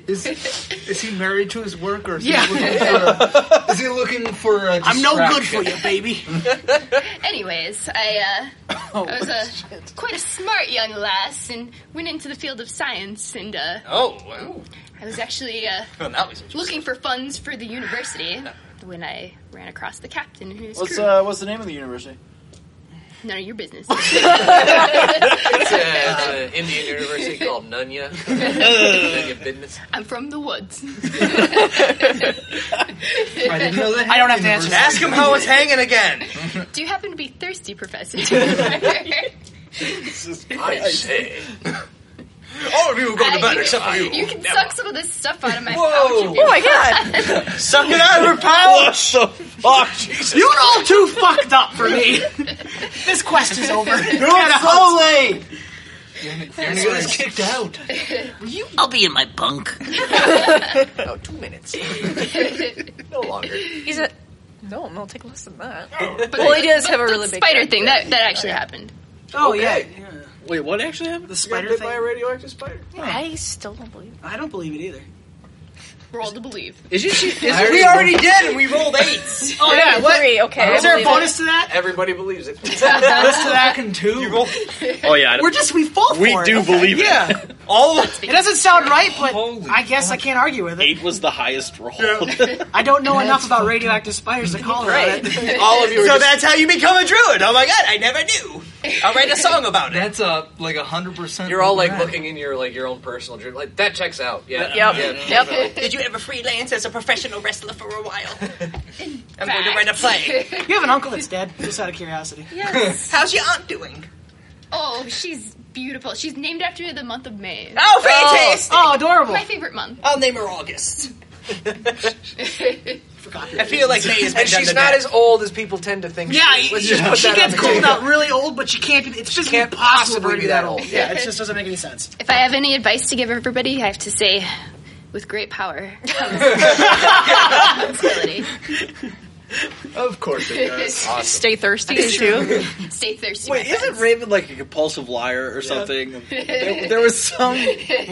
S14: Is is he married to his work or is
S3: Yeah.
S14: he looking for?
S5: [LAUGHS]
S14: A, is he looking for? A
S3: I'm no good for
S14: distraction?
S3: you, baby.
S7: Anyways, I, uh,
S2: Oh,
S7: I was a, quite a smart young lass and went into the field of science and uh,
S2: Oh, wow.
S7: I was actually uh,
S2: [LAUGHS] Well, that was
S7: looking for funds for the university when I ran across the captain and his
S9: What's
S7: crew.
S9: uh, what's the name of the university?
S7: None of your
S2: [LAUGHS]
S7: business.
S2: uh, It's a- it's an Indian university called [LAUGHS] Nunya. None your business.
S7: I'm from the
S2: [LAUGHS]
S7: woods. [LAUGHS]
S2: I didn't know
S3: I don't have to answer.
S2: Ask him how it's hanging again.
S7: Do you happen to be thirsty,
S8: [LAUGHS]
S7: Professor?
S2: I say. All of you are going to bed except for you.
S7: Uh, You can suck some of this stuff out of my pouch.
S2: Whoa.
S7: if
S2: Oh my
S7: you [LAUGHS] want.
S15: Suck it out of her pouch. What the fuck? Jesus
S3: You're all too fucked up [LAUGHS] for me. this quest is
S4: [LAUGHS]
S3: over.
S8: You're so
S3: late.
S8: You're gonna get us kicked [LAUGHS] out. I'll be in my
S3: [LAUGHS]
S8: bunk.
S2: oh, two
S8: [LAUGHS]
S2: minutes. no longer.
S6: He's a. No, no, take less than that.
S7: But
S6: well,
S7: the-
S6: he does have a
S7: but
S6: really
S7: the
S6: big
S7: spider
S6: dick,
S7: thing
S6: but-
S7: that that actually happened.
S3: Oh yeah.
S9: Wait, what actually happened? The
S3: spider
S9: bit
S3: thing?
S9: by a radioactive spider.
S6: I still don't believe. it.
S3: I don't believe it either.
S7: We're all to believe.
S9: Isn't she?
S7: I
S9: Is,
S7: already
S9: we already
S7: believed
S9: did.
S7: it.
S9: We rolled [LAUGHS] eights.
S3: Oh yeah. What?
S6: Three, okay.
S3: Is there a bonus to that?
S2: Everybody believes it.
S3: Is there a bonus to that?
S14: two.
S9: Oh yeah. I don't-
S3: We're just we fall for
S9: We
S3: it.
S9: do believe it.
S3: yeah. it.
S9: All of
S3: It doesn't sound right, but I guess I can't argue with it.
S9: eight was the highest roll. [LAUGHS]
S3: I don't know enough about radioactive spiders to call
S9: Right.
S3: it. that.
S9: [LAUGHS] All of you are
S15: So
S9: just-
S15: that's how you become a druid. Oh my god, I never knew. I'll write a song about it.
S5: That's a like a hundred percent.
S2: You're all like looking in your like your own personal dream. Like that checks out. Yeah. Yeah.
S8: Did you ever freelance as a professional wrestler for a while?
S7: I'm
S8: going to write a
S9: [LAUGHS]
S8: play.
S3: You have an uncle that's dead, just out of curiosity. [LAUGHS]
S7: Yes.
S8: [LAUGHS] How's your aunt doing?
S7: Oh, she's beautiful. She's named after the month of May.
S8: Oh, fantastic.
S3: Oh, adorable.
S7: My favorite month.
S8: I'll name her August. I feel like May has been
S2: And
S8: done
S2: she's
S8: to
S2: not
S8: death.
S2: as old as people tend to think.
S3: Yeah,
S2: she is. Let's
S3: yeah.
S2: just put
S3: she
S2: that on
S3: gets
S2: the
S3: cold
S2: table.
S3: out really old, but she can't be. It's just
S2: can't
S3: impossible
S2: possibly
S3: to be that old. Yeah, it just doesn't make any sense.
S7: If I have any advice to give everybody, I have to say, with great
S2: [LAUGHS]
S7: power comes [LAUGHS] responsibility.
S9: Of course it [LAUGHS]
S3: [LAUGHS]
S9: does.
S6: Stay thirsty too.
S7: [LAUGHS] Stay thirsty.
S9: Wait,
S7: my
S9: isn't
S7: friends.
S9: Raven like a compulsive liar or something?
S14: [LAUGHS]
S9: there, there was some.
S3: yes.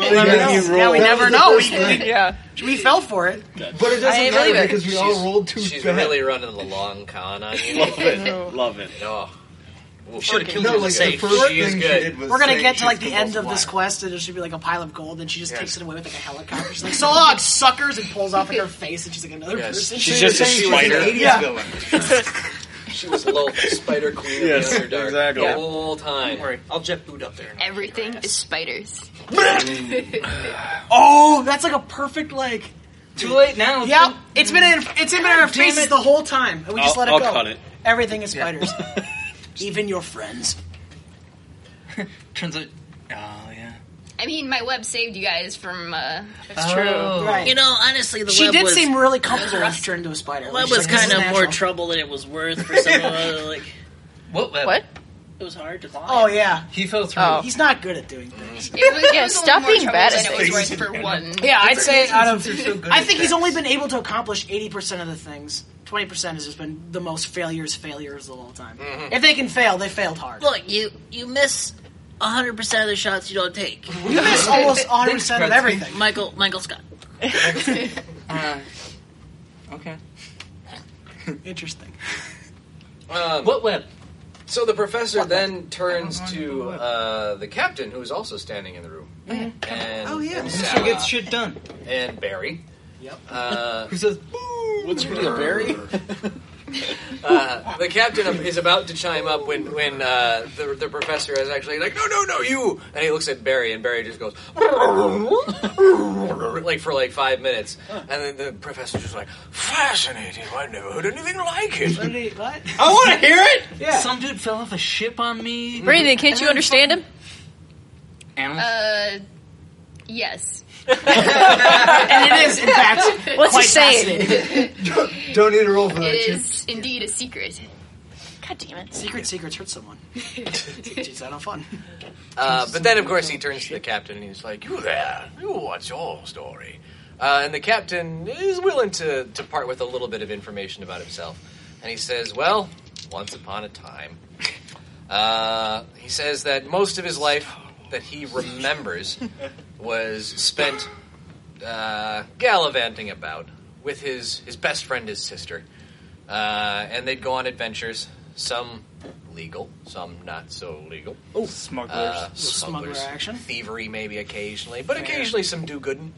S3: Yeah, we never know. We, [LAUGHS] we,
S6: yeah.
S3: we fell for it.
S14: But it doesn't
S6: I
S14: matter
S6: believe it.
S14: because we all rolled two.
S2: She's
S14: bad.
S2: really running the long con on you.
S9: Love it. Love it.
S2: Oh. Well,
S14: Should've killed
S2: she's
S14: her. No, like, the
S2: good.
S14: first
S2: She is
S14: thing she
S2: good.
S14: did was-
S3: We're gonna
S14: Say
S3: get
S14: she's
S3: to like the
S14: the
S3: end of
S14: most
S3: this
S14: wild.
S3: quest, and there should be like a pile of gold, and she just
S2: Yes.
S3: takes it away with like a helicopter. She's like, "So long, suckers!" and pulls off like her face, and she's like another
S2: Yes.
S3: person.
S9: She's just a
S14: She was an
S9: spider.
S14: 80s
S3: Yeah.
S14: villain.
S2: She was Lilith, the spider queen
S9: Yes,
S2: of the Underdark
S9: exactly.
S2: the whole time.
S4: Don't worry, I'll jet boot up there. and
S7: Everything is
S3: [LAUGHS]
S7: spiders.
S3: Oh, that's like a perfect like.
S5: Too late now.
S3: Yep, it's been in it's been in our faces the whole time, and we just
S9: I'll-
S3: let it
S9: I'll
S3: go.
S9: cut it.
S3: Everything
S9: [LAUGHS]
S3: is spiders, even your friends.
S5: Turns out. Oh yeah.
S7: I mean, my web saved you guys from. Uh, Oh.
S5: That's true.
S3: Right.
S8: You know, honestly, the
S3: she
S8: web
S3: did
S8: was,
S3: seem
S7: [LAUGHS]
S3: really comfortable when she turned into a spider.
S8: web
S3: She's
S8: was
S3: like, this
S8: kind
S3: is
S8: of more
S3: natural.
S8: trouble than it was worth for someone. like
S5: What? web?
S6: What?
S8: it was hard to climb.
S3: Oh yeah,
S5: He fell through.
S6: Oh.
S3: he's not good at doing things.
S7: it was,
S6: Yeah,
S7: it was a
S6: stop
S7: little more
S6: being
S7: trouble
S6: bad
S7: than
S6: at
S7: it was worth
S8: [LAUGHS]
S7: for one.
S3: Yeah, I'd say out [LAUGHS] of.
S14: so good
S3: I
S14: at
S3: think
S14: things.
S3: he's only been able to accomplish eighty percent of the things. Twenty percent has just been the most failures, failures the whole time.
S2: Mm-hmm.
S3: If they can fail, they failed hard.
S8: Look, you you miss hundred percent of the shots you don't take.
S3: You miss almost hundred percent of everything.
S8: Michael Michael Scott.
S5: Uh, okay.
S2: [LAUGHS]
S3: Interesting.
S2: Um,
S5: What web?
S2: so the professor then turns to uh, the captain, who is also standing in the room. And,
S14: Oh yeah,
S2: and,
S14: Mister
S2: Sarah
S14: gets shit done.
S2: and Barry.
S3: Yep.
S2: Uh,
S14: [LAUGHS] Who says? [LAUGHS]
S9: What's your deal, Barry?
S2: Uh, the captain is about to chime up when when uh, the, the professor is actually like, no, no, no, you. And he looks at Barry, and Barry just goes [LAUGHS] like for like five minutes, and then the professor's just like, fascinating. I never heard anything like it.
S5: what?
S2: I wanna hear it! Yeah.
S5: Some dude fell off a ship on me.
S6: Brandon, can't
S5: And
S6: you
S5: then
S6: understand him?
S5: Animals.
S7: Uh, yes.
S3: and it is,
S7: [LAUGHS]
S3: in fact,
S6: What's he
S3: quite
S6: saying?
S14: Don't, don't need to roll for that.
S7: It
S14: Chip.
S7: is indeed a secret.
S6: God damn it.
S3: Secret secrets hurt someone. [LAUGHS] Jeez, I don't fun.
S2: Uh, but then, of course, he turns to the captain and he's like, "You there? You what's your story?" Uh, and the captain is willing to to part with a little bit of information about himself, and he says, "Well, once upon a time, uh, he says that most of his life that he remembers was spent uh, gallivanting about with his his best friend, his sister, uh, and they'd go on adventures, some legal, some not so legal."
S5: Oh, smugglers.
S2: Uh, smugglers, thievery maybe occasionally, but occasionally some do-gooding,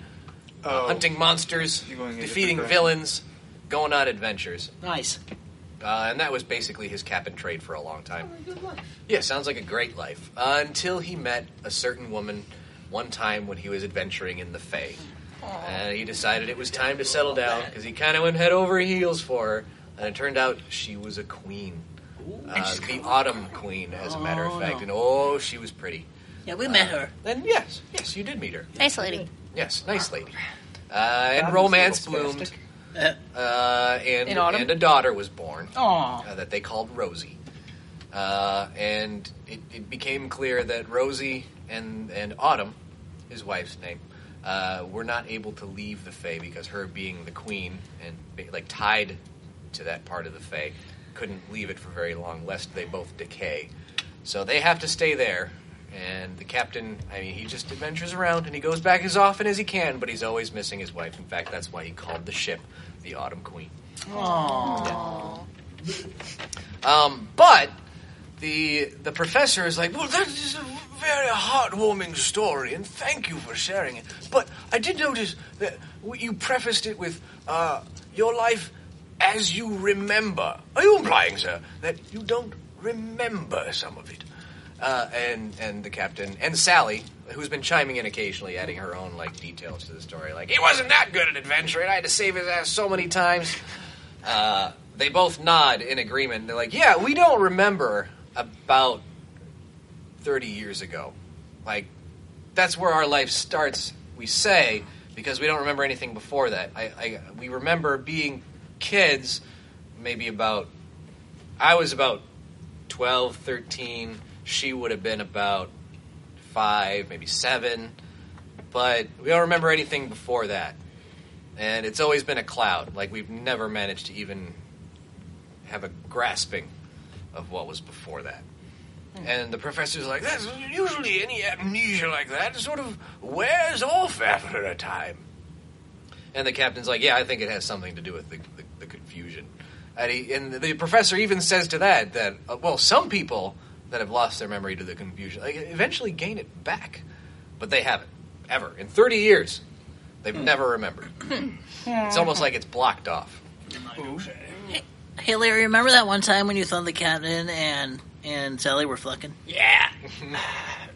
S2: Uh, hunting monsters,
S14: a
S2: defeating
S14: different
S2: villains, going on adventures,
S3: Nice.
S2: uh, and that was basically his cap and trade for a long time. Yeah, sounds like a great life uh, until he met a certain woman one time when he was adventuring in the Fae. And he decided it was time to settle down because he kind of went head over heels for her, and it turned out she was a queen. Uh, the Autumn Queen, as a matter of
S8: Oh,
S2: fact,
S8: no.
S2: and oh, she was pretty.
S8: Yeah, we met her.
S2: And yes, yes, you did meet her.
S6: Nice lady.
S2: Yes, nice lady. Uh, and romance bloomed, uh, and
S6: In autumn?
S2: and a daughter was born
S6: Aw.
S2: uh, that they called Rosie. Uh, and it, it became clear that Rosie and and Autumn, his wife's name, uh, were not able to leave the Fae because her being the queen and be- like tied to that part of the Fae couldn't leave it for very long, lest they both decay. So they have to stay there. And the captain, I mean, he just adventures around and he goes back as often as he can, but he's always missing his wife. In fact, that's why he called the ship the Autumn Queen. Um, but the the professor is like,
S10: Well, that is a very heartwarming story, and thank you for sharing it. But I did notice that w- you prefaced it with uh, your life as you remember. Are you implying, sir, that you don't remember some of it?
S2: uh, and and the captain and Sally, who's been chiming in occasionally, adding her own like details to the story, like he wasn't that good at adventuring. I had to save his ass so many times. Uh, they both nod in agreement. They're like, yeah, we don't remember about thirty years ago. Like that's where our life starts. We say because we don't remember anything before that. I, I we remember being kids, maybe about. I was about 12, 13. She would have been about five, maybe seven. But we don't remember anything before that. And it's always been a cloud. Like, we've never managed to even have a grasping of what was before that. And the professor's like,
S10: That's usually any amnesia like that sort of wears off after a time.
S2: And the captain's like, "Yeah, I think it has something to do with the, the, the confusion." And, he, and the professor even says to that that, uh, "Well, some people that have lost their memory to the confusion like, eventually gain it back, but they haven't ever in 30 years. They've never remembered.
S3: Hmm.
S2: It's almost like it's blocked off."
S8: Hey, Larry, remember that one time when you thought the captain and and Sally were fucking?
S2: Yeah. and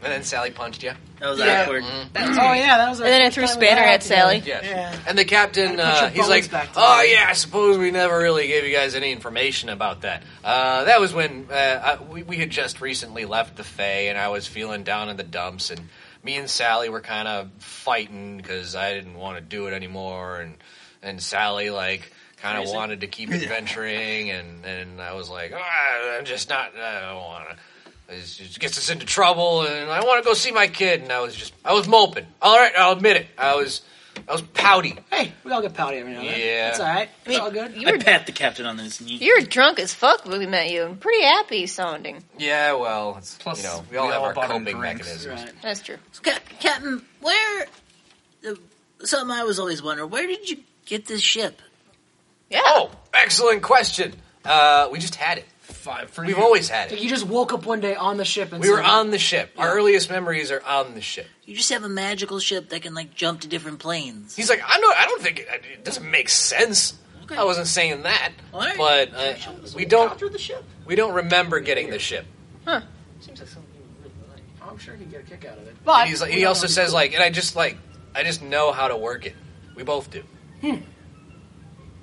S2: then Sally punched you.
S8: That was
S2: Yeah.
S8: awkward.
S2: Mhm.
S3: Oh yeah, that was.
S6: And then I threw Spanner at Sally.
S2: Yes.
S3: Yeah.
S2: And the captain, uh, he's
S3: bones
S2: like,
S3: back
S2: "Oh yeah, I suppose we never really gave you guys any information about that. Uh, that was when uh, I, we, we had just recently left the Fay, and I was feeling down in the dumps, and me and Sally were kind of fighting because I didn't want to do it anymore, and and Sally like." Kind of
S10: Crazy.
S2: wanted to keep adventuring, and, and I was like, "Ah, I'm just not, I don't want to. It's- It gets us into trouble, and I want to go see my kid. And I was just, I was moping. All right, I'll admit it. I was, I was pouty.
S3: Hey, we all get pouty every now and then.
S2: Yeah.
S3: It's all right. It's all good.
S6: You were,
S9: Pat the captain on his knee.
S6: you were drunk as fuck when we met you and pretty happy sounding.
S2: Yeah, well, it's, you know, we all
S9: we
S2: have
S9: all
S2: our
S9: bought him
S2: coping
S9: drinks.
S2: mechanisms.
S6: That's true.
S8: Ca- [LAUGHS] Captain, where? Uh, something I was always wondering. Where did you get this ship?
S6: Yeah.
S2: Oh, excellent question. Uh, we just had it. Five We've always had it.
S3: You just woke up one day on the ship and
S2: We were
S3: said,
S2: on the ship. Our earliest memories are on the ship.
S8: You just have a magical ship that can like jump to different planes.
S2: He's like, I know. I don't think it, it doesn't make sense.
S8: Okay.
S2: I wasn't saying that,
S8: All right.
S2: but uh, we don't we don't remember getting the ship.
S8: Huh.
S17: Seems like something you would really like. I'm sure he'd get a kick out of it.
S2: and he's like, he also says like, and I just like, I just know how to work it. We both do.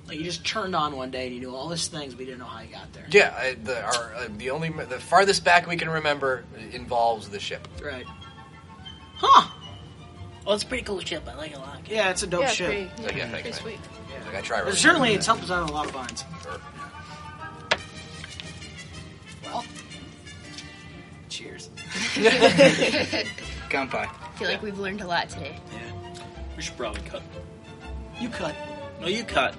S3: Like you just turned on one day and you knew all these things, but you didn't know how you got there.
S2: Yeah, I, the our, uh, the only the farthest back we can remember involves the ship.
S3: Right.
S8: Well, it's a pretty cool ship. I like it a lot.
S3: Yeah, it's a dope ship.
S2: Like, yeah, thanks, man. Like, I try.
S3: But
S2: really
S3: certainly,
S2: hard.
S3: it's helped us out in a lot of binds. Well,
S7: [LAUGHS]
S3: cheers.
S5: Gunpie.
S7: I feel like we've learned a lot today.
S5: We should probably cut.
S3: You cut.
S5: No, you cut.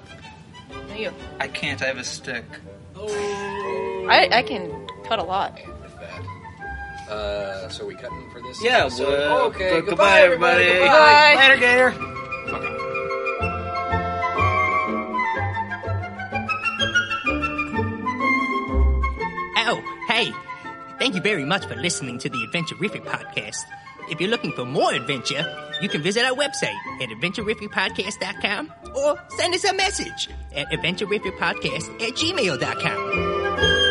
S6: You.
S5: I can't. I have a stick.
S6: I, I can cut a lot.
S2: Uh, so we cutting for this?
S5: Yeah,
S2: episode?
S5: well,
S2: okay.
S5: good-
S2: Goodbye,
S5: goodbye,
S2: everybody.
S5: everybody.
S2: Goodbye.
S3: Later, Gator.
S4: Oh, hey! Thank you very much for listening to the Adventurific Podcast. If you're looking for more adventure, you can visit our website at adventurificpodcast.com or send us a message at adventurificpodcast at gmail.com.